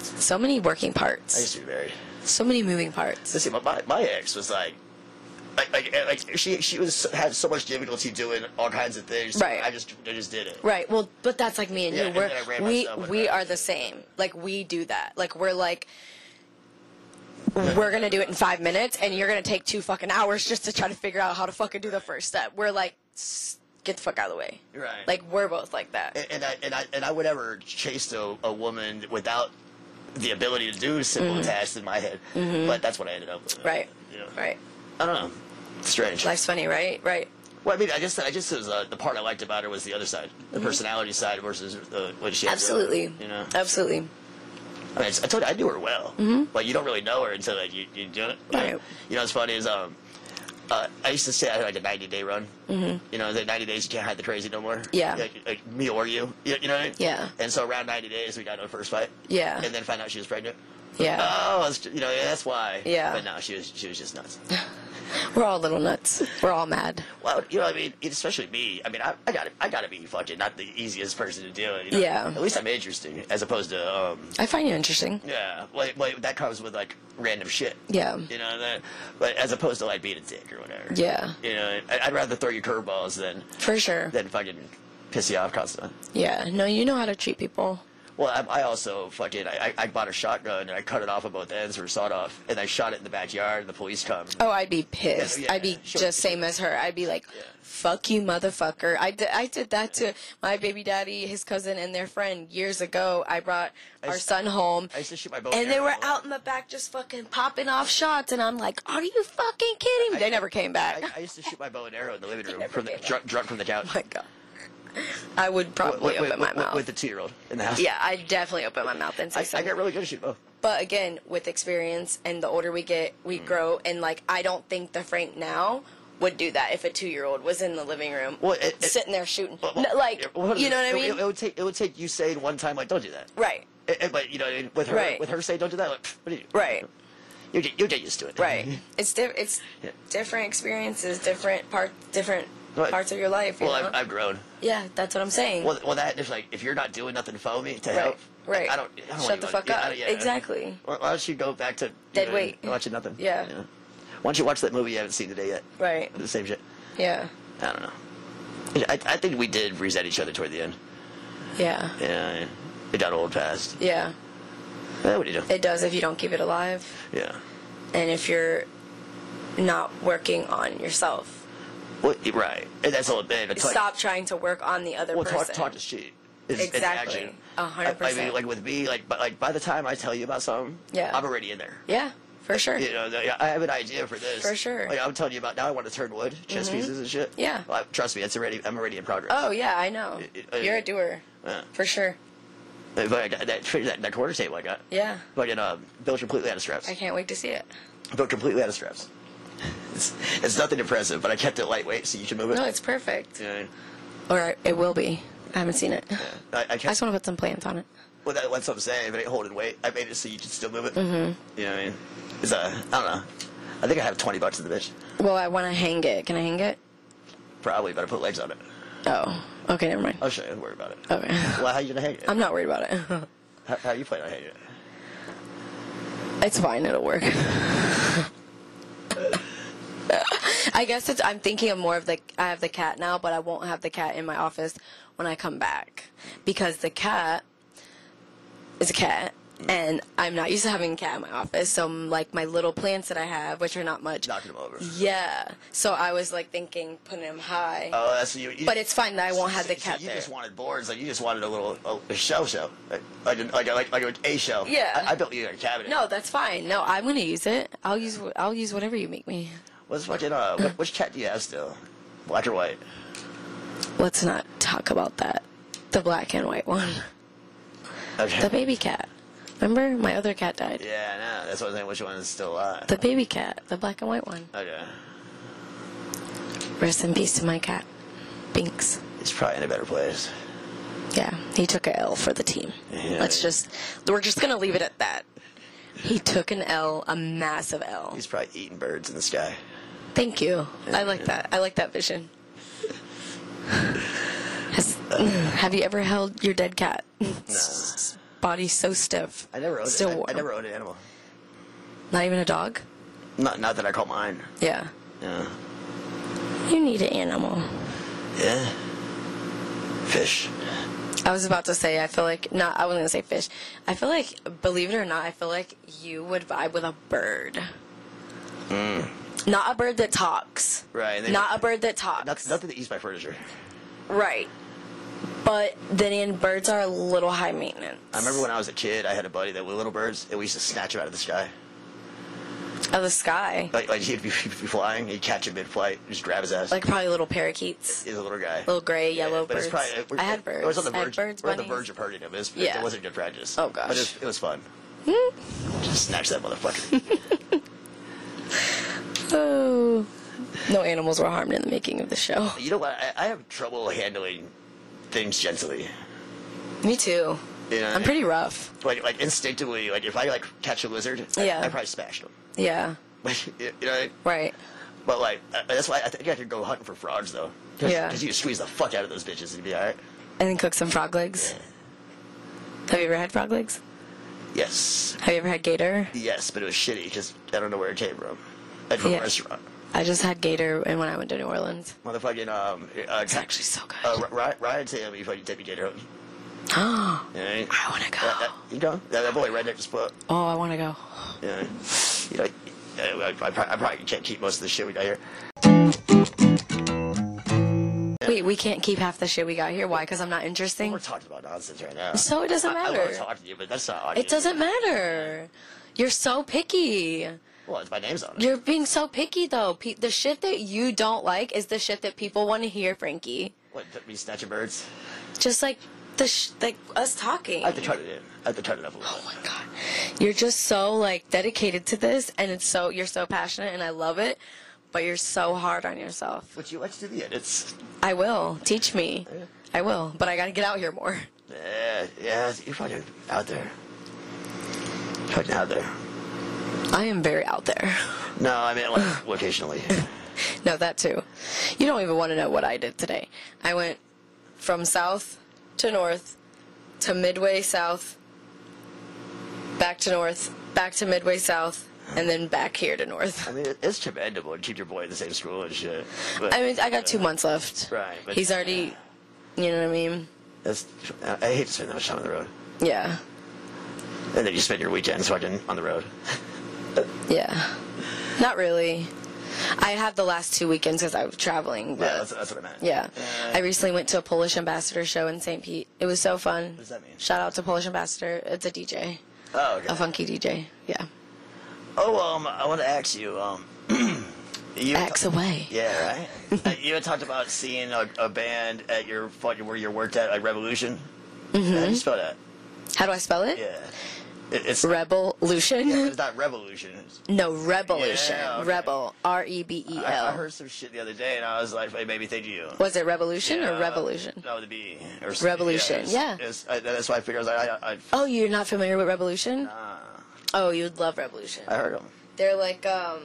So many working
I used
parts.
to be very.
So many moving parts.
Listen, my- my, my ex was like, like, like, eh, like she she was had so much difficulty doing all kinds of things.
Right.
I just I just did it.
Right. Well, but that's like me and
Yeah,
you.
and
We're,
then I ran
we
myself with
we
that.
are the same. Like we do that. Like we're like we're gonna do it in five minutes, and you're gonna take two fucking hours just to try to figure out how to fucking do the first step. We're like, "S- get the fuck out of the way.
Right.
Like we're both like that.
And, and I and I and I would ever chase a, a woman without the ability to do simple tasks in my head. But that's what I ended up with.
Mm-hmm. Right.
Yeah.
Right.
I don't know. Strange.
Life's funny, right? Right.
Well, I mean, I guess I just was, uh, the part I liked about her was the other side, the personality side versus the what she. had to offer,
Mm-hmm. Absolutely.
You know.
Absolutely.
I, mean, I told you I knew her well, mm but you don't really know her until like you, you do it. Like,
Mm-hmm. Right.
You know what's funny is um, uh, I used to say I had like a ninety day run. Mm-hmm. You know, the ninety days you can't hide the crazy no more.
Yeah.
Like, like me or you. you. You know what I mean?
Yeah.
And so around ninety days we got into the first fight.
Yeah.
And then found out she was pregnant.
Yeah.
Oh, it's, you know yeah, that's why.
Yeah.
But no, she was she was just nuts. Um,
We're all little nuts. We're all mad.
Well, you know, what I mean, especially me. I mean, I, I got to, I got to be fucking not the easiest person to deal with. You know?
Yeah.
At least I'm interesting, as opposed to, um,
I find you interesting.
yeah, like, like that comes with like random shit.
Yeah.
You know that, but as opposed to like being a dick or whatever.
Yeah.
You know, I, I'd rather throw you curveballs than
For sure.
than fucking piss you off constantly.
Yeah. No, you know how to treat people.
Well, I, I also fucking I, I I bought a shotgun and I cut it off at both ends or sawed off, and I shot it in the backyard. and The police come.
Oh, I'd be pissed.
Yeah, yeah,
I'd be
sure.
just same as her. I'd be like, "Fuck you, motherfucker!" I did. I did that to my baby daddy, his cousin, and their friend years ago. I brought our
used-
son home,
I used to shoot my bow.
and they
arrow.
were out in the back just fucking popping off shots, and I'm like, "Are you fucking kidding?" me? They never came back.
I, I used to shoot my bow and arrow in the living room
<laughs> never
from the
came back.
drunk, drunk from the couch.
<laughs> Oh my god, I would probably
with,
open
with-
my
with-
mouth.
with the two-year-old in the house.
yeah, I definitely open my mouth and say
I, I
something.
got really good at shooting. both.
But again, with experience and the older we get,
Mm.
we grow. And like, I don't think the Frank now would do that if a two year old was in the living room
Well, it- it-
sitting there shooting.
But-
No, like,
it- what-
you know what I
it-
mean?
It, it would take it would take you saying one time like, "Don't do that,"
right,
It- it- but you know, it- with her
Right.
with her saying, "Don't do that," like, pff, what do you,
right,
You get you get used to it.
right. It's di- it's
Yeah.
different experiences, different part, different
Right.
parts of your life.
<laughs>
You
well,
know?
I've, I've grown.
yeah, that's what I'm saying.
Well, well, that is like if you're not doing nothing for me to
Right,
help,
right.
I, I don't. I don't
Shut the
want
fuck
you- yeah, I
up.
don't- yeah.
Exactly.
Why why don't you go back to you
Dead
know,
weight.
Watching nothing.
Yeah.
Why don't you watch that movie you haven't seen today yet?
Right.
The same shit.
Yeah.
I don't know. I, I think we did resent each other toward the end.
Yeah.
Yeah, it got old fast.
Yeah.
Yeah, what do you do?
It does if you don't keep it alive.
yeah.
and if you're not working on yourself.
Well, you're right. And that's all it been. It's like-
Stop trying to work on the other
Well,
person.
talk, talk is cheap. It's, it's
Exactly.
action.
A hundred
I- I mean,
percent.
like with me, like, but like by the time I tell you about something,
Yeah.
I'm already in there.
yeah, for sure.
You know, the- I have an idea for this.
For sure. Mm-hmm.
Like I'm telling you about now. I want to turn wood, chess pieces, and shit.
Yeah.
Well, trust me, it's already. I'm already in progress.
Oh yeah, I know.
It- it-
You're a doer,
Yeah.
for sure.
But I got that, that that quarter table I got.
Yeah,
But it um, built completely out of straps.
I can't wait to see it.
Built completely out of straps. <laughs> It's, it's nothing impressive, but I kept it lightweight so you can move it.
No, it's perfect.
Yeah.
Or it will be. I haven't seen it.
I,
I
I kept,
just want to put some plants on it.
Well, that, that's what I'm saying. If it ain't holding weight, I made it so you can still move it. Mm-hmm. You know what I mean? It's uh, I don't know. I think I have 20 bucks in the bitch.
Well, I want to hang it. Can I hang it?
Probably, but I put legs on it.
Oh, okay, never mind.
I'll show you. Don't worry about it.
Okay, <laughs>
Well, how you gonna hang it?
I'm not worried about it. <laughs>
how, how you plan on hanging it?
It's fine. It'll work. I guess it's, I'm thinking of more of the. I have the cat now, but I won't have the cat in my office when I come back because the cat is a cat, and I'm not used to having a cat in my office. So m- like my little plants that I have, which are not much.
knocking them over.
Yeah. So I was like thinking putting them high.
Oh, that's you, you.
But it's fine that I won't have the
so
cat
You
there.
just wanted boards, like you just wanted a little a, a show show, like like a, like, a, like like a show.
Yeah.
I, I built you a cabinet.
no, that's fine. No, I'm gonna use it. I'll use wh- I'll use whatever you make me.
What's fucking uh? wh- Which cat do you have still? Black or white?
Let's not talk about that. The black and white one.
Okay.
The baby cat. Remember my other cat died.
yeah, no, that's what I'm saying. Which one is still alive?
The baby cat, the black and white one.
okay.
Rest in peace to my cat, Binks.
It's probably in a better place.
Yeah, he took a L for the team.
Yeah.
Let's just we're just gonna leave it at that. He took an L, a massive L.
He's probably eating birds in the sky.
Thank you. I like that. I like that vision. Has, have you ever held your dead cat? S- Body so stiff.
I never owned.
Still
it.
warm.
I, I never owned an animal.
Not even a dog.
Not not that I call mine.
Yeah.
Yeah.
You need an animal.
Yeah. Fish.
I was about to say. I feel like not. I was gonna say fish. I feel like, believe it or not, I feel like you would vibe with a bird. Not a bird that talks.
Mm. Right, and they-
Not a bird that talks.
Not, nothing that eats my furniture.
Right. But then again, birds are a little high maintenance.
I remember when I was a kid, I had a buddy that with little birds, and we used to snatch them out of the sky.
Of the sky.
Like, like he'd, be, he'd be flying, he'd catch him mid-flight, just grab his ass.
Like probably little parakeets.
he's a little guy.
Little gray, yellow
but
birds.
It's probably, we're-
I had birds.
It was on the
I had
verge.
birds,
we're on the
bunnies.
verge of hurting him. It, was,
Yeah.
it wasn't good practice.
Oh,
But it,
gosh.
was- it was
<laughs>
fun. just snatch that motherfucker.
Oh. No animals were harmed in the making of the show. <laughs>
you know what? I, I have trouble handling things gently.
Me too.
Yeah.
I'm pretty rough.
Like, like instinctively, like if I like catch a lizard,
Yeah.
I, I probably smash <laughs> him.
Yeah.
Like, you know, what I mean?
Right.
but like I- that's why I think I could go hunting for frogs though.
Yeah.
Because you squeeze the fuck out of those bitches and you'd be all right.
And then cook some frog legs. Have you ever had frog legs?
Yes.
Have you ever had gator?
Yes, but it was shitty because I don't know where it came from. At from
Yeah.
a restaurant.
I just had gator and when I went to New Orleans.
Motherfucking, um. Uh,
It's actually so good.
Uh, Ryan, Ryan Sam, you fucking deputy did home.
<gasps> Oh,
You know what I mean?
I wanna go.
That, that, you go. That, that boy right there just put.
Oh, I want to go.
You know, you know I, I, I, probably, I probably can't keep most of the shit we got here.
Wait, we can't keep half the shit we got here. Why? Because I'm not interesting.
We're talking about nonsense right now.
So it doesn't
I, I want
matter.
to talk to you, but that's not on you.
It doesn't matter. You're so picky.
Well, it's my name's on it.
You're being so picky though. Pe- the shit that you don't like is the shit that people want to hear, Frankie.
What, me snatching birds?
Just like the sh- like us talking.
I have to turn it in. I have to turn it
<sighs>
up a little
oh my god. You're just so like dedicated to this and it's so you're so passionate and I love it, but you're so hard on yourself.
But you like to do the edits.
I will. Teach me. I will, but I got to get out here more.
Yeah, yeah, you're fucking out there. Fucking out there.
I am very out there.
No, I mean,
<sighs>
like, occasionally.
No, that too. You don't even want to know what I did today. I went from south to north to midway south, back to north, back to midway south, and then back here to
I
north.
mean, it- it's commendable to keep your boy in the same school and shit. But
I mean, I got two months left.
Right, but-
He's already, you know what I mean?
that's, I I hate to spend that much time on the road.
Yeah.
And then you spend your weekends fucking on the road.
Yeah. Not really. I have the last two weekends because I was traveling,
Yeah,
but
that's, that's what I meant. Uh,
Yeah. I recently went to a Polish ambassador show in St. Pete. It was so fun. What
does that mean?
Shout out to Polish ambassador. It's a DJ,
Oh, okay.
a funky DJ. Yeah.
Oh, um, I want to ask you, um, <clears throat> you
Axe away.
Yeah, right. uh, you had talked about seeing a, a band at your fucking where you worked at, like Revolution.
Mm-hmm.
How do you spell that?
How do I spell it?
Yeah, it, it's
Revolution?
Yeah, it's not Revolution. It's-
<laughs> No, revolution.
Yeah, okay.
Rebel. R E B E
I, I
L.
heard some shit the other day, and I was like, it made me think of you.
Was it revolution
Yeah,
or revolution?
No, the B. Or, s-
Revolution,
it's-
yeah.
it's- I- that's why I figured I was like, I, I,
Oh, you're not familiar with revolution? Oh, you'd love revolution.
I heard them.
They're like um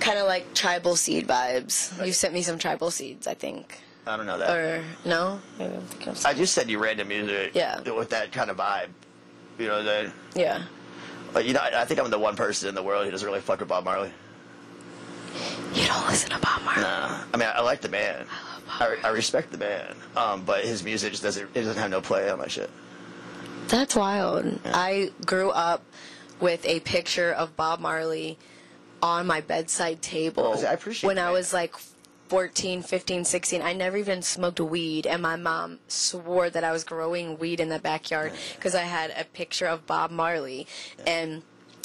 kind of like tribal seed vibes. You sent me some tribal seeds, I think.
I don't know that.
Or no? Maybe I'm thinking of
I just said you random music.
Yeah.
With that kind of vibe, you know that.
Yeah.
But you know, I, I think I'm the one person in the world who doesn't really fuck with Bob Marley.
You don't listen to Bob Marley.
Uh, I mean, I like the man. I, I respect the man, um, but his music just doesn't. It doesn't have no play on my shit.
That's wild. I grew up with a picture of Bob Marley on my bedside table
See, I appreciate
when I
that.
was like 14, 15, 16. I never even smoked weed, and my mom swore that I was growing weed in the backyard because I had a picture of Bob Marley. And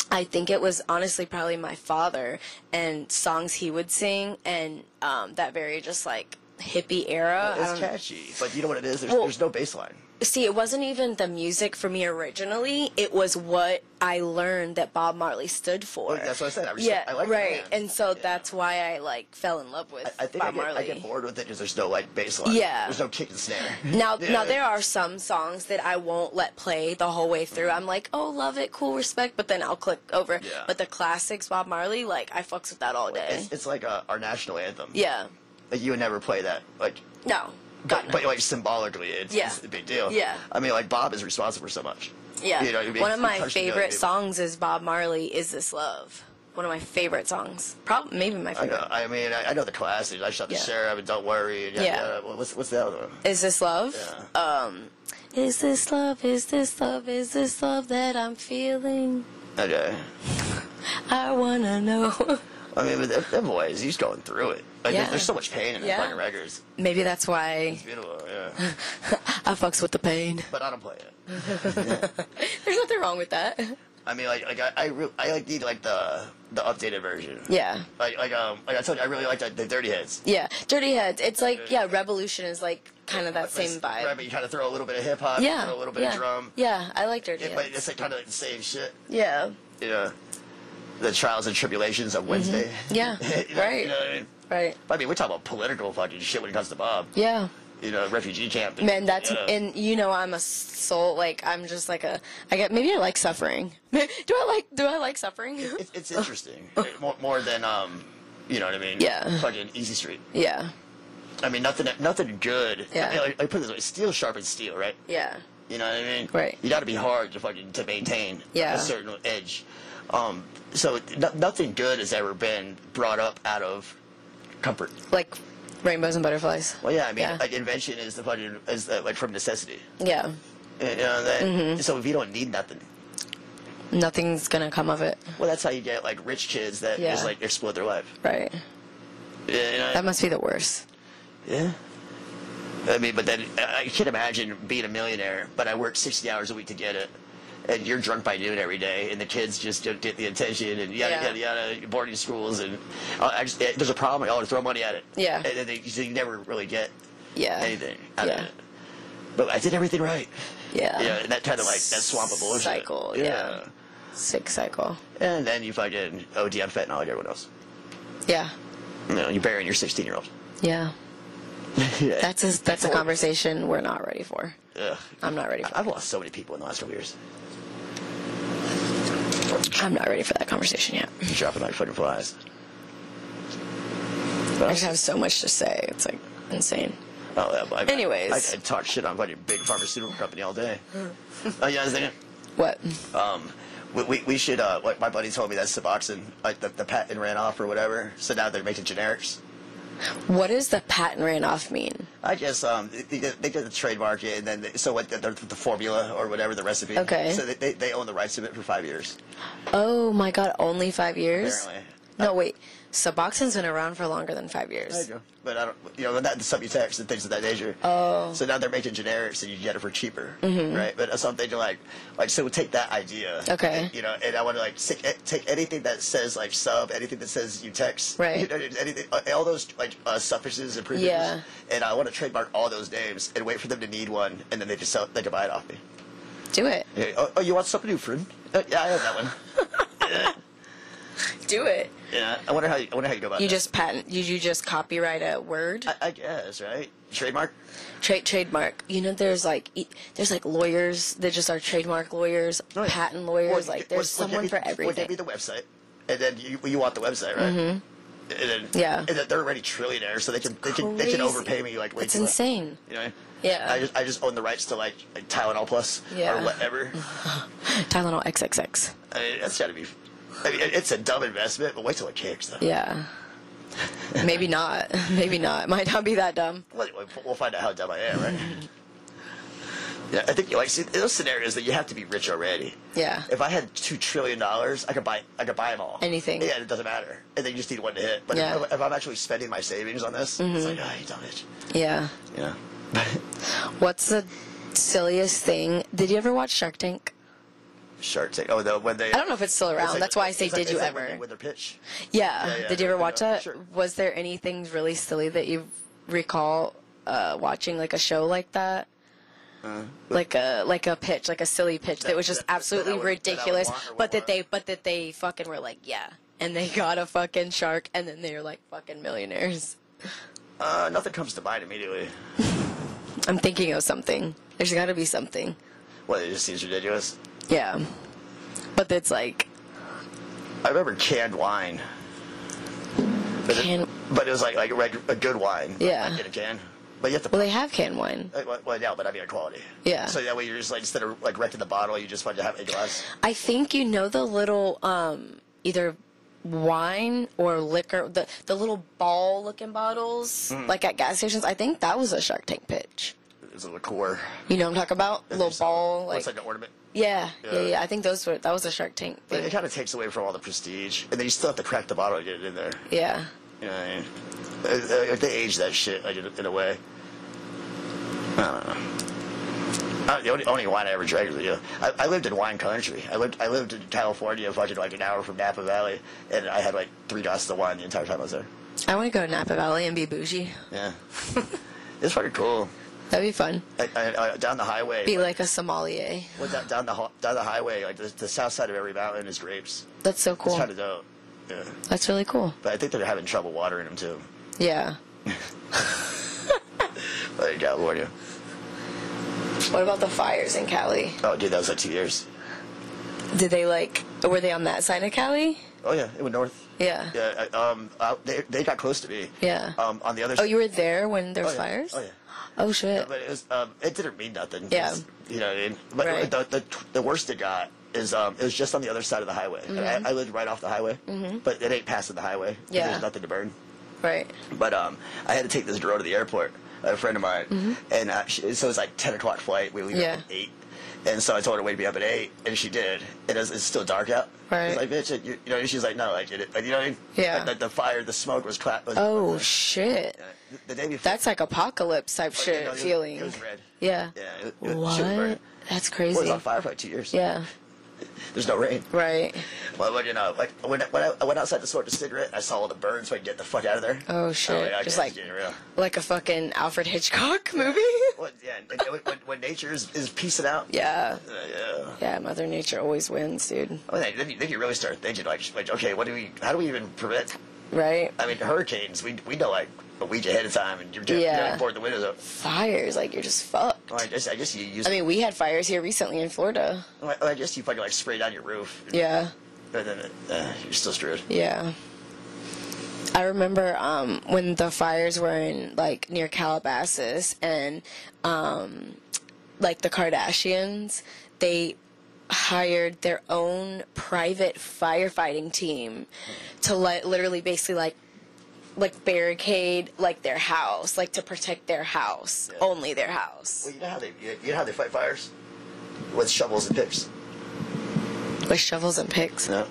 I think it was honestly probably my father and songs he would sing and um, that very just like hippie era. I
It's
don't-
catchy, but you know what it is? There's,
Um, Well-
there's no baseline.
see it wasn't even the music for me originally it was what i learned that bob marley stood for
Well, that's what I said. I respect-
yeah
I like the
right
man.
and so
Yeah.
that's why i like fell in love with
I think I
bob
get, I
marley
get bored with it because there's no like baseline.
Yeah.
There's no kick and snare.
now
Yeah.
now there are some songs that i won't let play the whole way through i'm like oh love it cool respect but then i'll click over
Yeah.
but the classics bob marley like i fucks with that all day
It's, it's like uh, our national anthem.
yeah
Like you would never play that. Like,
no God,
but,
no.
but like symbolically, it's,
Yeah.
it's a big deal.
Yeah.
I mean, like Bob is responsible for so much.
Yeah.
You know, it makes-
One of
it
my
touched a million
favorite
people.
songs is Bob Marley, Is This Love? One of my favorite songs. Probably, maybe my
I know.
favorite.
I mean, I, I know the classics. I shot the
Yeah.
sheriff and don't worry. And yada,
Yeah.
yada. What- What's what's the other one?
Is This Love?
Yeah.
Um, is this love? Is this love? Is this love that I'm feeling?
Okay.
I wanna know. <laughs>
I mean, but them- them boys, he's going through it. Like,
Yeah.
there's, there's so much pain in the
Yeah.
fucking records.
maybe that's why
Beautiful, yeah.
I fucks with the pain.
but I don't play it.
There's nothing wrong with that. <laughs>
I mean, like, like I, I, re- I like need like the the updated version.
Yeah.
Like, like um, like I told you, I really like the, the Dirty Hits.
Yeah. Dirty Heads. It's like, yeah, Revolution is like kind of that same
Like, Right,
vibe.
but you kind of throw a little bit of hip hop,
Yeah.
throw a little bit
yeah.
of drum.
Yeah, I like Dirty
Yeah, but
Heads.
it's like kind of like the same shit.
Yeah.
You know, the trials and tribulations of Wednesday.
Mm-hmm. Yeah,
<laughs> You know-
right.
You know what I mean?
Right.
But, I mean, we're talking about political fucking shit when it comes to Bob.
Yeah.
You know, refugee camp.
Man, that's
yeah.
and you know I'm a soul like I'm just like a I get maybe I like suffering. <laughs> do I like do I like suffering?
It's, it's interesting. more, more than um, you know what I mean?
Yeah.
Fucking Easy Street.
<laughs> yeah,
I mean, nothing, nothing good. I,
Yeah.
mean, like, like, put it this way: steel sharpens steel, right?
yeah,
You know what I mean?
Right.
You got to be hard to fucking to maintain
Yeah.
a certain edge. Um, so no, nothing good has ever been brought up out of comfort.
like rainbows and butterflies.
Well, yeah, I mean,
Yeah.
like invention is the fucking is uh, like from necessity.
Yeah,
You know that.
Mm-hmm.
So if you don't need nothing,
nothing's gonna come of it,
well, that's how you get like rich kids that
Yeah.
just like explode their life.
right?
You know?
That must be the worst.
Yeah. I mean, but then I I can't imagine being a millionaire, but I work 60 hours a week to get it. And you're drunk by noon every day, and the kids just don't get the attention, and yada,
Yeah. yada,
yada, yada, boarding schools, and uh, I just, there's a problem, I want to throw money at it.
Yeah.
And then they, they never really get
Yeah,
anything out
Yeah.
of it. But I did everything right.
yeah,
Yeah, and that kind of like, that swamp of bullshit.
Cycle, yeah. sick cycle.
yeah. And then you fucking OD on fentanyl like everyone else.
Yeah,
You know, you're burying your 16 year old. <laughs>
yeah. That's a that's a
horrible.
conversation we're not ready for. I'm not ready. For
I've lost so many people in the last couple years.
I'm not ready for that conversation yet.
dropping like fucking flies.
I just have so much to say. It's like insane.
Oh, yeah, but I,
Anyways.
I, I talk shit on fucking big pharmaceutical company all day.
Hmm.
oh, yeah, I was thinking,
What?
um, we, we, we should, uh, like my buddy told me that Suboxone, like the, the patent ran off or whatever, so now they're making generics.
What does the patent ran off mean?
I guess um, they, they get- they get the trademark it, and then they, so what the, the, the formula or whatever the recipe.
Okay.
So they, they, they own the rights of it for five years.
Oh my god, only five years?
Apparently.
No, wait. Suboxone's been around for longer than five years.
But I don't, you know, not the Subutex and things of that nature. Oh. So now they're making generics and you get it for cheaper,
Mm-hmm.
right? But that's something to like, like so we take that idea,
Okay.
and, you know, and I want to like take, take anything that says like sub, anything that says Utex,
Right.
You know, anything, all those like uh, suffixes and prefixes,
Yeah.
and I want to trademark all those names and wait for them to need one, and then they just sell, they can buy it off me.
Do it.
Yeah, Oh, oh, you want something new, friend? Uh, yeah, I have that
<laughs>
one.
Do it.
yeah, I wonder how you, I wonder how you go about
You
that.
just patent. You, you just copyright a word.
I, I guess right trademark.
Tra- Uh, trademark. You know, there's like e- there's like lawyers that just are trademark lawyers,
Oh, yeah.
patent
Or
lawyers.
you
Like
get- or- or give
there's someone
me-
for
Or give me
everything.
the website, and then you, you want the website, right? And then,
Mm-hmm. Yeah.
And then they're already trillionaires, so they can they can, they
Crazy.
can overpay me like way
It's
too much.
insane.
You know?
Yeah.
I just I just own the rights to like, like Tylenol Plus
Yeah.
or whatever.
Tylenol XXX.
I mean, that's got to be. I mean, it- it's a dumb investment, but wait till it kicks. Though.
Yeah. Maybe not. <laughs> Maybe not. Might not be that dumb. <laughs>
Well, We'll, we'll find out how dumb I am, right?
Yeah.
I think like see, those scenarios that you have to be rich already.
Yeah.
If I had two trillion dollars, I could buy I could buy them all.
Anything.
Yeah, it doesn't matter. And then you just need one to hit. But if-
Yeah. Mm-hmm.
if, I'm actually spending my savings on this, it's like oh, you dumb bitch.
Yeah.
You know.
What's the silliest thing? Did you ever watch Shark Tank?
Shark Tank. Oh, the when they.
I don't know if it's still around. That's why I say, did you ever?
With their pitch.
Yeah.
Yeah, yeah,
Did you ever
I
watch
know.
that?
Sure.
Was there anything really silly that you recall uh, watching, like a show like that? like a like a pitch, like a silly pitch that, was just
Uh, that- that I
absolutely
would- that I would
ridiculous,
want or would
but that
want.
they but that they fucking were like, yeah, and they <laughs> got a fucking shark, and then they were like fucking millionaires.
Uh, nothing comes to mind immediately.
I'm thinking of something. There's got to be something.
Well, it just seems ridiculous.
Yeah, but that's like
I remember canned wine. But
Canned-
It, but it was like like a, reg- a good wine.
Yeah.
Like in a can. But you have to.
well, they have canned wine.
like, Uh, well, well, yeah, but I mean, a quality.
Yeah.
So that way, you're just like instead of like wrecking the bottle, you just want to have a glass.
I think you know the little um either wine or liquor the the little ball looking bottles
Mm.
like at gas stations. I think that was a Shark Tank pitch.
It's a liqueur.
You know what I'm talking about? Little
It's
ball like,
it's like an ornament.
yeah, yeah,
Yeah.
yeah, I think those were that was a Shark Tank
But it
thing.
kind of takes away from all the prestige, and then you still have to crack the bottle to get it in there.
Yeah.
You know what I mean? Uh, uh, like, they age that shit like in, in a way. I don't know. Uh, the only, only wine I ever drank was, you know, I, I lived in wine country. I lived I lived in California, fucking like an hour from Napa Valley, and I had like three glasses of wine the entire time I was there.
I want to go to Napa Valley and be bougie. <laughs>
Yeah, it's fucking cool.
That'd be fun.
I, I, I, down the highway,
Be like a sommelier.
well, down, down the ho- down the highway, like the, the south side of every mountain is grapes.
That's so
It's
cool.
kind of dope. Yeah,
That's really cool.
but I think they're having trouble watering them too.
Yeah.
Like in California.
What about the fires in Cali?
Oh, dude, that was like two years.
Did they like were they on that side of Cali?
Oh yeah, it went north.
Yeah.
Yeah, I- um, I, they, they got close to me.
Yeah.
Um, on the other
Oh, you were there when there were fires?
Oh yeah.
Oh shit.
But it was um, it didn't mean nothing.
Yeah.
It's- You know what I mean? But
Right.
the, the the worst it got is um it was just on the other side of the highway. And I, I lived right off the highway, but it ain't passing the highway.
Mm-hmm. Yeah.
There's nothing to burn.
Right.
But um, I had to take this girl to the airport, a friend of mine, and uh, she, so it's like ten o'clock flight. We leave
Mm-hmm. Yeah.
at eight, and so I told her to wake me up at eight, and she did. And it's, it's still dark out.
Right.
It's like bitch, it, you, you know, she's like, no, like, it, like you know what I mean?
Yeah.
Like, the, the fire, the smoke was clap. Was,
Oh
was, uh,
shit.
the, the day before.
That's like apocalypse type
you know,
shit
it was-
feeling.
It was red.
Yeah.
Yeah. It, it, Shit was,
What?
red.
That's
It was
crazy.
on fire for like two years.
Yeah.
There's no rain.
Right.
Well, but, you know, like when, when I, I went outside to smoke a cigarette, I saw all the burns, so I could get the fuck out of there.
Oh, shit.
yeah, I guess
Just
it's
like-
getting real.
Like a fucking Alfred Hitchcock <laughs> movie.
Well, yeah, and- and when, when nature is, is piecing out.
yeah.
Uh, yeah.
Yeah, Mother Nature always wins, dude.
I mean, then, you, then you really start thinking like, like, okay, what do we? How do we even prevent?
Right?
I mean, hurricanes. We we know like a week ahead of time, and you're just
Yeah.
you know, board the windows up.
Fires, like you're just fucked.
Well, I guess I guess you use.
I mean, we had fires here recently in Florida.
well, I guess you fucking like spray down your roof.
Yeah.
And then uh, you're still screwed.
Yeah. I remember um, when the fires were in like near Calabasas and um, like the Kardashians, they hired their own private firefighting team to let literally basically like like barricade like their house, like to protect their house, only their house
Well, you know how they you, you know how they fight fires with shovels and picks.
with shovels and picks.
No.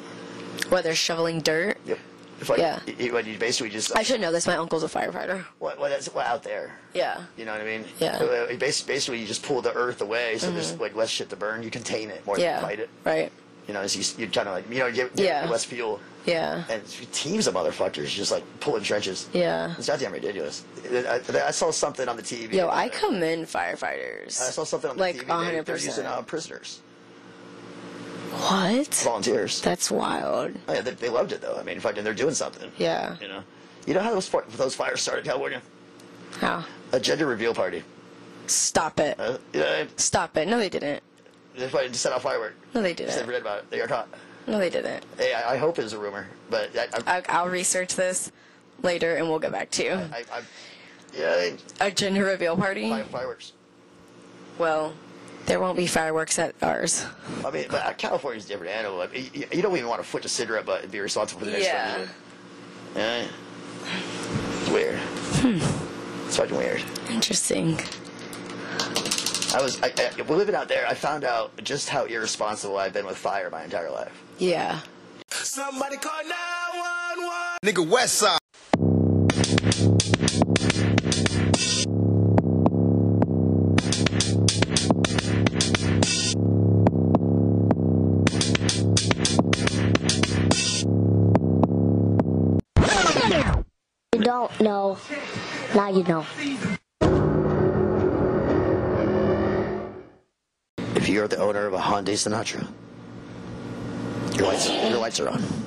Where they're shoveling dirt.
Yep. If, like,
Yeah.
You, you- when you basically just
I should know this. My uncle's a firefighter.
what what is what out there.
Yeah.
You know what I mean?
Yeah. Mm-hmm.
Uh, you basi- basically, you just pull the earth away, so there's like less shit to burn. You contain it more
Yeah.
than fight it.
Right.
You know, so you, you kind of like you know give, give
Yeah.
less fuel.
Yeah.
And it's teams of motherfuckers just like pulling trenches.
Yeah.
It's goddamn ridiculous. I, I- I saw something on the TV.
Yo, I commend firefighters.
I saw something on the
like
TV. They,
hundred
they're using uh,
percent.
prisoners,
What?
volunteers.
That's wild.
Oh, yeah, they, they loved it though. I mean, fucking, they're doing something.
Yeah.
You know, you know how those fi- those fires started in California?
How?
A gender reveal party.
Ah, Stop it.
Uh, you know,
Stop it. No, they didn't.
they fucking set off fireworks.
No, they
They
didn't.
read about it. They got caught.
No, they didn't.
Hey, I, I hope it's a rumor, but I, I,
I, I'll research this later, and we'll get back to you.
I, I yeah,
A gender reveal party?
fire, fireworks.
Well, there won't be fireworks at ours.
I mean, but uh, California's a different animal. I mean, you, you don't even want to foot a cigarette butt and be responsible for the next
Yeah.
one. either. Yeah.
Hmm.
It's weird. It's fucking weird.
Interesting.
I was I, I, living out there. I found out just how irresponsible I've been with fire my entire life.
Yeah.
Somebody call 911. Nigga, West Side.
You don't know. Now you know.
If you're the owner of a Hyundai Sinatra, your lights your lights are on.